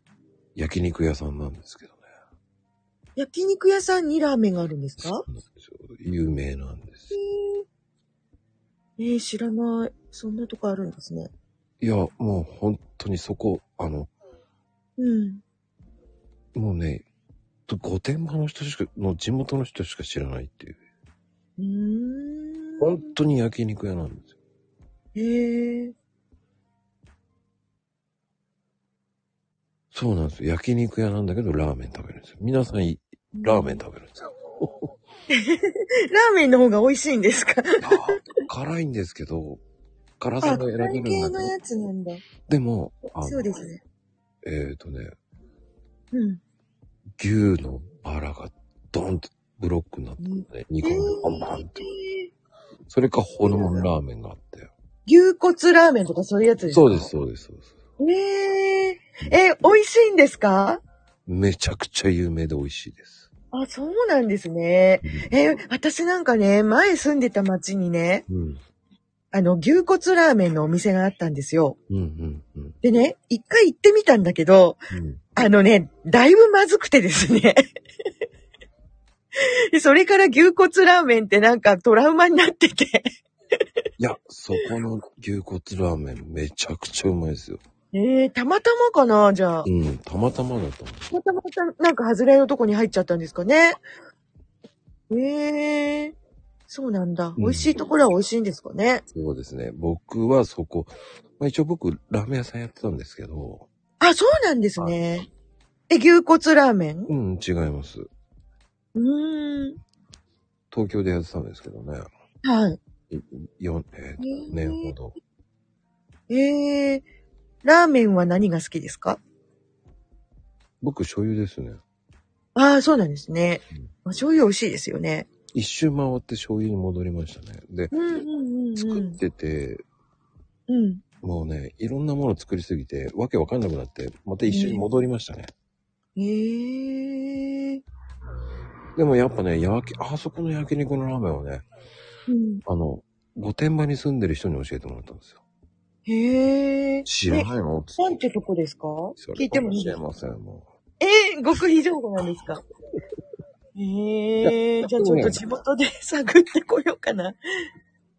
Speaker 2: 焼肉屋さんなんですけどね。
Speaker 3: 焼肉屋さんにラーメンがあるんですか
Speaker 2: そうなんですよ。有名なんですよ。
Speaker 3: えー、知らない。そんなとこあるんですね。
Speaker 2: いや、もう本当にそこ、あの、
Speaker 3: うん。
Speaker 2: もうね、御殿場の人しか、の地元の人しか知らないっていう。
Speaker 3: うー
Speaker 2: 本
Speaker 3: ん。
Speaker 2: 当に焼肉屋なんですよ。
Speaker 3: へえ。
Speaker 2: そうなんですよ。焼肉屋なんだけど、ラーメン食べるんですよ。皆さんい、ラーメン食べるんです よ。
Speaker 3: ラーメンの方が美味しいんですか
Speaker 2: いやー辛いんですけど、辛さ
Speaker 3: あ、
Speaker 2: が選
Speaker 3: 関
Speaker 2: べる
Speaker 3: 係
Speaker 2: ん
Speaker 3: の
Speaker 2: だけど、
Speaker 3: やつなんだ。
Speaker 2: でも、あの
Speaker 3: そうですね。
Speaker 2: えっ、ー、とね、
Speaker 3: うん。
Speaker 2: 牛のバラがドンとブロックになってるね。肉がバンバンって。それかホルモンラーメンがあって。
Speaker 3: 牛骨ラーメンとかそういうやつですか
Speaker 2: そうです、。そうです、そうです。
Speaker 3: えええ、美味しいんですか
Speaker 2: めちゃくちゃ有名で美味しいです。
Speaker 3: あ、そうなんですね。えー私なんかね、前住んでた町にね、
Speaker 2: うん。
Speaker 3: あの、牛骨ラーメンのお店があったんですよ。
Speaker 2: うん、うん、うん。
Speaker 3: でね、一回行ってみたんだけど、
Speaker 2: うん
Speaker 3: あのね、だいぶまずくてですね。 でそれから牛骨ラーメンってなんかトラウマになってて。
Speaker 2: いや、そこの牛骨ラーメンめちゃくちゃうまいですよ。
Speaker 3: ええたまたまかなじゃあ。
Speaker 2: うん、たまたまだと思う。
Speaker 3: たまたまなんか外れのとこに入っちゃったんですかね。ええそうなんだ。
Speaker 2: ん
Speaker 3: 美味しいところは美味しいんですかね。
Speaker 2: そうですね。僕はそこ、まあ、一応僕、ラーメン屋さんやってたんですけど、
Speaker 3: あ、そうなんですね。え、牛骨ラーメン
Speaker 2: うん、違います。
Speaker 3: うーん。
Speaker 2: 東京でやってたんですけどね。
Speaker 3: はい。
Speaker 2: 4、えー年ほど。
Speaker 3: ええラーメンは何が好きですか
Speaker 2: 僕、醤油ですね。
Speaker 3: ああ、そうなんですね
Speaker 2: うん。
Speaker 3: まあ、醤油美味しいですよね。
Speaker 2: 一周回って醤油に戻りましたね。で、
Speaker 3: うんうんうん
Speaker 2: 作ってて、
Speaker 3: うん。うん。
Speaker 2: もうね、いろんなもの作りすぎて、わけわかんなくなって、また一周に戻りましたね。
Speaker 3: ええ
Speaker 2: でもやっぱね、焼き、あそこの焼肉のラーメンはね、
Speaker 3: うん。
Speaker 2: あの、御殿場に住んでる人に教えてもらったんですよ。
Speaker 3: へえ
Speaker 2: 知らないのって
Speaker 3: なんてとこですか
Speaker 2: それ
Speaker 3: 聞いてもいい
Speaker 2: 教
Speaker 3: で
Speaker 2: え
Speaker 3: すか
Speaker 2: ません、も
Speaker 3: ええ極秘情報なん ですかええじゃあちょっと地元で探ってこようかな。
Speaker 2: う。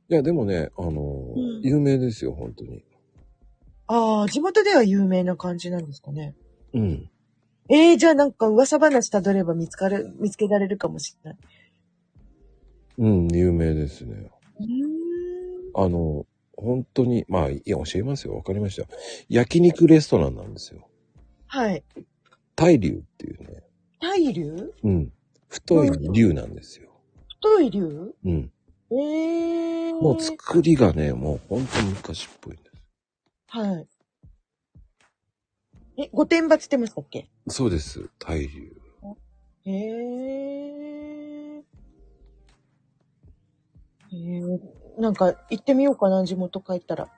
Speaker 2: いや、でもね、あのー、
Speaker 3: うん
Speaker 2: 有名ですよ、本当に。
Speaker 3: ああ、地元では有名な感じなんですかね。
Speaker 2: うん。
Speaker 3: ええじゃあなんか噂話たどれば見つかる、見つけられるかもしれない。
Speaker 2: うん、有名ですね。
Speaker 3: うーん。
Speaker 2: あの、本当に、まあ、いや、教えますよ。わかりましたよ。焼肉レストランなんですよ。
Speaker 3: はい。
Speaker 2: 大龍っていうね。
Speaker 3: 大竜
Speaker 2: うん。太い龍なんですよ。
Speaker 3: 太い竜
Speaker 2: うん。
Speaker 3: ええ
Speaker 2: もう作りがね、もう本当昔っぽいんで
Speaker 3: はい。え、御殿場つってましたっけ
Speaker 2: す。そうです。大龍。
Speaker 3: へえ。へえ。なんか行ってみようかな、地元帰ったら。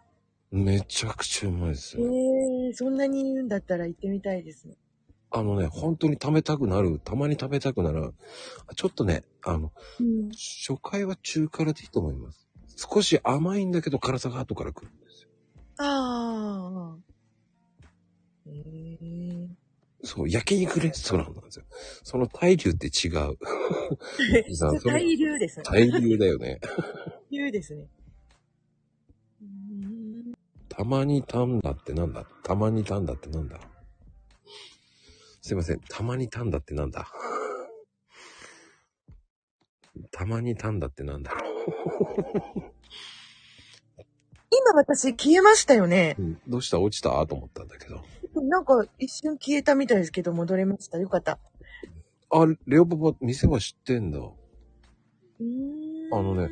Speaker 2: めちゃくちゃうまいです
Speaker 3: へ
Speaker 2: よ。
Speaker 3: え、そんなに言うんだったら行ってみたいですね。
Speaker 2: あのね、本当に食べたくなる。たまに食べたくなる。ちょっとね、あの、
Speaker 3: うん。
Speaker 2: 初回は中辛でいいと思います。少し甘いんだけど辛さが後から来るんですよ。
Speaker 3: ああ。へえ。
Speaker 2: そう、焼肉レストランなんですよ。その大流って違う。おじさ んそれ
Speaker 3: 大流ですね。
Speaker 2: 大流だよね。
Speaker 3: 流ですね。うーん
Speaker 2: たまにタンダってなんだたまにタンダってなんだすいません。たまにタンダってなんだたまにタンダってなんだろ
Speaker 3: 今私消えましたよね。
Speaker 2: う、うんどうした落ちたと思ったんだけど。
Speaker 3: なんか一瞬消えたみたいですけど戻れました。よかった。
Speaker 2: あ、レオパパ、店は知ってんだ。
Speaker 3: うーん
Speaker 2: あのね。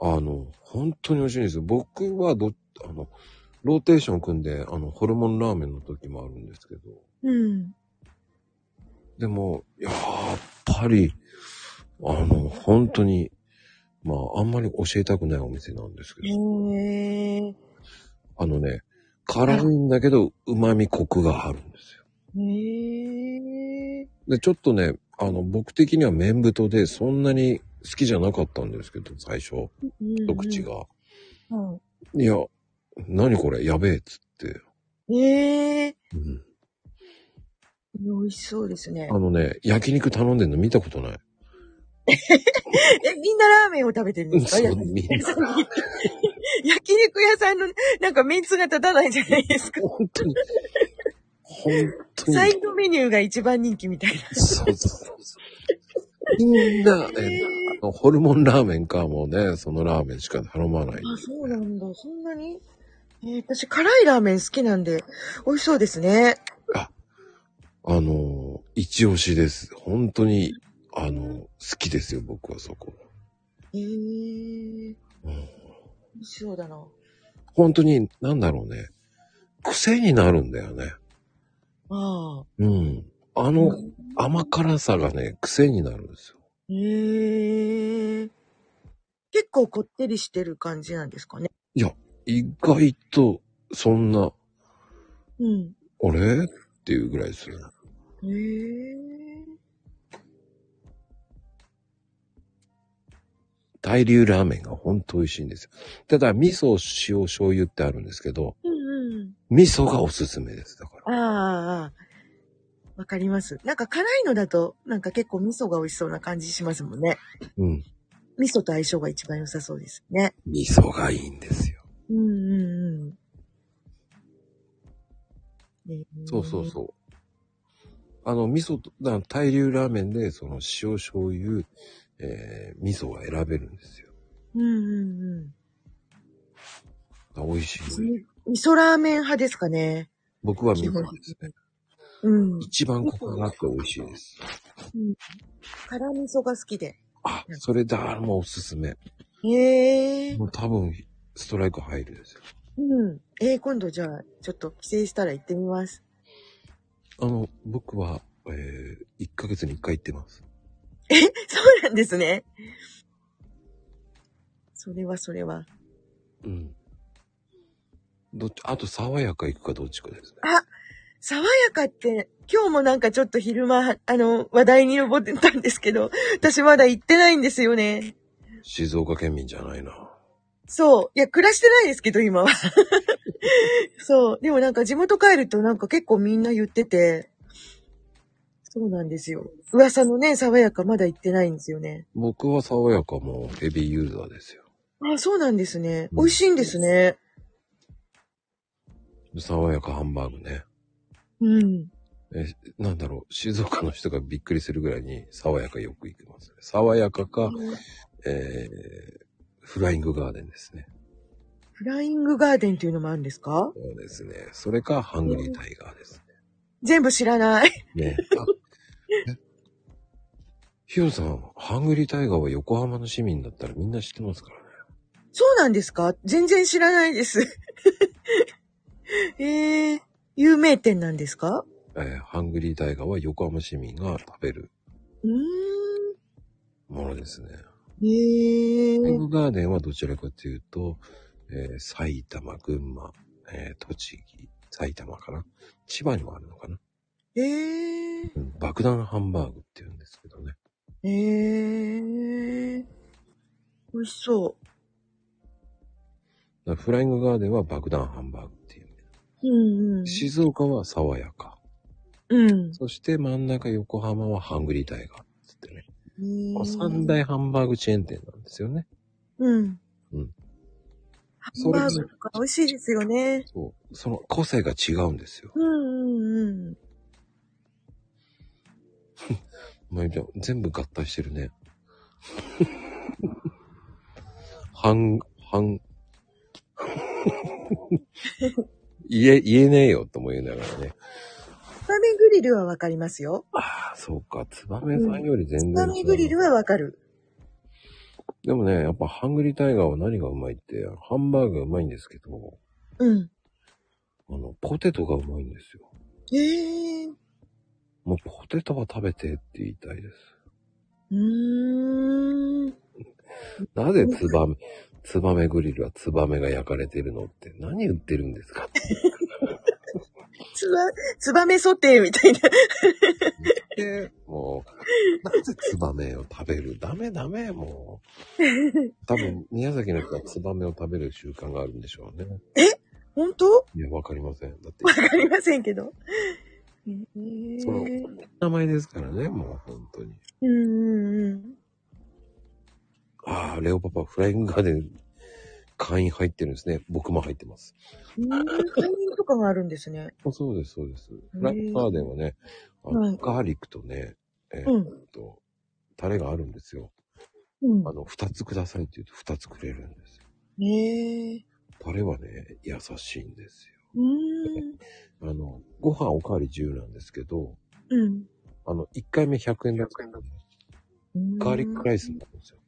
Speaker 2: あの、本当に美味しいんですよ。僕はど、あの、ローテーション組んで、あの、ホルモンラーメンの時もあるんですけど。
Speaker 3: うん。
Speaker 2: でも、やっぱり、あの、本当に、まあ、あんまり教えたくないお店なんですけど、
Speaker 3: へえ。
Speaker 2: あのね、辛いんだけど、旨味コクがあるんですよ。
Speaker 3: へえ。
Speaker 2: で、ちょっとね、あの、僕的には麺太で、そんなに好きじゃなかったんですけど、最初、一口が。
Speaker 3: うん
Speaker 2: いや、何これ、やべえ、っつって。
Speaker 3: へえ。
Speaker 2: うん
Speaker 3: 美味しそうですね
Speaker 2: あ。のね、焼肉頼んでんの見たことない。
Speaker 3: え、みんなラーメンを食べてるんですか
Speaker 2: そう
Speaker 3: 焼
Speaker 2: みん
Speaker 3: 肉
Speaker 2: な
Speaker 3: 屋さんに焼肉屋さんのなんかメンツが立たないじゃないですか。
Speaker 2: 本当に、本当に。
Speaker 3: サイドメニューが一番人気みたいな。
Speaker 2: そうそうそうそう。みんな、えあのホルモンラーメンか、もうね、そのラーメンしか頼まない。
Speaker 3: あ、そうなんだ。そんなにえー私、辛いラーメン好きなんで、美味しそうですね。
Speaker 2: あの、一押しです。本当に、あの、好きですよ、僕はそこ。
Speaker 3: へえ
Speaker 2: う
Speaker 3: ー、
Speaker 2: ん
Speaker 3: 美味しそうだな。
Speaker 2: 本当に、なんだろうね。癖になるんだよね。
Speaker 3: ああ。
Speaker 2: うん。あの、甘辛さがね、癖になるんですよ。
Speaker 3: へえー、結構こってりしてる感じなんですかね。
Speaker 2: 意外と、そんな、
Speaker 3: うん。
Speaker 2: あれっていうぐらいですよね。
Speaker 3: へえ
Speaker 2: 大流ラーメンが本当美味しいんですよ。ただ、味噌、塩、醤油ってあるんですけど、
Speaker 3: うんうん。
Speaker 2: 味噌がおすすめです。だから。
Speaker 3: ああ、わかります。なんか辛いのだと、なんか結構味噌が美味しそうな感じしますもんね。
Speaker 2: うん。
Speaker 3: 味噌と相性が一番良さそうですね。
Speaker 2: 味噌がいいんですよ。
Speaker 3: うんうんうん。ね
Speaker 2: そうそうそう。あの、味噌と、だから大流ラーメンで、その塩醤油、えー、味噌は選べるんですよ。
Speaker 3: うんうんう
Speaker 2: 美味しいのよ。
Speaker 3: ん。味噌ラーメン派ですかね。
Speaker 2: 僕は味噌ですね。
Speaker 3: うん。
Speaker 2: 一番コクがあって美味しいです。
Speaker 3: 辛味噌が好きで。
Speaker 2: あ、それだ、もうおすすめ。
Speaker 3: へえ
Speaker 2: もう多分、ストライク入るですよ。
Speaker 3: うん。えー、今度じゃあ、ちょっと帰省したら行ってみます。
Speaker 2: あの、僕は、えー、1ヶ月に1回行ってます。
Speaker 3: そうなんですね。それはそれは。
Speaker 2: うん。どっち、あと爽やか行くかどっちかですね。
Speaker 3: 爽やかって、今日もなんかちょっと昼間、あの、話題に上ってたんですけど、私まだ行ってないんですよね。
Speaker 2: 静岡県民じゃないな。
Speaker 3: そう。いや、暮らしてないですけど、今は。 そう。でもなんか地元帰るとなんか結構みんな言ってて、そうなんですよ。噂のね、爽やかまだ行ってないんですよね。
Speaker 2: 僕は爽やかもヘビーユーザーですよ。
Speaker 3: あ、そうなんですね。
Speaker 2: うん
Speaker 3: 美味しいんですね。
Speaker 2: 爽やかハンバーグね。
Speaker 3: うん。
Speaker 2: え、なんだろう、静岡の人がびっくりするぐらいに爽やかよく行きますね。爽やかか、えー、フライングガーデンですね。
Speaker 3: フライングガーデンっていうのもあるんです
Speaker 2: そ
Speaker 3: か
Speaker 2: うですね。それか、ハングリータイガーです
Speaker 3: 全部知らない。
Speaker 2: ね。ね。あえヒロさん、ハングリータイガーは横浜の市民だったらみんな知ってますからね。
Speaker 3: そうなんですか全然知らないです。 えー、有名店なんですか
Speaker 2: えーハングリータイガーは横浜市民が食べる
Speaker 3: うーん。
Speaker 2: ものですね。
Speaker 3: え
Speaker 2: ハン
Speaker 3: ー、
Speaker 2: グガーデンはどちらかというと、えー埼玉、群馬、えー栃木、埼玉かな。千葉にもあるのかな。
Speaker 3: えー、
Speaker 2: うん爆弾ハンバーグって言うんですけどね。
Speaker 3: えー、美味しそ
Speaker 2: だからフライングガーデンは爆弾ハンバーグっていう。
Speaker 3: う。うんうん。
Speaker 2: 静岡は爽やか。
Speaker 3: うん。
Speaker 2: そして真ん中横浜はハングリータイガーって言ってね。
Speaker 3: えー
Speaker 2: こう三大ハンバーグチェーン店なんですよね。
Speaker 3: うん。
Speaker 2: うん
Speaker 3: ハンバーグとか美味しいですよね。
Speaker 2: そう。その個性が違うんですよ。
Speaker 3: うんうんうん。
Speaker 2: まゆみちゃん、全部合体してる ね。ハン、ハン。言え、言えねえよと思いながらね。
Speaker 3: バメグリルはわかりますよ。
Speaker 2: ああ、そうか。ツバメさんより全然違う
Speaker 3: バメグリルはわかる。
Speaker 2: でもね、やっぱハングリータイガーは何がうまいって、ハンバーグがうまいんですけど、
Speaker 3: うん。
Speaker 2: あの、ポテトがうまいんですよ。
Speaker 3: へえ。う
Speaker 2: もうポテトは食べてって言いたいです。
Speaker 3: ーん。
Speaker 2: なぜツバメ、ツバメグリルはツバメが焼かれてるのって何言ってるんですか
Speaker 3: つば、つばめソテーみたいな。
Speaker 2: で、もう、なぜツバメを食べるダメダメ、もう。多分、宮崎の人はツバメを食べる習慣があるんでしょうね。
Speaker 3: 本当
Speaker 2: いや、わかりません。だって、
Speaker 3: わかりませんけど。へえ。
Speaker 2: そうの
Speaker 3: ん
Speaker 2: 名前ですからね、もう、本当に。
Speaker 3: うんうん。
Speaker 2: ああ、レオパパ、フライングガーデン、会員入ってるんですね。僕も入ってます。
Speaker 3: うん。会員とかがあるんですね。
Speaker 2: あそうです、そうです。フライングガーデンはね、あ
Speaker 3: はい
Speaker 2: ガーリックとね、えー
Speaker 3: う
Speaker 2: っと、タレがあるんですよ。
Speaker 3: うん
Speaker 2: あ。の、二つくださいって言うと二つくれるんですよ。
Speaker 3: へえ。
Speaker 2: タレはね、優しいんですよ。
Speaker 3: うーん。
Speaker 2: あの、ご飯おかわり自由なんですけど、
Speaker 3: うん。
Speaker 2: あの、1回目100円だったんで、
Speaker 3: うん
Speaker 2: ガーリックライスになるんですよ。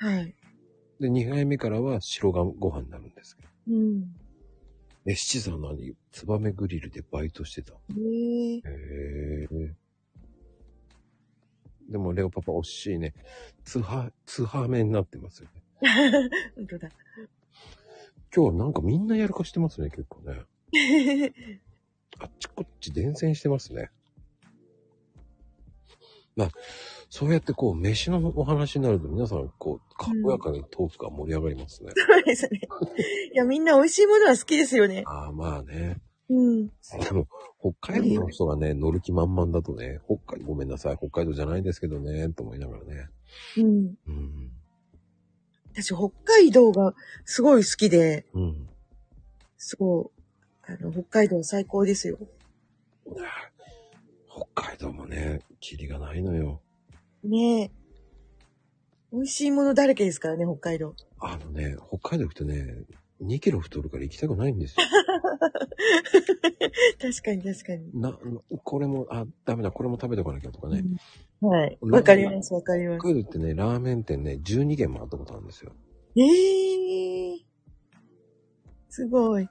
Speaker 3: はい。
Speaker 2: で、2回目からは白がご飯になるんですけど。
Speaker 3: うん。
Speaker 2: え、七さん何ツバメグリルでバイトしてた。
Speaker 3: へえ。
Speaker 2: へえ。でも、レオパパ惜しいね。ツハ、ツハメになってますよね。
Speaker 3: 本当だ。
Speaker 2: 今日なんかみんなやるかしてますね、結構ね。あっちこっち伝染してますね。まあ、そうやってこう、飯のお話になると皆さん、こう、かっこやかにトークが盛り上がりますね。
Speaker 3: そうですね。いや、みんな美味しいものは好きですよね。
Speaker 2: ああ、まあね。
Speaker 3: うん。
Speaker 2: でも、北海道の人がね、乗る気満々だとね、北海、ごめんなさい、北海道じゃないですけどね、と思いながらね。
Speaker 3: うん。
Speaker 2: うん。
Speaker 3: 私、北海道がすごい好きで、
Speaker 2: うん。
Speaker 3: そう。あの、北海道最高ですよ。
Speaker 2: 北海道もね、キリがないのよ。
Speaker 3: ねえ。美味しいものだらけですからね、北海道。
Speaker 2: あのね、北海道行くとね、2キロ太るから行きたくないんですよ。
Speaker 3: 確かに確かに。
Speaker 2: な、これも、あ、ダメだ、これも食べておかなきゃとかね。
Speaker 3: うんはい。
Speaker 2: うん
Speaker 3: わかります、わかります。
Speaker 2: 北海道ってね、ラーメン店ね、12軒回ったことあるんですよ。
Speaker 3: ええー。すごい。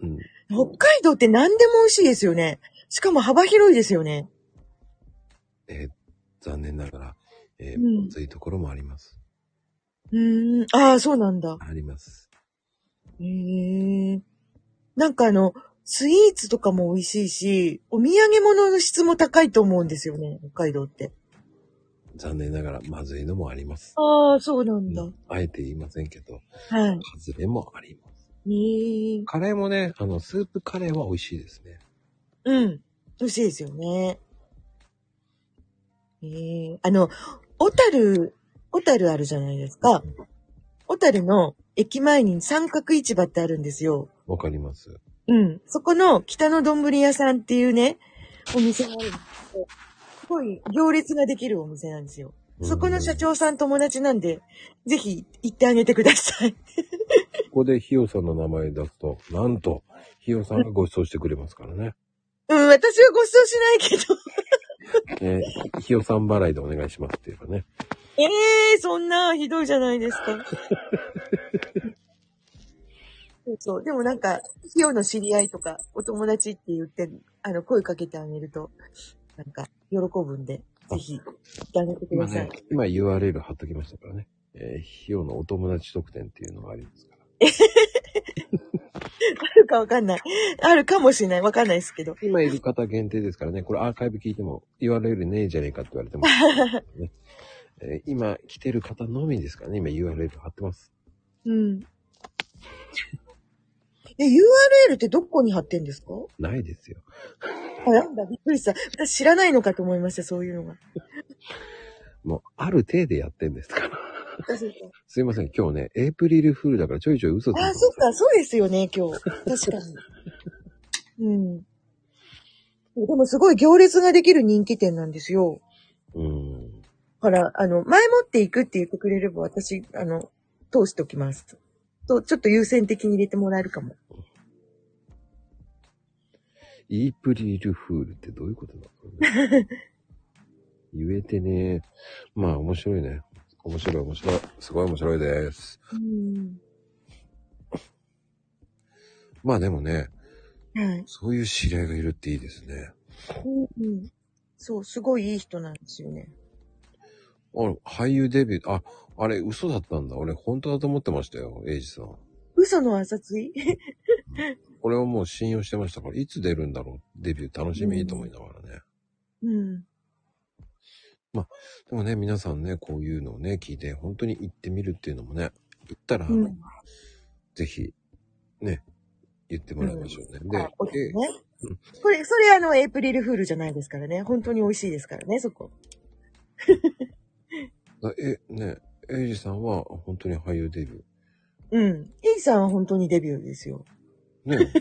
Speaker 2: うん。
Speaker 3: 北海道って何でも美味しいですよね。しかも幅広いですよね。
Speaker 2: えー残念ながら、えー、
Speaker 3: うん
Speaker 2: 暑いところもあります。
Speaker 3: うーん。ああ、そうなんだ。
Speaker 2: あります。
Speaker 3: ええなんかあの、スイーツとかも美味しいし、お土産物の質も高いと思うんですよね、北海道って。
Speaker 2: 残念ながら、まずいのもあります。
Speaker 3: ああ、そうなんだ。
Speaker 2: あえて言いませんけど、
Speaker 3: はい。
Speaker 2: 外れもあります。
Speaker 3: ええ
Speaker 2: カレーもね、あの、スープカレーは美味しいですね。
Speaker 3: うん。美味しいですよね。ええあの、小樽、小樽あるじゃないですか。小樽の駅前に三角市場ってあるんですよ。
Speaker 2: わかります。
Speaker 3: うん。そこの北の丼屋さんっていうね、お店があるんですけど、すごい行列ができるお店なんですよ。そこの社長さん友達なんで、ぜひ行ってあげてください。
Speaker 2: ここでひよさんの名前出すと、なんと、ひよさんがご馳走してくれますからね。
Speaker 3: うん、私はご馳走しないけど。
Speaker 2: えー、ひよさん払いでお願いしますっていうかね。
Speaker 3: ええそんなひどいじゃないです か。そうそう。でもなんか、ひよの知り合いとか、お友達って言って、あの、声かけてあげると、なんか、喜ぶんで、ぜひ、行ってあげてく
Speaker 2: 今
Speaker 3: ださい
Speaker 2: ね。、今 URL 貼っときましたからね。えー、ひよのお友達特典っていうのがありますから。
Speaker 3: あるかわかんない。あるかもしれない。わかんないですけど。
Speaker 2: 今いる方限定ですからね、これアーカイブ聞いても URL ねえじゃねえかって言わ れても、ねえー今来てる方のみですからね、今 URL 貼ってます。
Speaker 3: うん。え、URL ってどこに貼ってんですか
Speaker 2: ないですよ。
Speaker 3: あ、なんだ、びっくりした。私知らないのかと思いました、そういうのが。
Speaker 2: もう、ある程度やってんですから。
Speaker 3: あ、そうか
Speaker 2: すいません、今日ね、エイプリルフールだからちょいちょい嘘ついて
Speaker 3: あ
Speaker 2: ます
Speaker 3: そっか、そうですよね、今日。確かに。うん。でもすごい行列ができる人気店なんですよ。
Speaker 2: うん。
Speaker 3: だから、あの、前もって行くって言ってくれれば、私、あの、通しておきます。と、ちょっと優先的に入れてもらえるかも。
Speaker 2: イープリルフールってどういうことなの、ね、 言えてねまあ、面白いね。面白い、面白い。すごい面白いです。
Speaker 3: うん。
Speaker 2: まあでもね、
Speaker 3: はい。
Speaker 2: そういう知り合いがいるっていいですね。
Speaker 3: うんうん。そう、すごいいい人なんですよね。
Speaker 2: あ、俳優デビュー、あ、あれ嘘だったんだ。俺本当だと思ってましたよ、エイジさん。
Speaker 3: 嘘の朝つい
Speaker 2: 俺はもう信用してましたから、いつ出るんだろう、デビュー楽しみと思いながらね。
Speaker 3: うん。
Speaker 2: でもね、皆さんね、こういうのをね、聞いて、本当に行ってみるっていうのもね、行ったら、
Speaker 3: うん
Speaker 2: ぜひ、ね、言ってもらいましょうね。
Speaker 3: あお
Speaker 2: で、
Speaker 3: ね。これ、それあの、エイプリルフールじゃないですからね。本当に美味しいですからね、そこ。
Speaker 2: え、え、ね、エイジさんは本当に俳優デビュ
Speaker 3: うん。イーさんは本当にデビューですよ。
Speaker 2: ー。ね、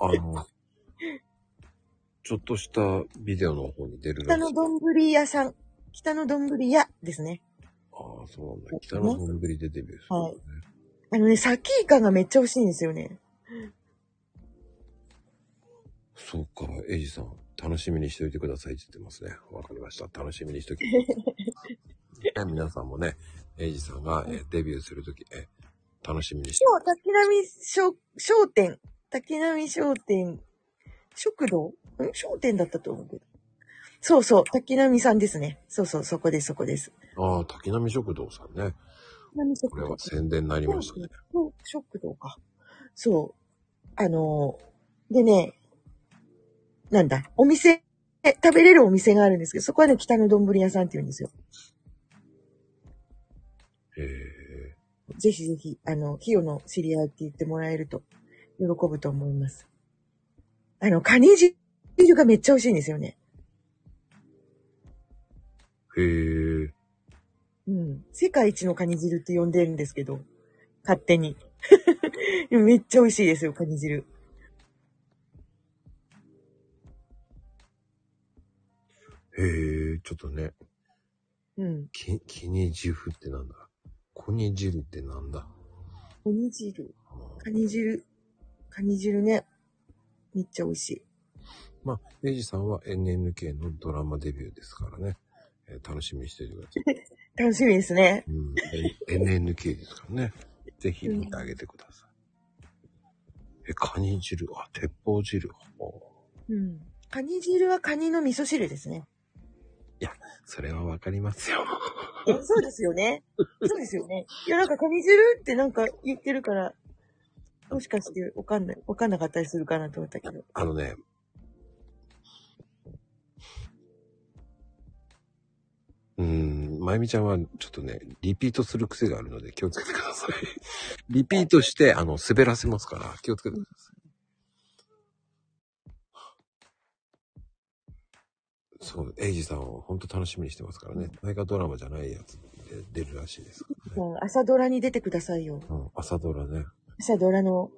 Speaker 2: あの、ちょっとしたビデオの方に出る
Speaker 3: 北
Speaker 2: らしい
Speaker 3: のどんぶり屋さん。北のどんぶり屋ですね。
Speaker 2: ああ、そうなんだ。北のどんぶりでデビューする、ね
Speaker 3: はいあのね、サキイカがめっちゃ美味しいんですよね。
Speaker 2: そうか、エイジさん、楽しみにしておいてくださいって言ってますね。わかりました。楽しみにしてお きます。ね皆さんもね、エイジさんが、えーデビューするとき、えー楽しみにして。
Speaker 3: 今日、滝波商商店。滝波商店。食堂ん商店だったと思うけど。そうそう、滝波さんですね。そうそう、そこです、そこです。
Speaker 2: ああ、滝波食堂さんね。
Speaker 3: 滝波食
Speaker 2: これは
Speaker 3: 堂。
Speaker 2: 宣伝になりましたね。
Speaker 3: 食堂か。そう。あのーでね、なんだ、お店、え食べれるお店があるんですけど、そこはね、北の丼屋さんって言うんですよ。
Speaker 2: へえ
Speaker 3: ぜひぜひ、あの、清の知り合いって言ってもらえると、喜ぶと思います。あの、カニ汁がめっちゃ美味しいんですよね。
Speaker 2: へえ。
Speaker 3: うん。世界一のカニ汁って呼んでるんですけど、勝手に。 でもめっちゃ美味しいですよ、カニ汁。
Speaker 2: へえ、ちょっとね、
Speaker 3: うん。
Speaker 2: き、キニジフってなんだコニ汁ってなんだ
Speaker 3: おに汁。カニ汁。カニ汁ね。めっちゃ美味しい。
Speaker 2: まあ、エイジさんは NNK のドラマデビューですからね。えー楽しみにしていてください。
Speaker 3: 楽しみですね。
Speaker 2: うん、NNK ですからね。ぜひ見てあげてください。え、カニ汁、あ、鉄砲汁。お
Speaker 3: うん。カニ汁はカニの味噌汁ですね。
Speaker 2: それはわかりますよ。
Speaker 3: えそうですよね。そうですよね。いや、なんかカニ汁ってなんか言ってるから、もしかしてわかんない、わかんなかったりするかなと思ったけど。
Speaker 2: あのね、うーん、まゆみちゃんはちょっとね、リピートする癖があるので気をつけてください。 リピートして、あの、滑らせますから気をつけてください。そう、エイジさんを本当楽しみにしてますからね。大河ドラマじゃないやつで出るらしいですからね。
Speaker 3: もう朝ドラに出てくださいよ。
Speaker 2: うん、朝ドラね。
Speaker 3: 朝ドラの、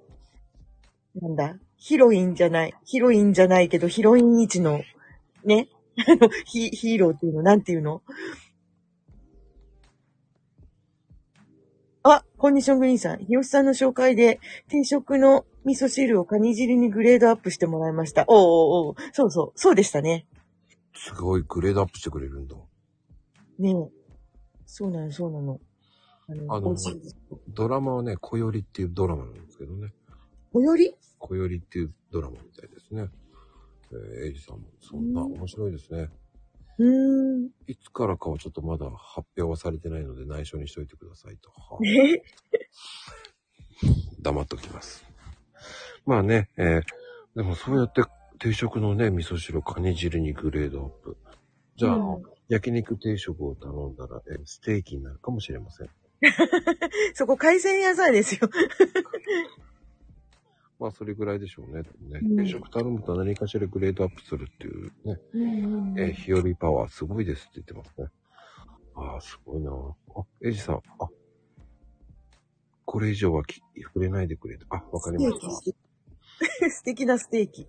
Speaker 3: なんだ、ヒロインじゃない、ヒロインじゃないけど、ヒロイン位置の、ね、 あの、ヒヒーローっていうの、なんていうのあ、コンディショングリーンさん、日吉さんの紹介で、定食の味噌汁をカニ汁にグレードアップしてもらいました。おうおうおう、そうそう、そうでしたね。
Speaker 2: すごいグレードアップしてくれるんだ。
Speaker 3: ねえ。そうなの、そうなの。あの、
Speaker 2: あの
Speaker 3: 美味しいです。
Speaker 2: ドラマはね、こよりっていうドラマなんですけどね。
Speaker 3: おより
Speaker 2: こよりっていうドラマみたいですね。えー、エイジさんも、そんな
Speaker 3: うん
Speaker 2: 面白いですね。
Speaker 3: うーん。
Speaker 2: いつからかはちょっとまだ発表はされてないので内緒にしといてくださいと。はあ
Speaker 3: ね
Speaker 2: 黙っときます。まあね、えーでもそうやって定食のね、味噌汁、カニ汁にグレードアップ。じゃあ、あの
Speaker 3: うん
Speaker 2: 焼肉定食を頼んだら、えーステーキになるかもしれません。
Speaker 3: そこ海鮮屋さんですよ。
Speaker 2: まあ、それぐらいでしょうね。でもね
Speaker 3: うん
Speaker 2: 定食頼むと何かしらグレードアップするっていうね。
Speaker 3: うんうん
Speaker 2: えー、日和パワーすごいですって言ってますね。ああ、すごいなあ。あ、エイジさん、あ、これ以上はき触れないでくれと。あ、わかりました。
Speaker 3: ステーキ。 素敵なステーキ。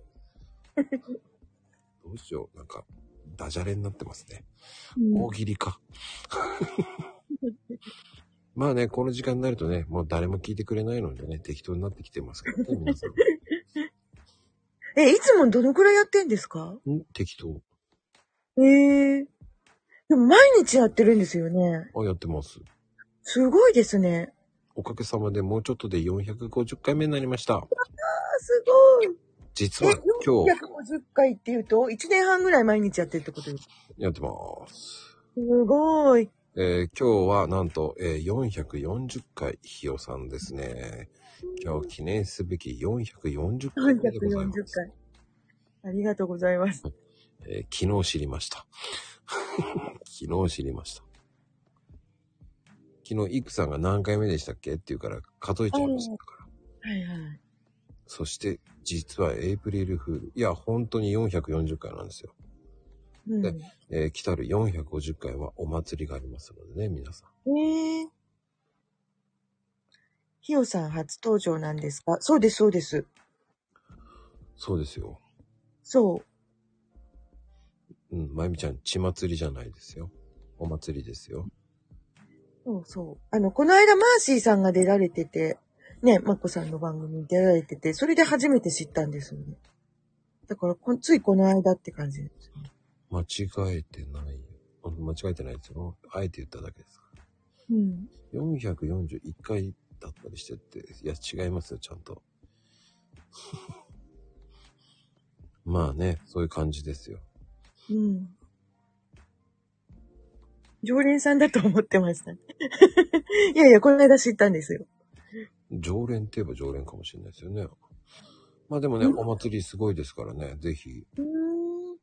Speaker 2: どうしよう。なんか、ダジャレになってますね。
Speaker 3: うん
Speaker 2: 大喜利 か。まあね、この時間になるとね、もう誰も聞いてくれないのでね、適当になってきてますけどね、皆さ ん。
Speaker 3: え、いつもどのくらいやってんですか
Speaker 2: ん適当。
Speaker 3: ええでも毎日やってるんですよね。
Speaker 2: あ、やってます。
Speaker 3: すごいですね。
Speaker 2: おかげさまでもうちょっとで450回目になりました。
Speaker 3: あ、す
Speaker 2: 実
Speaker 3: ごい。
Speaker 2: は
Speaker 3: え、
Speaker 2: 今日
Speaker 3: 450回っていうと、1年半ぐらい毎日やってるってことです。
Speaker 2: やってます。
Speaker 3: すごい。
Speaker 2: えー今日はなんと、えー440回ひよさんですね。今日記念すべき440回
Speaker 3: 440
Speaker 2: 目でございます。
Speaker 3: 回。ありがとうございます。
Speaker 2: えー昨日知りました。 昨日知りました。昨日、イクさんが何回目でしたっけって言うから数えちゃいましたから。
Speaker 3: はいはい。
Speaker 2: そして、実はエイプリルフール。いや、本当に440回なんですよ。
Speaker 3: うん、え
Speaker 2: えー来たる450回はお祭りがありますのでね、皆さん。
Speaker 3: えひよさん初登場なんですかそうです、そうです。
Speaker 2: そうですよ。
Speaker 3: そう。
Speaker 2: うん、まゆみちゃん、血祭りじゃないですよ。お祭りですよ。
Speaker 3: そうそう。あの、この間、マーシーさんが出られてて、ね、マッコさんの番組に出られてて、それで初めて知ったんですよね。だからこ、ついこの間って感じです。
Speaker 2: 間違えてないよ。あ間違えてないですよ。あえて言っただけですから。
Speaker 3: うん。
Speaker 2: 441回だったりしてって、いや、違いますよ、ちゃんと。 まあね、そういう感じですよ。
Speaker 3: うん。常連さんだと思ってました。いや いや、この間知ったんですよ。
Speaker 2: 常連って言えば常連かもしれないですよね。まあでもね、お祭りすごいですからね、ぜひ。
Speaker 3: うん。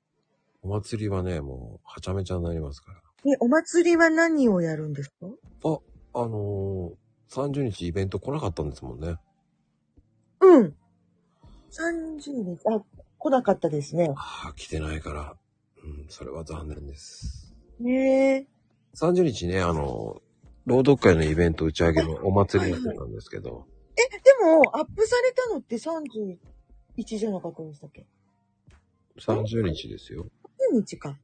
Speaker 2: お祭りはね、もう、はちゃめちゃになりますから。
Speaker 3: え、お祭りは何をやるんですか
Speaker 2: あのー、30日イベント来なかったんですもんね。
Speaker 3: うん。30日、あ、来なかったですね。
Speaker 2: ああ、来てないから。うん、それは残念です。
Speaker 3: ねえ。
Speaker 2: 30日ね、あの、朗読会のイベント打ち上げ のお祭りやってたんですけど、
Speaker 3: でも、アップされたのって31じゃなかったでしたっけ
Speaker 2: 30日ですよ。
Speaker 3: 30日か。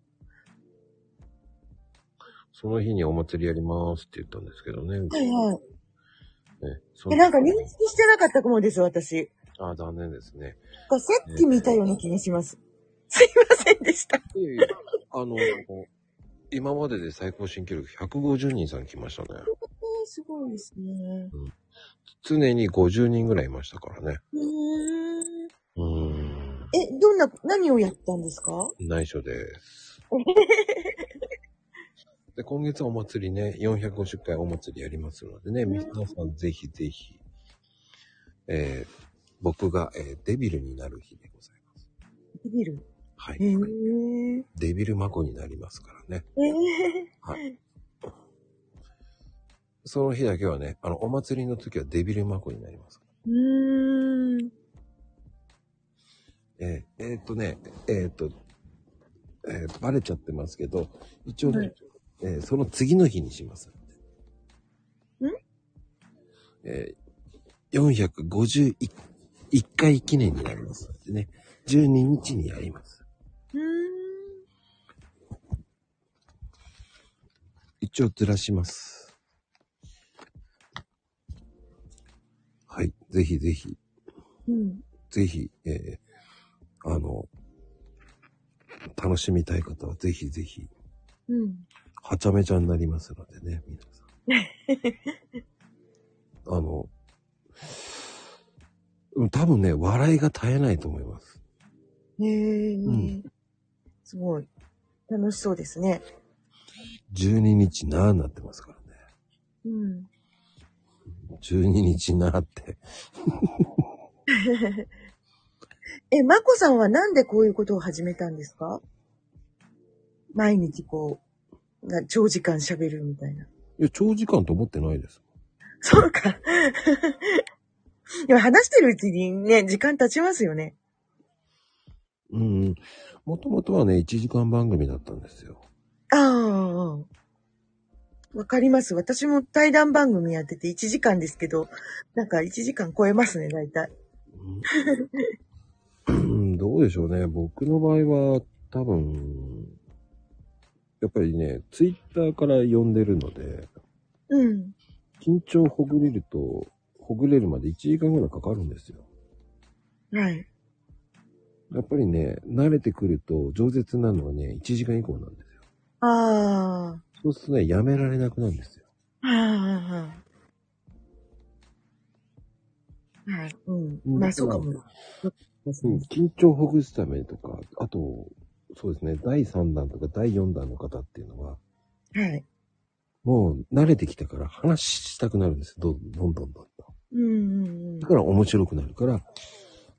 Speaker 2: その日にお祭りやりますって言ったんですけどね。
Speaker 3: はいはい。
Speaker 2: ねそ
Speaker 3: え、なんか認識してなかったもんです、私。
Speaker 2: あー残念ですね。
Speaker 3: なんかさっき見たような気がします。すいませんでした。
Speaker 2: いやいや、あの、今までで最高新記録150人さん来ましたね。
Speaker 3: えーすごいですね。
Speaker 2: 常に50人ぐらいいましたからね。
Speaker 3: うー
Speaker 2: う
Speaker 3: ん
Speaker 2: ーん。
Speaker 3: え、どんな、何をやったんですか
Speaker 2: 内緒です。で、今月はお祭りね、450回お祭りやりますのでね、皆さんぜひぜひ、えー僕が、えーデビルになる日でございます。
Speaker 3: ビビる。
Speaker 2: はい
Speaker 3: へ。ー
Speaker 2: デビルマコになりますからね。
Speaker 3: えー
Speaker 2: その日だけはね、あの、お祭りの時はデビルマコになります。
Speaker 3: うーん。
Speaker 2: えーえーっとね、えーっと、えーバレちゃってますけど、一応ね、
Speaker 3: はい
Speaker 2: えーその次の日にしますんで。
Speaker 3: ん
Speaker 2: えー、451回記念になりますのでね、12日にやります。
Speaker 3: うーん。
Speaker 2: 一応ずらします。はい、ぜひぜひ、
Speaker 3: うん。
Speaker 2: ぜひ、えーあの、楽しみたい方はぜひぜひ、
Speaker 3: うん。
Speaker 2: はちゃめちゃになりますのでね、皆さん。あの、うん多分ね、笑いが絶えないと思います。
Speaker 3: へえ、
Speaker 2: ん
Speaker 3: すごい。楽しそうですね。
Speaker 2: 12日なーになってますからね。
Speaker 3: うん。
Speaker 2: 12日なーって。
Speaker 3: え、まこさんはなんでこういうことを始めたんですか毎日こう、な長時間喋るみたいな。
Speaker 2: いや、長時間と思ってないです。
Speaker 3: そうか。 でも話してるうちにね、時間経ちますよね。
Speaker 2: うんうん。もともとはね、1時間番組だったんですよ。
Speaker 3: ああ。わかります。私も対談番組やってて1時間ですけど、なんか1時間超えますね、大体。
Speaker 2: うん、どうでしょうね。僕の場合は、多分、やっぱりね、ツイッターから呼んでるので、
Speaker 3: うん。
Speaker 2: 緊張ほぐれると、ほぐれるまで1時間ぐらいかかるんですよ。
Speaker 3: はい。
Speaker 2: やっぱりね、慣れてくると、饒舌なのはね、1時間以降なんですよ。
Speaker 3: ああ。
Speaker 2: そうするとね、やめられなくなるんですよ。
Speaker 3: はあ、はい。うん。
Speaker 2: うん
Speaker 3: まあ、そうかも。
Speaker 2: うん、緊張ほぐすためとか、あと、そうですね、第3弾とか第4弾の方っていうのは、
Speaker 3: はい。
Speaker 2: もう慣れてきたから話したくなるんですよ。どんどんどんどんと。
Speaker 3: うんうんうん
Speaker 2: だ。から面白くなるから、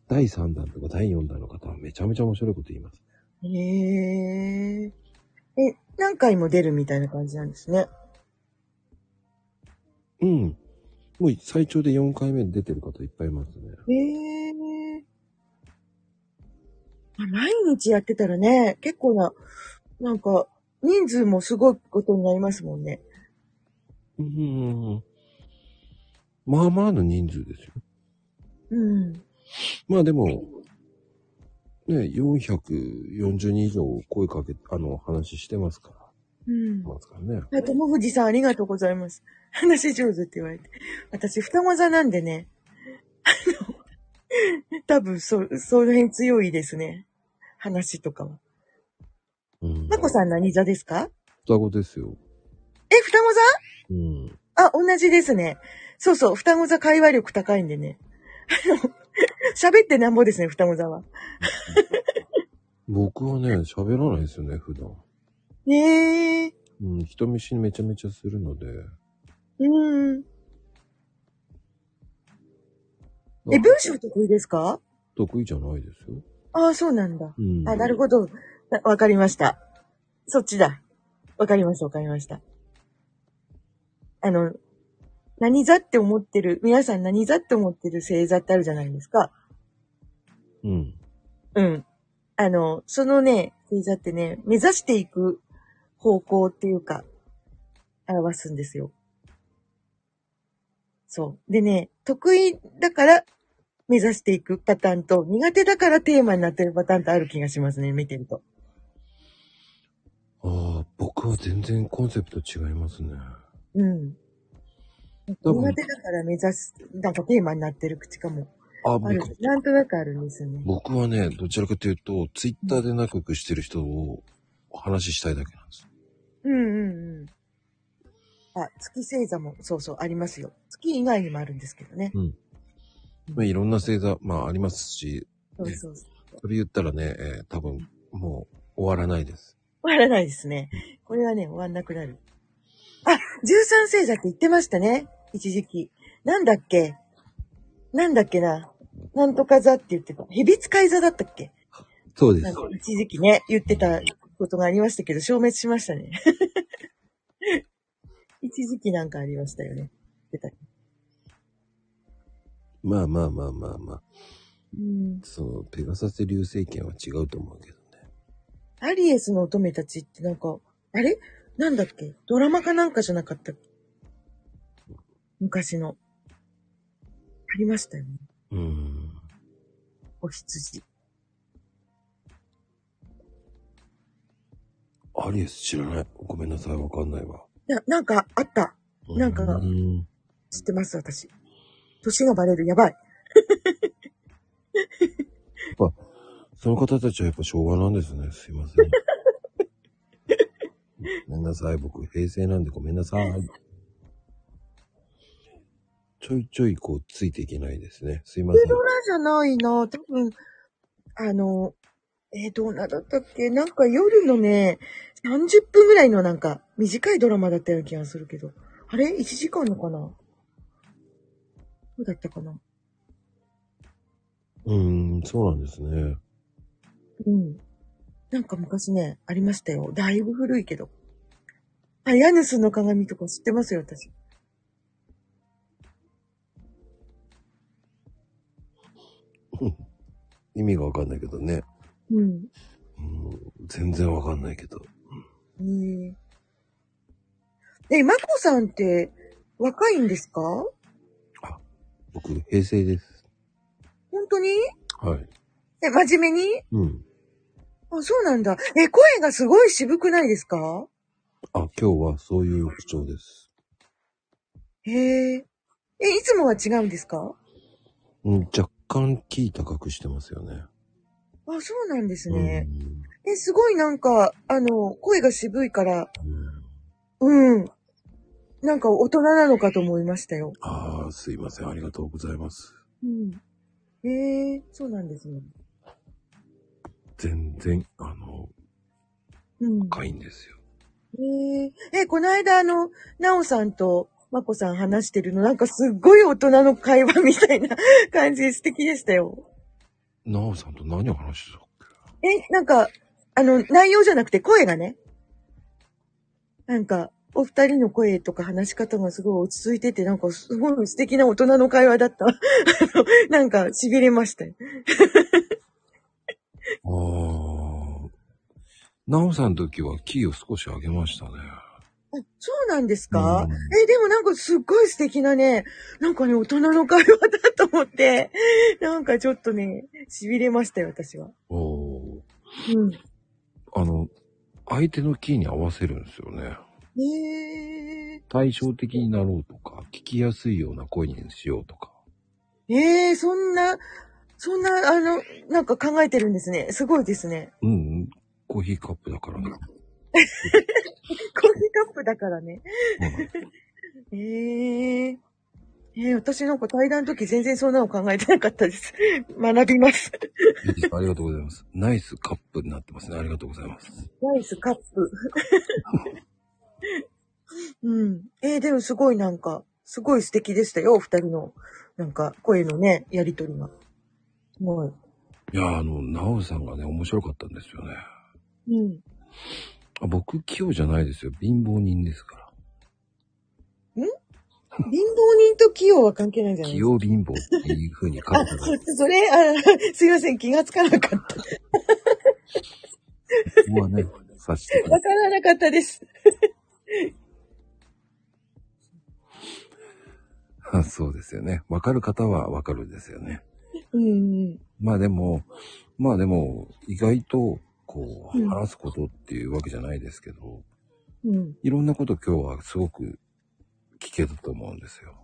Speaker 2: 第3弾とか第4弾の方はめちゃめちゃ面白いこと言います。
Speaker 3: へえ。え、何回も出るみたいな感じなんですね。
Speaker 2: うん。もう最長で4回目出てる方いっぱいいますね。
Speaker 3: へえ。まあ毎日やってたらね、結構な、なんか、人数もすごいことになりますもんね。
Speaker 2: うん。まあまあの人数ですよ。
Speaker 3: うん。
Speaker 2: まあでも、ね、440人以上声かけ、あの、話してますから。
Speaker 3: うん。
Speaker 2: ますからね。
Speaker 3: あ、ともふじさんありがとうございます。話上手って言われて。私、双子座なんでね。あの、多分、そ、その辺強いですね。話とかは。
Speaker 2: うん。
Speaker 3: まこさん何座ですか
Speaker 2: 双子ですよ。
Speaker 3: え、双子
Speaker 2: うん。
Speaker 3: 座あ、同じですね。そうそう、双子座会話力高いんでね。あの、喋ってなんぼですね、双子座は。
Speaker 2: 僕はね、喋らないですよね、普段。
Speaker 3: ねえ。
Speaker 2: うん、人見知りめちゃめちゃするので。
Speaker 3: うん。え、文章得意ですか
Speaker 2: 得意じゃないですよ。
Speaker 3: ああ、そうなんだ。
Speaker 2: うん。
Speaker 3: あ、なるほど。なわかりました。そっちだ。わかりました、わかりました。あの、何座って思ってる、皆さん何座って思ってる星座ってあるじゃないですか。
Speaker 2: うん。
Speaker 3: うん。あの、そのね、星座ってね、目指していく方向っていうか、表すんですよ。そう。でね、得意だから目指していくパターンと、苦手だからテーマになってるパターンとある気がしますね、見てると。
Speaker 2: ああ、僕は全然コンセプト違いますね。
Speaker 3: うん。
Speaker 2: 多
Speaker 3: 苦
Speaker 2: 分、
Speaker 3: 手だから目指す、なんかテーマになってる口かも。
Speaker 2: あ、
Speaker 3: あ
Speaker 2: 僕
Speaker 3: る、なんとなくあるんですよね。
Speaker 2: 僕はね、どちらかというと、ツイッターで仲良くしてる人をお話ししたいだけなんです。
Speaker 3: うんうんうん。あ、月星座も、そうそう、ありますよ。月以外にもあるんですけどね。
Speaker 2: まあ、いろんな星座、まあありますし、
Speaker 3: そうそうそう。
Speaker 2: それ言ったらね、えー多分、もう終わらないです。
Speaker 3: 終わらないですね。これはね、終わんなくなる。あ、十三星座って言ってましたね。一時期。なんだっけなんだっけな。なんとか座って言ってた。蛇使い座だったっけ
Speaker 2: そうで
Speaker 3: なんか一時期ね、言ってたことがありましたけど、消滅しましたね。 一時期なんかありましたよね。出た
Speaker 2: まあまあまあまあまあ、
Speaker 3: うん
Speaker 2: その、ペガサス流星拳は違うと思うけどね。
Speaker 3: アリエスの乙女たちってなんか、あれなんだっけドラマかなんかじゃなかったっけ昔の。ありましたよね。
Speaker 2: うーん。
Speaker 3: お羊。
Speaker 2: アリエス知らない。ごめんなさい、わかんないわ。
Speaker 3: いや、なんかあった。なんか
Speaker 2: うーん
Speaker 3: 知ってます、私。年がバレる。やばい。
Speaker 2: その方たちはやっぱ昭和なんですね。すいません。ごめんなさい。僕、平成なんでごめんなさい。ちょいちょいこう、ついていけないですね。すいません。
Speaker 3: そうじゃないな。多分、あの、えー、どうなだったっけなんか夜のね、30分ぐらいのなんか短いドラマだったような気がするけど。あれ ?1 時間のかなどうだったかな
Speaker 2: うーん、そうなんですね。
Speaker 3: うん。なんか昔ね、ありましたよ。だいぶ古いけど。あ、ヤヌスの鏡とか知ってますよ、私。
Speaker 2: 意味がわかんないけどね。
Speaker 3: うん。
Speaker 2: うん、全然わかんないけど。
Speaker 3: ええ。え、マコさんって若いんですか本
Speaker 2: 僕、平成です。
Speaker 3: 当に
Speaker 2: はい。
Speaker 3: え、真面目に
Speaker 2: うん。
Speaker 3: あ、そうなんだ。え、声がすごい渋くないですか
Speaker 2: あ、今日はそういう口調です。
Speaker 3: へえ。え、いつもは違うんですか
Speaker 2: うん、若干キー高くしてますよね。
Speaker 3: あ、そうなんですね。
Speaker 2: うん
Speaker 3: え、すごいなんか、あの、声が渋いから、
Speaker 2: うん
Speaker 3: うん。なんか大人なのかと思いましたよ。
Speaker 2: ああ、すいません。ありがとうございます。
Speaker 3: うん。へえそうなんですね。
Speaker 2: 全然、あの、
Speaker 3: うん。
Speaker 2: 深いんですよ。
Speaker 3: へええ、この間あの、なおさんとまこさん話してるの、なんかすっごい大人の会話みたいな感じで素敵でしたよ。
Speaker 2: なおさんと何を話してたっ
Speaker 3: え、なんか、あの、内容じゃなくて声がね。なんか、お二人の声とか話し方がすごい落ち着いてて、なんかすごい素敵な大人の会話だった。あ のなんか、痺れましたよ。
Speaker 2: けああ。なおさんの時はキーを少し上げましたね。
Speaker 3: そうなんですか、
Speaker 2: うん
Speaker 3: え、でもなんかすっごい素敵なね、なんかね、大人の会話だと思って、なんかちょっとね、痺れましたよ、私は。
Speaker 2: おお
Speaker 3: うん。
Speaker 2: ー。あの、相手のキーに合わせるんですよね。
Speaker 3: え
Speaker 2: 対照的になろうとか、聞きやすいような声にしようとか。
Speaker 3: ー、えー、そんな、そんな、あの、なんか考えてるんですね。すごいですね。
Speaker 2: うんうん、コーヒーカップだからね。
Speaker 3: コーヒーカップだからね。
Speaker 2: はい
Speaker 3: えー、えー、私なんか対談の時全然そんなの考えてなかったです。学びます。
Speaker 2: いいですかありがとうございます。ナイスカップになってますね。ありがとうございます。
Speaker 3: ナイスカップ。 うん。えー、でもすごいなんか、すごい素敵でしたよ、お二人の、なんか、声のね、やりとりが。すごい。
Speaker 2: いやー、あの、なおさんがね、面白かったんですよね。
Speaker 3: うん。
Speaker 2: あ僕、器用じゃないですよ。貧乏人ですか
Speaker 3: 貧乏人と器用は関係ないんじゃ
Speaker 2: ら。
Speaker 3: な
Speaker 2: 器
Speaker 3: いですか
Speaker 2: 用貧乏っていう風に書いてある。
Speaker 3: それ、あ、すいません、気がつかなかった。
Speaker 2: ここはね、察してくれ
Speaker 3: わからなかったです。
Speaker 2: あ そうですよね。わかる方はわかるですよね。
Speaker 3: うんうん。
Speaker 2: まあでも、まあでも、意外と、こ
Speaker 3: う
Speaker 2: う、
Speaker 3: ん
Speaker 2: 晴らすことっていうわけじゃないですけど、
Speaker 3: うん。
Speaker 2: いろんなこと今日はすごく聞けると思うんですよ。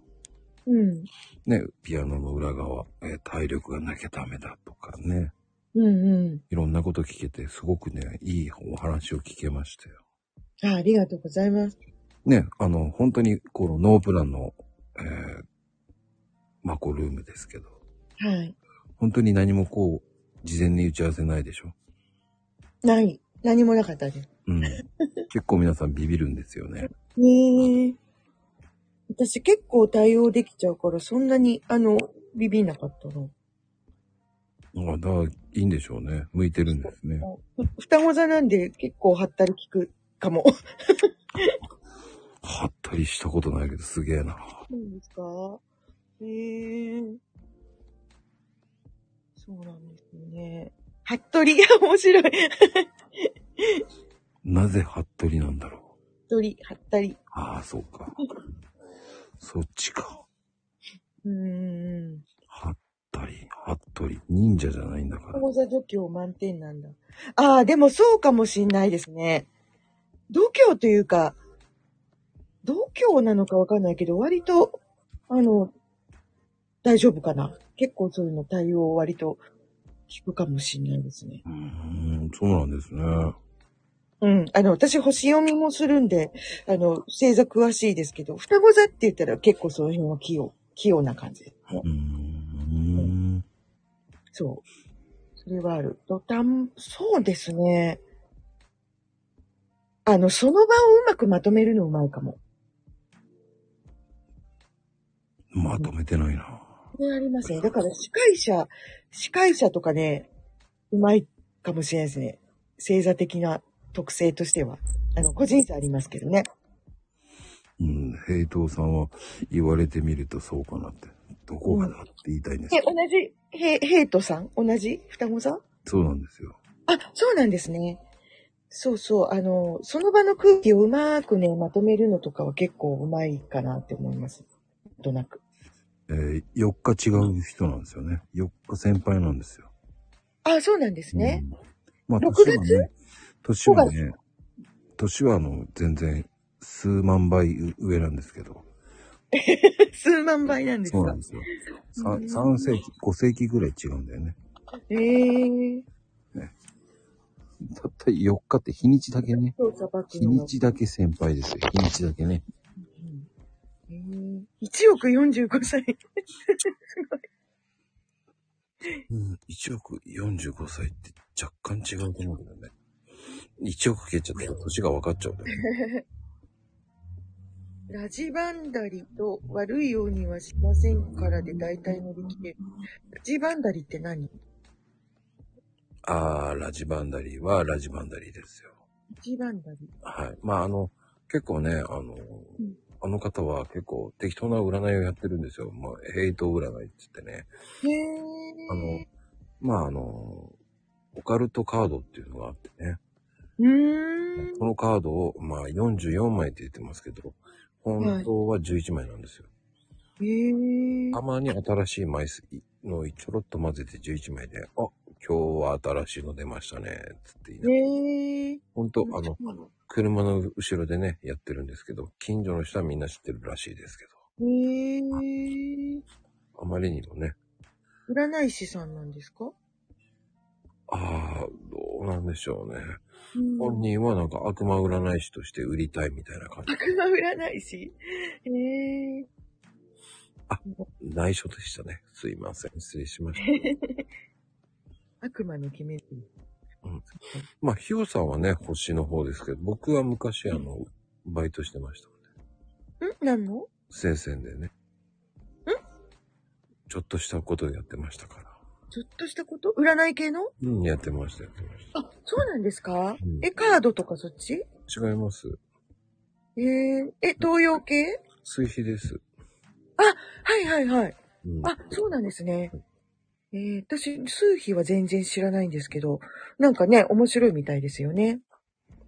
Speaker 3: うん。
Speaker 2: ね、ピアノの裏側、えー体力がなきゃダメだとかね、
Speaker 3: うん。
Speaker 2: いろんなこと聞けて、すごくね、いいお話を聞けましたよ。
Speaker 3: うん。あありがとうございます。
Speaker 2: ね、あの、本当に、このノープランの、えー、マコルームですけど、
Speaker 3: はい。
Speaker 2: 本当に何もこう、事前に打ち合わせないでしょ
Speaker 3: ない。何もなかったです。
Speaker 2: うん。結構皆さんビビるんですよね。
Speaker 3: ねえ。私結構対応できちゃうから、そんなに、あの、ビビんなかったの。
Speaker 2: あだから、いいんでしょうね。向いてるんですね。
Speaker 3: ふ双子座なんで結構はったり聞くかも。
Speaker 2: はったりしたことないけど、すげえな。
Speaker 3: そうですかへえそうなんです ね。はっとり、面白い。はっ
Speaker 2: なぜはっとりなんだろう。
Speaker 3: とり、はったり。
Speaker 2: ああ、そうか。そっちか。
Speaker 3: うーん。
Speaker 2: はったり、はっとり。忍者じゃないんだから。
Speaker 3: 講座度胸満点なんだ。ああ、でもそうかもしんないですね。度胸というか、度胸なのかわかんないけど、割と、あの、大丈夫かな。結構そういうの対応割と聞くかもしんないですね。
Speaker 2: うーん、そうなんですね。
Speaker 3: うん。あの、私、星読みもするんで、あの、星座詳しいですけど、双子座って言ったら結構その辺は器用、器用な感じ。
Speaker 2: うーん。
Speaker 3: そう。それはある。土壇、そうですね。あの、その場をうまくまとめるのうまいかも。
Speaker 2: まとめてないな。
Speaker 3: それありますね。だから、司会者、司会者とかね、うまいかもしれないですね。星座的な特性としては。あの、個人差ありますけどね。
Speaker 2: うん、平等さんは言われてみるとそうかなって。どこがだって言いたいんです
Speaker 3: え、
Speaker 2: よ
Speaker 3: 同じ、へ、ヘイトさん同じ双子座
Speaker 2: そうなんですよ。
Speaker 3: あ、そうなんですね。そうそう。あの、その場の空気をうまくね、まとめるのとかは結構うまいかなって思います。なんとなく。
Speaker 2: えー、4日違う人なんですよね。4日先輩なんですよ。
Speaker 3: あ、そうなんですね。
Speaker 2: うんまあ、
Speaker 3: 6
Speaker 2: 年はね、年はね、年はあの、全然数万倍う上なんですけど。
Speaker 3: 数万倍なんです
Speaker 2: そうな
Speaker 3: か
Speaker 2: ん。ですよ。
Speaker 3: うん
Speaker 2: 3, 三世紀、5世紀ぐらい違うんだよね。
Speaker 3: ええー。
Speaker 2: たった4日って日にちだけね。
Speaker 3: そう、砂漠
Speaker 2: 日
Speaker 3: の
Speaker 2: にちだけ先輩ですよ。日にちだけね。
Speaker 3: えー、1億45歳。
Speaker 2: うん、1億45歳って若干違うと思うけどね。1億消えちゃったら年が分かっちゃうんだよ ね。
Speaker 3: ラジバンダリと悪いようにはしませんからで大体乗り切れる。ラジバンダリって何ラ
Speaker 2: あー、ラジバンダリーはラジバンダリーですよ。
Speaker 3: ジバンダリ。
Speaker 2: はい。まあ、あの、結構ね、あの、
Speaker 3: ん
Speaker 2: あの方は結構適当な占いをやってるんですよ。まあ、ヘイト占いって言ってね。
Speaker 3: へ
Speaker 2: あの
Speaker 3: え。、
Speaker 2: まあ、あの、オカルトカードっていうのがあってね。
Speaker 3: うーん。
Speaker 2: このカードを、まあ、44枚って言ってますけど、本当は11枚なんですよ。
Speaker 3: ええ。
Speaker 2: たまに新しい枚数のちょろっと混ぜて11枚で、あ、今日は新しいの出ましたね、つって言いながら
Speaker 3: ええ。
Speaker 2: 本当あの、車の後ろでね、やってるんですけど、近所の人はみんな知ってるらしいですけど、
Speaker 3: へえ。
Speaker 2: あまりにもね、
Speaker 3: 占い師さんなんですか
Speaker 2: ああ、どうなんでしょうね。本
Speaker 3: 本
Speaker 2: 人はなんか悪魔占い師として売りたいみたいな感じ。
Speaker 3: 悪魔 占い師ええ
Speaker 2: 内緒でしたね。すいません。失礼しました。
Speaker 3: 悪魔の決め手。
Speaker 2: まあ、ひよさんはね、星の方ですけど、僕は昔、あの、バイトしてましたので、
Speaker 3: ん何の
Speaker 2: 生鮮でね。ちょっとしたことをやってましたから。
Speaker 3: ちょっとしたこと占い系の
Speaker 2: うん、やってました、やってまし
Speaker 3: あ、そうなんですか、
Speaker 2: うん
Speaker 3: え、カードとかそっち
Speaker 2: た。違います。
Speaker 3: えー、え、東洋系
Speaker 2: 水肥です。
Speaker 3: はいはいはい。
Speaker 2: うん。
Speaker 3: あ、そうなんですね。えー、私、数比は全然知らないんですけど、なんかね、面白いみたいですよね。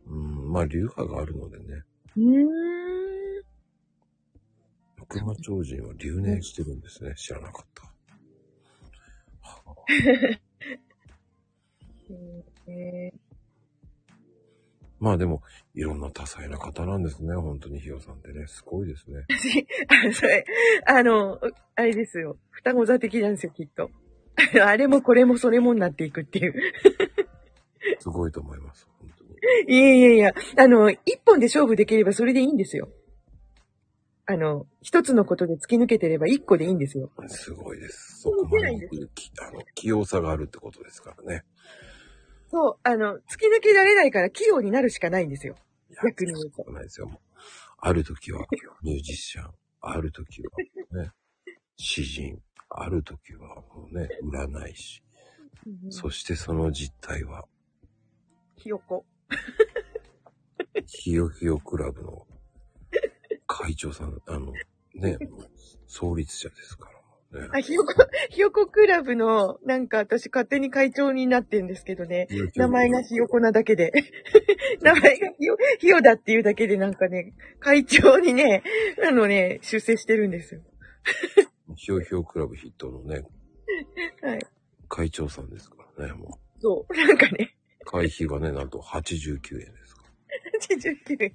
Speaker 2: うん、まあ、流派があるのでね。
Speaker 3: うーん。
Speaker 2: 悪魔超人は留年してるんですね。知らなかった。はあ
Speaker 3: えー
Speaker 2: まあでも、いろんな多彩な方なんですね。本当にひよさんってね、すごいですね。
Speaker 3: あそれ、あの、あれですよ。双子座的なんですよ、きっと。 あれもこれもそれもになっていくっていう。
Speaker 2: すごいと思います。本当に。
Speaker 3: いやいやいや、あの、一本で勝負できればそれでいいんですよ。あの、一つのことで突き抜けてれば一個でいいんですよ。
Speaker 2: すごいです。そこまで
Speaker 3: 見て
Speaker 2: にきあの、器用さがあるってことですからね。
Speaker 3: そう、あの、突き抜けられないから器用になるしかないんですよ。
Speaker 2: いや
Speaker 3: 逆に言う
Speaker 2: そ
Speaker 3: と。
Speaker 2: うないですよ。もうある時はミュージシャン、ある時はね、詩人、ある時はもうね、占い師。そしてその実態は、
Speaker 3: ひよこ。
Speaker 2: ひよひよクラブの会長さん、あの、ね、もう創立者ですからね。
Speaker 3: あ、ひよこ、 ひよこクラブの、なんか私勝手に会長になってんですけどね。名前がひよこなだけで。 名前がひよ、ひよだっていうだけでなんかね、会長にね、あのね、出世してるんですよ。
Speaker 2: ひよひよクラブ筆頭のね、
Speaker 3: はい。
Speaker 2: 会長さんですからね、も
Speaker 3: そう。なんかね、
Speaker 2: う。会費がね、なんと89円ですか
Speaker 3: 89
Speaker 2: ら。
Speaker 3: 円。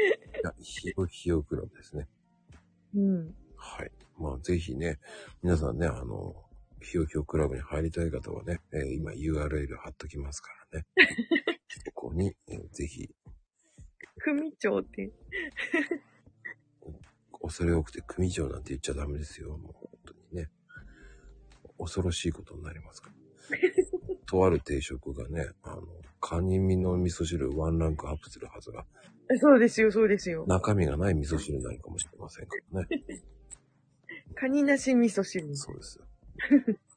Speaker 2: いや、ひよひよクラブですね。
Speaker 3: うん。
Speaker 2: はい。まあ、ぜひね、皆さんね、あの、ひよひよクラブに入りたい方はね、えー今 URL 貼っときますからね。ここに、えーぜひ、
Speaker 3: 組長って。
Speaker 2: 恐れ多くて組長なんて言っちゃダメですよ。もう本当にね。恐ろしいことになりますから。とある定食がね、あの、カニ身の味噌汁をワンランクアップするはずが、
Speaker 3: そうですよ、そうですよ。
Speaker 2: 中身がない味噌汁になるかもしれませんからね。
Speaker 3: カニなし味噌汁。
Speaker 2: そうですよ。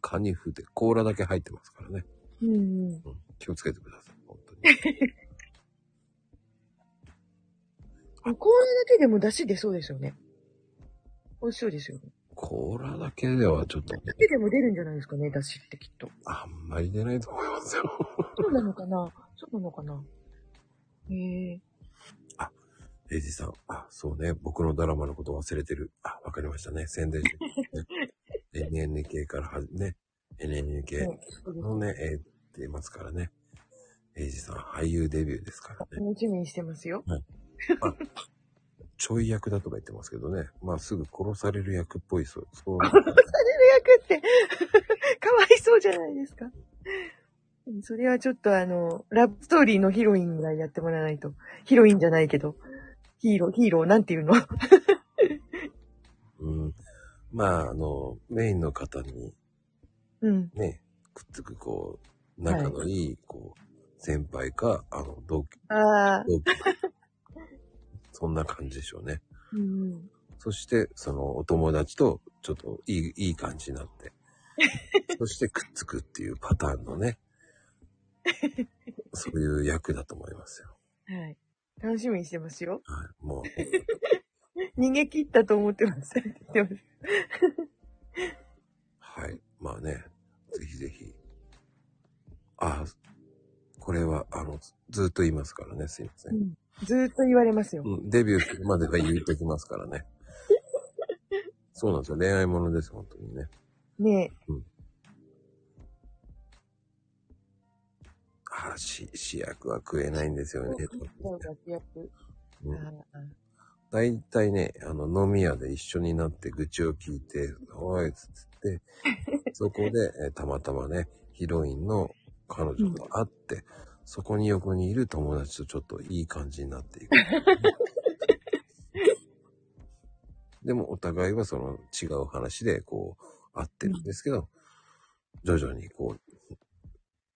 Speaker 2: カニ風って甲羅だけ入ってますからね。
Speaker 3: うんうん。
Speaker 2: うん気をつけてください、本当に。
Speaker 3: こういうだけでも出汁出そうですよね。美味しそうですよね。
Speaker 2: 甲羅だけではちょっとね
Speaker 3: だけでも出るんじゃないですかね、出汁ってきっと。
Speaker 2: あんまり出ないと思いますよ。
Speaker 3: そうなのかなそうなのかなへえ
Speaker 2: エイジさん、あ、そうね、僕のドラマのこと忘れてる。あ、わかりましたね、宣伝して NNK からはじね、NNK
Speaker 3: ねそうです
Speaker 2: のね、えー出ますからね。エイジさん、俳優デビューですからね。
Speaker 3: 楽しみにしてますよ。
Speaker 2: ちょい役だとか言ってますけどね。まあ、すぐ殺される役っぽいそう。そう
Speaker 3: される役って、 かわいそうじゃないですか。うんそれはちょっとあの、ラブストーリーのヒロインぐらいやってもらわないと。ヒロインじゃないけど、ヒーロー、ヒーローなんていうの
Speaker 2: うん。まあ、あの、メインの方に
Speaker 3: うん。
Speaker 2: ね、くっつく、こう、仲のいい、こう、先輩か、あの、同級
Speaker 3: ああ、
Speaker 2: 同期 そんな感じでしょうね。
Speaker 3: うん。
Speaker 2: そして、そのお友達とちょっといい、いい感じになって。そしてくっつくっていうパターンのね。そういう役だと思いますよ。
Speaker 3: はい。楽しみにしてますよ。
Speaker 2: はい。もう、
Speaker 3: 逃げ切ったと思ってます。言ってます
Speaker 2: はい。まあね、ぜひぜひ。あ、これは、あの、ずっと言いますからね、すいません。
Speaker 3: ずーっと言われますよ。
Speaker 2: うん、デビューするまでは言っときますからね。そうなんですよ。恋愛ものです、本当にね。
Speaker 3: ね
Speaker 2: あし、主役は食えないんですよね。
Speaker 3: え。そうだってやってる
Speaker 2: うん
Speaker 3: あー
Speaker 2: 大体ね、あの、飲み屋で一緒になって愚痴を聞いて、おいっつって、そこで、えーたまたまね、ヒロインの彼女と会って、そこに横にいる友達とちょっといい感じになっていく。でも、お互いはその違う話で、こう、会ってるんですけど、徐々にこう、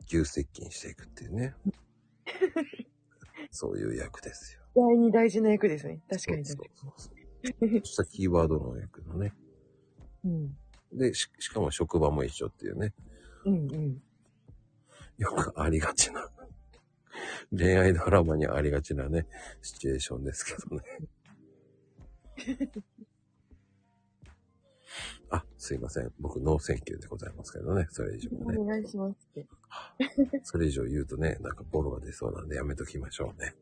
Speaker 2: 急接近していくっていうね。そういう役ですよ。
Speaker 3: 第二大事な役ですね。確かに
Speaker 2: そう
Speaker 3: 確か
Speaker 2: そうそうそう。そしたキーワードの役のね。
Speaker 3: に。うん。
Speaker 2: で、し、しかも職場も一緒っていうね。
Speaker 3: うんうん。
Speaker 2: よくありがちな。恋愛ドラマにありがちなね、シチュエーションですけどね。 あ、すいません。僕、ノーセンキューでございますけどね。それ以上はね。
Speaker 3: お願いしますって。
Speaker 2: それ以上言うとね、なんかボロが出そうなんでやめときましょうね。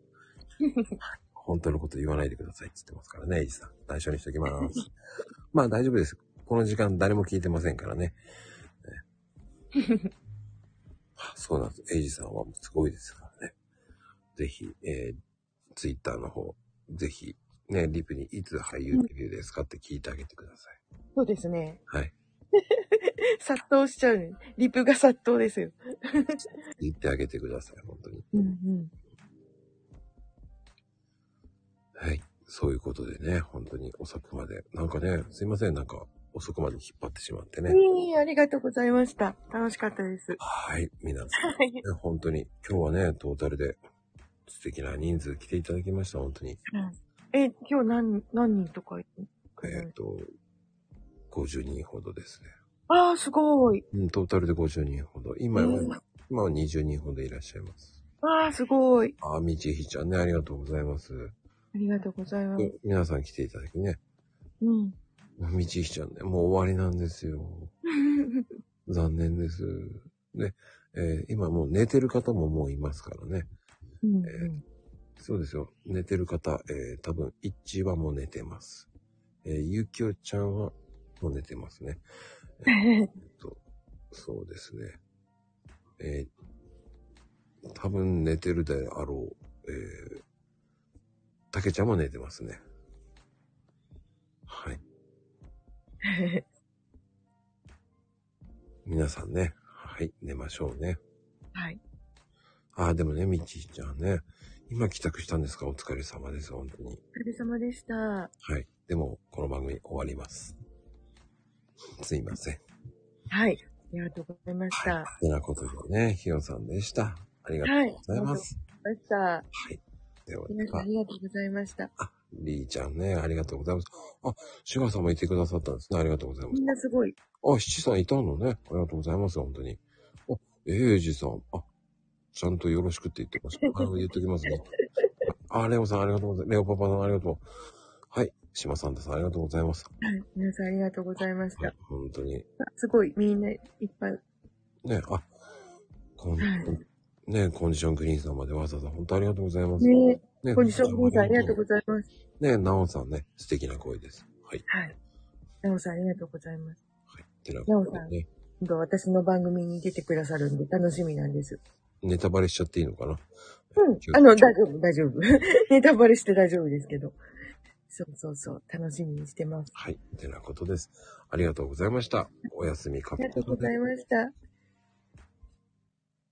Speaker 2: 本当のこと言わないでくださいって言ってますからね、イジさん。内緒にしときます。まあ大丈夫です。この時間誰も聞いてませんからね。ねそうなんです。エイジさんはすごいですからね。ぜひ、えー、ツイッターの方、ぜひ、ね、リプにいつ俳優デビューですかって聞いてあげてください。
Speaker 3: そうですね。
Speaker 2: はい。
Speaker 3: 殺到しちゃうね。リプが殺到ですよ。
Speaker 2: 言ってあげてください、本当に。
Speaker 3: うんうん。
Speaker 2: はい。そういうことでね、本当に遅くまで。なんかね、すいません、なんか遅くまで引っ張ってしまってね。
Speaker 3: いいありがとうございました。楽しかったです。
Speaker 2: はい、皆さん、ね、本当に、今日はね、トータルで素敵な人数来ていただきました、本当に。
Speaker 3: え、今日何、何人とかいる
Speaker 2: えっ、と、50人ほどですね。
Speaker 3: ああ、すごい。
Speaker 2: うん、トータルで50人ほど。今は、
Speaker 3: うん
Speaker 2: 今は20人ほどいらっしゃいます。
Speaker 3: ああ、すごい。
Speaker 2: あ、みちひちゃんね、ありがとうございます。
Speaker 3: ありがとうございます。
Speaker 2: 皆さん来ていただきね。
Speaker 3: うん。
Speaker 2: みちひちゃんね、もう終わりなんですよ。残念です。ね、えー今もう寝てる方ももういますからね。
Speaker 3: うん
Speaker 2: え そうですよ。寝てる方、えー多分、イッチはもう寝てます。えーゆきおちゃんはもう寝てますね。
Speaker 3: うん
Speaker 2: そうですね。えー多分寝てるであろう、えー、たけちゃんも寝てますね。はい。皆さんね、はい、寝ましょうね。
Speaker 3: はい。
Speaker 2: ああ、でもね、みちひちゃんね、今帰宅したんですかお疲れ様です、本当に。
Speaker 3: お疲れ様でした。
Speaker 2: はい。でも、この番組終わります。すいません。
Speaker 3: はい。ありがとうございました。あ
Speaker 2: てなことでね、ひよさんでした。ありがとうございます。
Speaker 3: りがとうございました。
Speaker 2: では、
Speaker 3: 皆
Speaker 2: で
Speaker 3: さん
Speaker 2: は
Speaker 3: ありがとうございました。
Speaker 2: りーちゃんね、ありがとうございます。あ、シュガーさんもいてくださったんですね。ありがとうございま
Speaker 3: みんなすごい。
Speaker 2: す。あ、七さんいたのね。ありがとうございます、本当に。あ、えー、じさん。あ、ちゃんとよろしくって言ってました。あの、言っときますね。あ、レオさんありがとうございます。レオパパさんありがとう。はい。島サンタさんありがとうございます。
Speaker 3: はい。皆さんありがとうございまし
Speaker 2: は
Speaker 3: た
Speaker 2: い。、本当に。
Speaker 3: あすごい。みんないっぱい。
Speaker 2: ね、あ、こん、
Speaker 3: はい
Speaker 2: ね、コンディショングリーンさんまでわざわざ本当ありがとうございます。
Speaker 3: ね
Speaker 2: ね
Speaker 3: コンディション皆さんありがとうございます。
Speaker 2: ね、なおさんね、素敵な声です。はい。
Speaker 3: はい。なおさんありがとうございます。
Speaker 2: はい。てなことでね、
Speaker 3: 今度私の番組に出てくださるんで楽しみなんです。
Speaker 2: ネタバレしちゃっていいのかな
Speaker 3: うん。あの、大丈夫、大丈夫。 ネタバレして大丈夫ですけど。そうそうそう。楽しみにしてます。
Speaker 2: はい。てなことです。ありがとうございました。おやすみか
Speaker 3: ありがとうございました。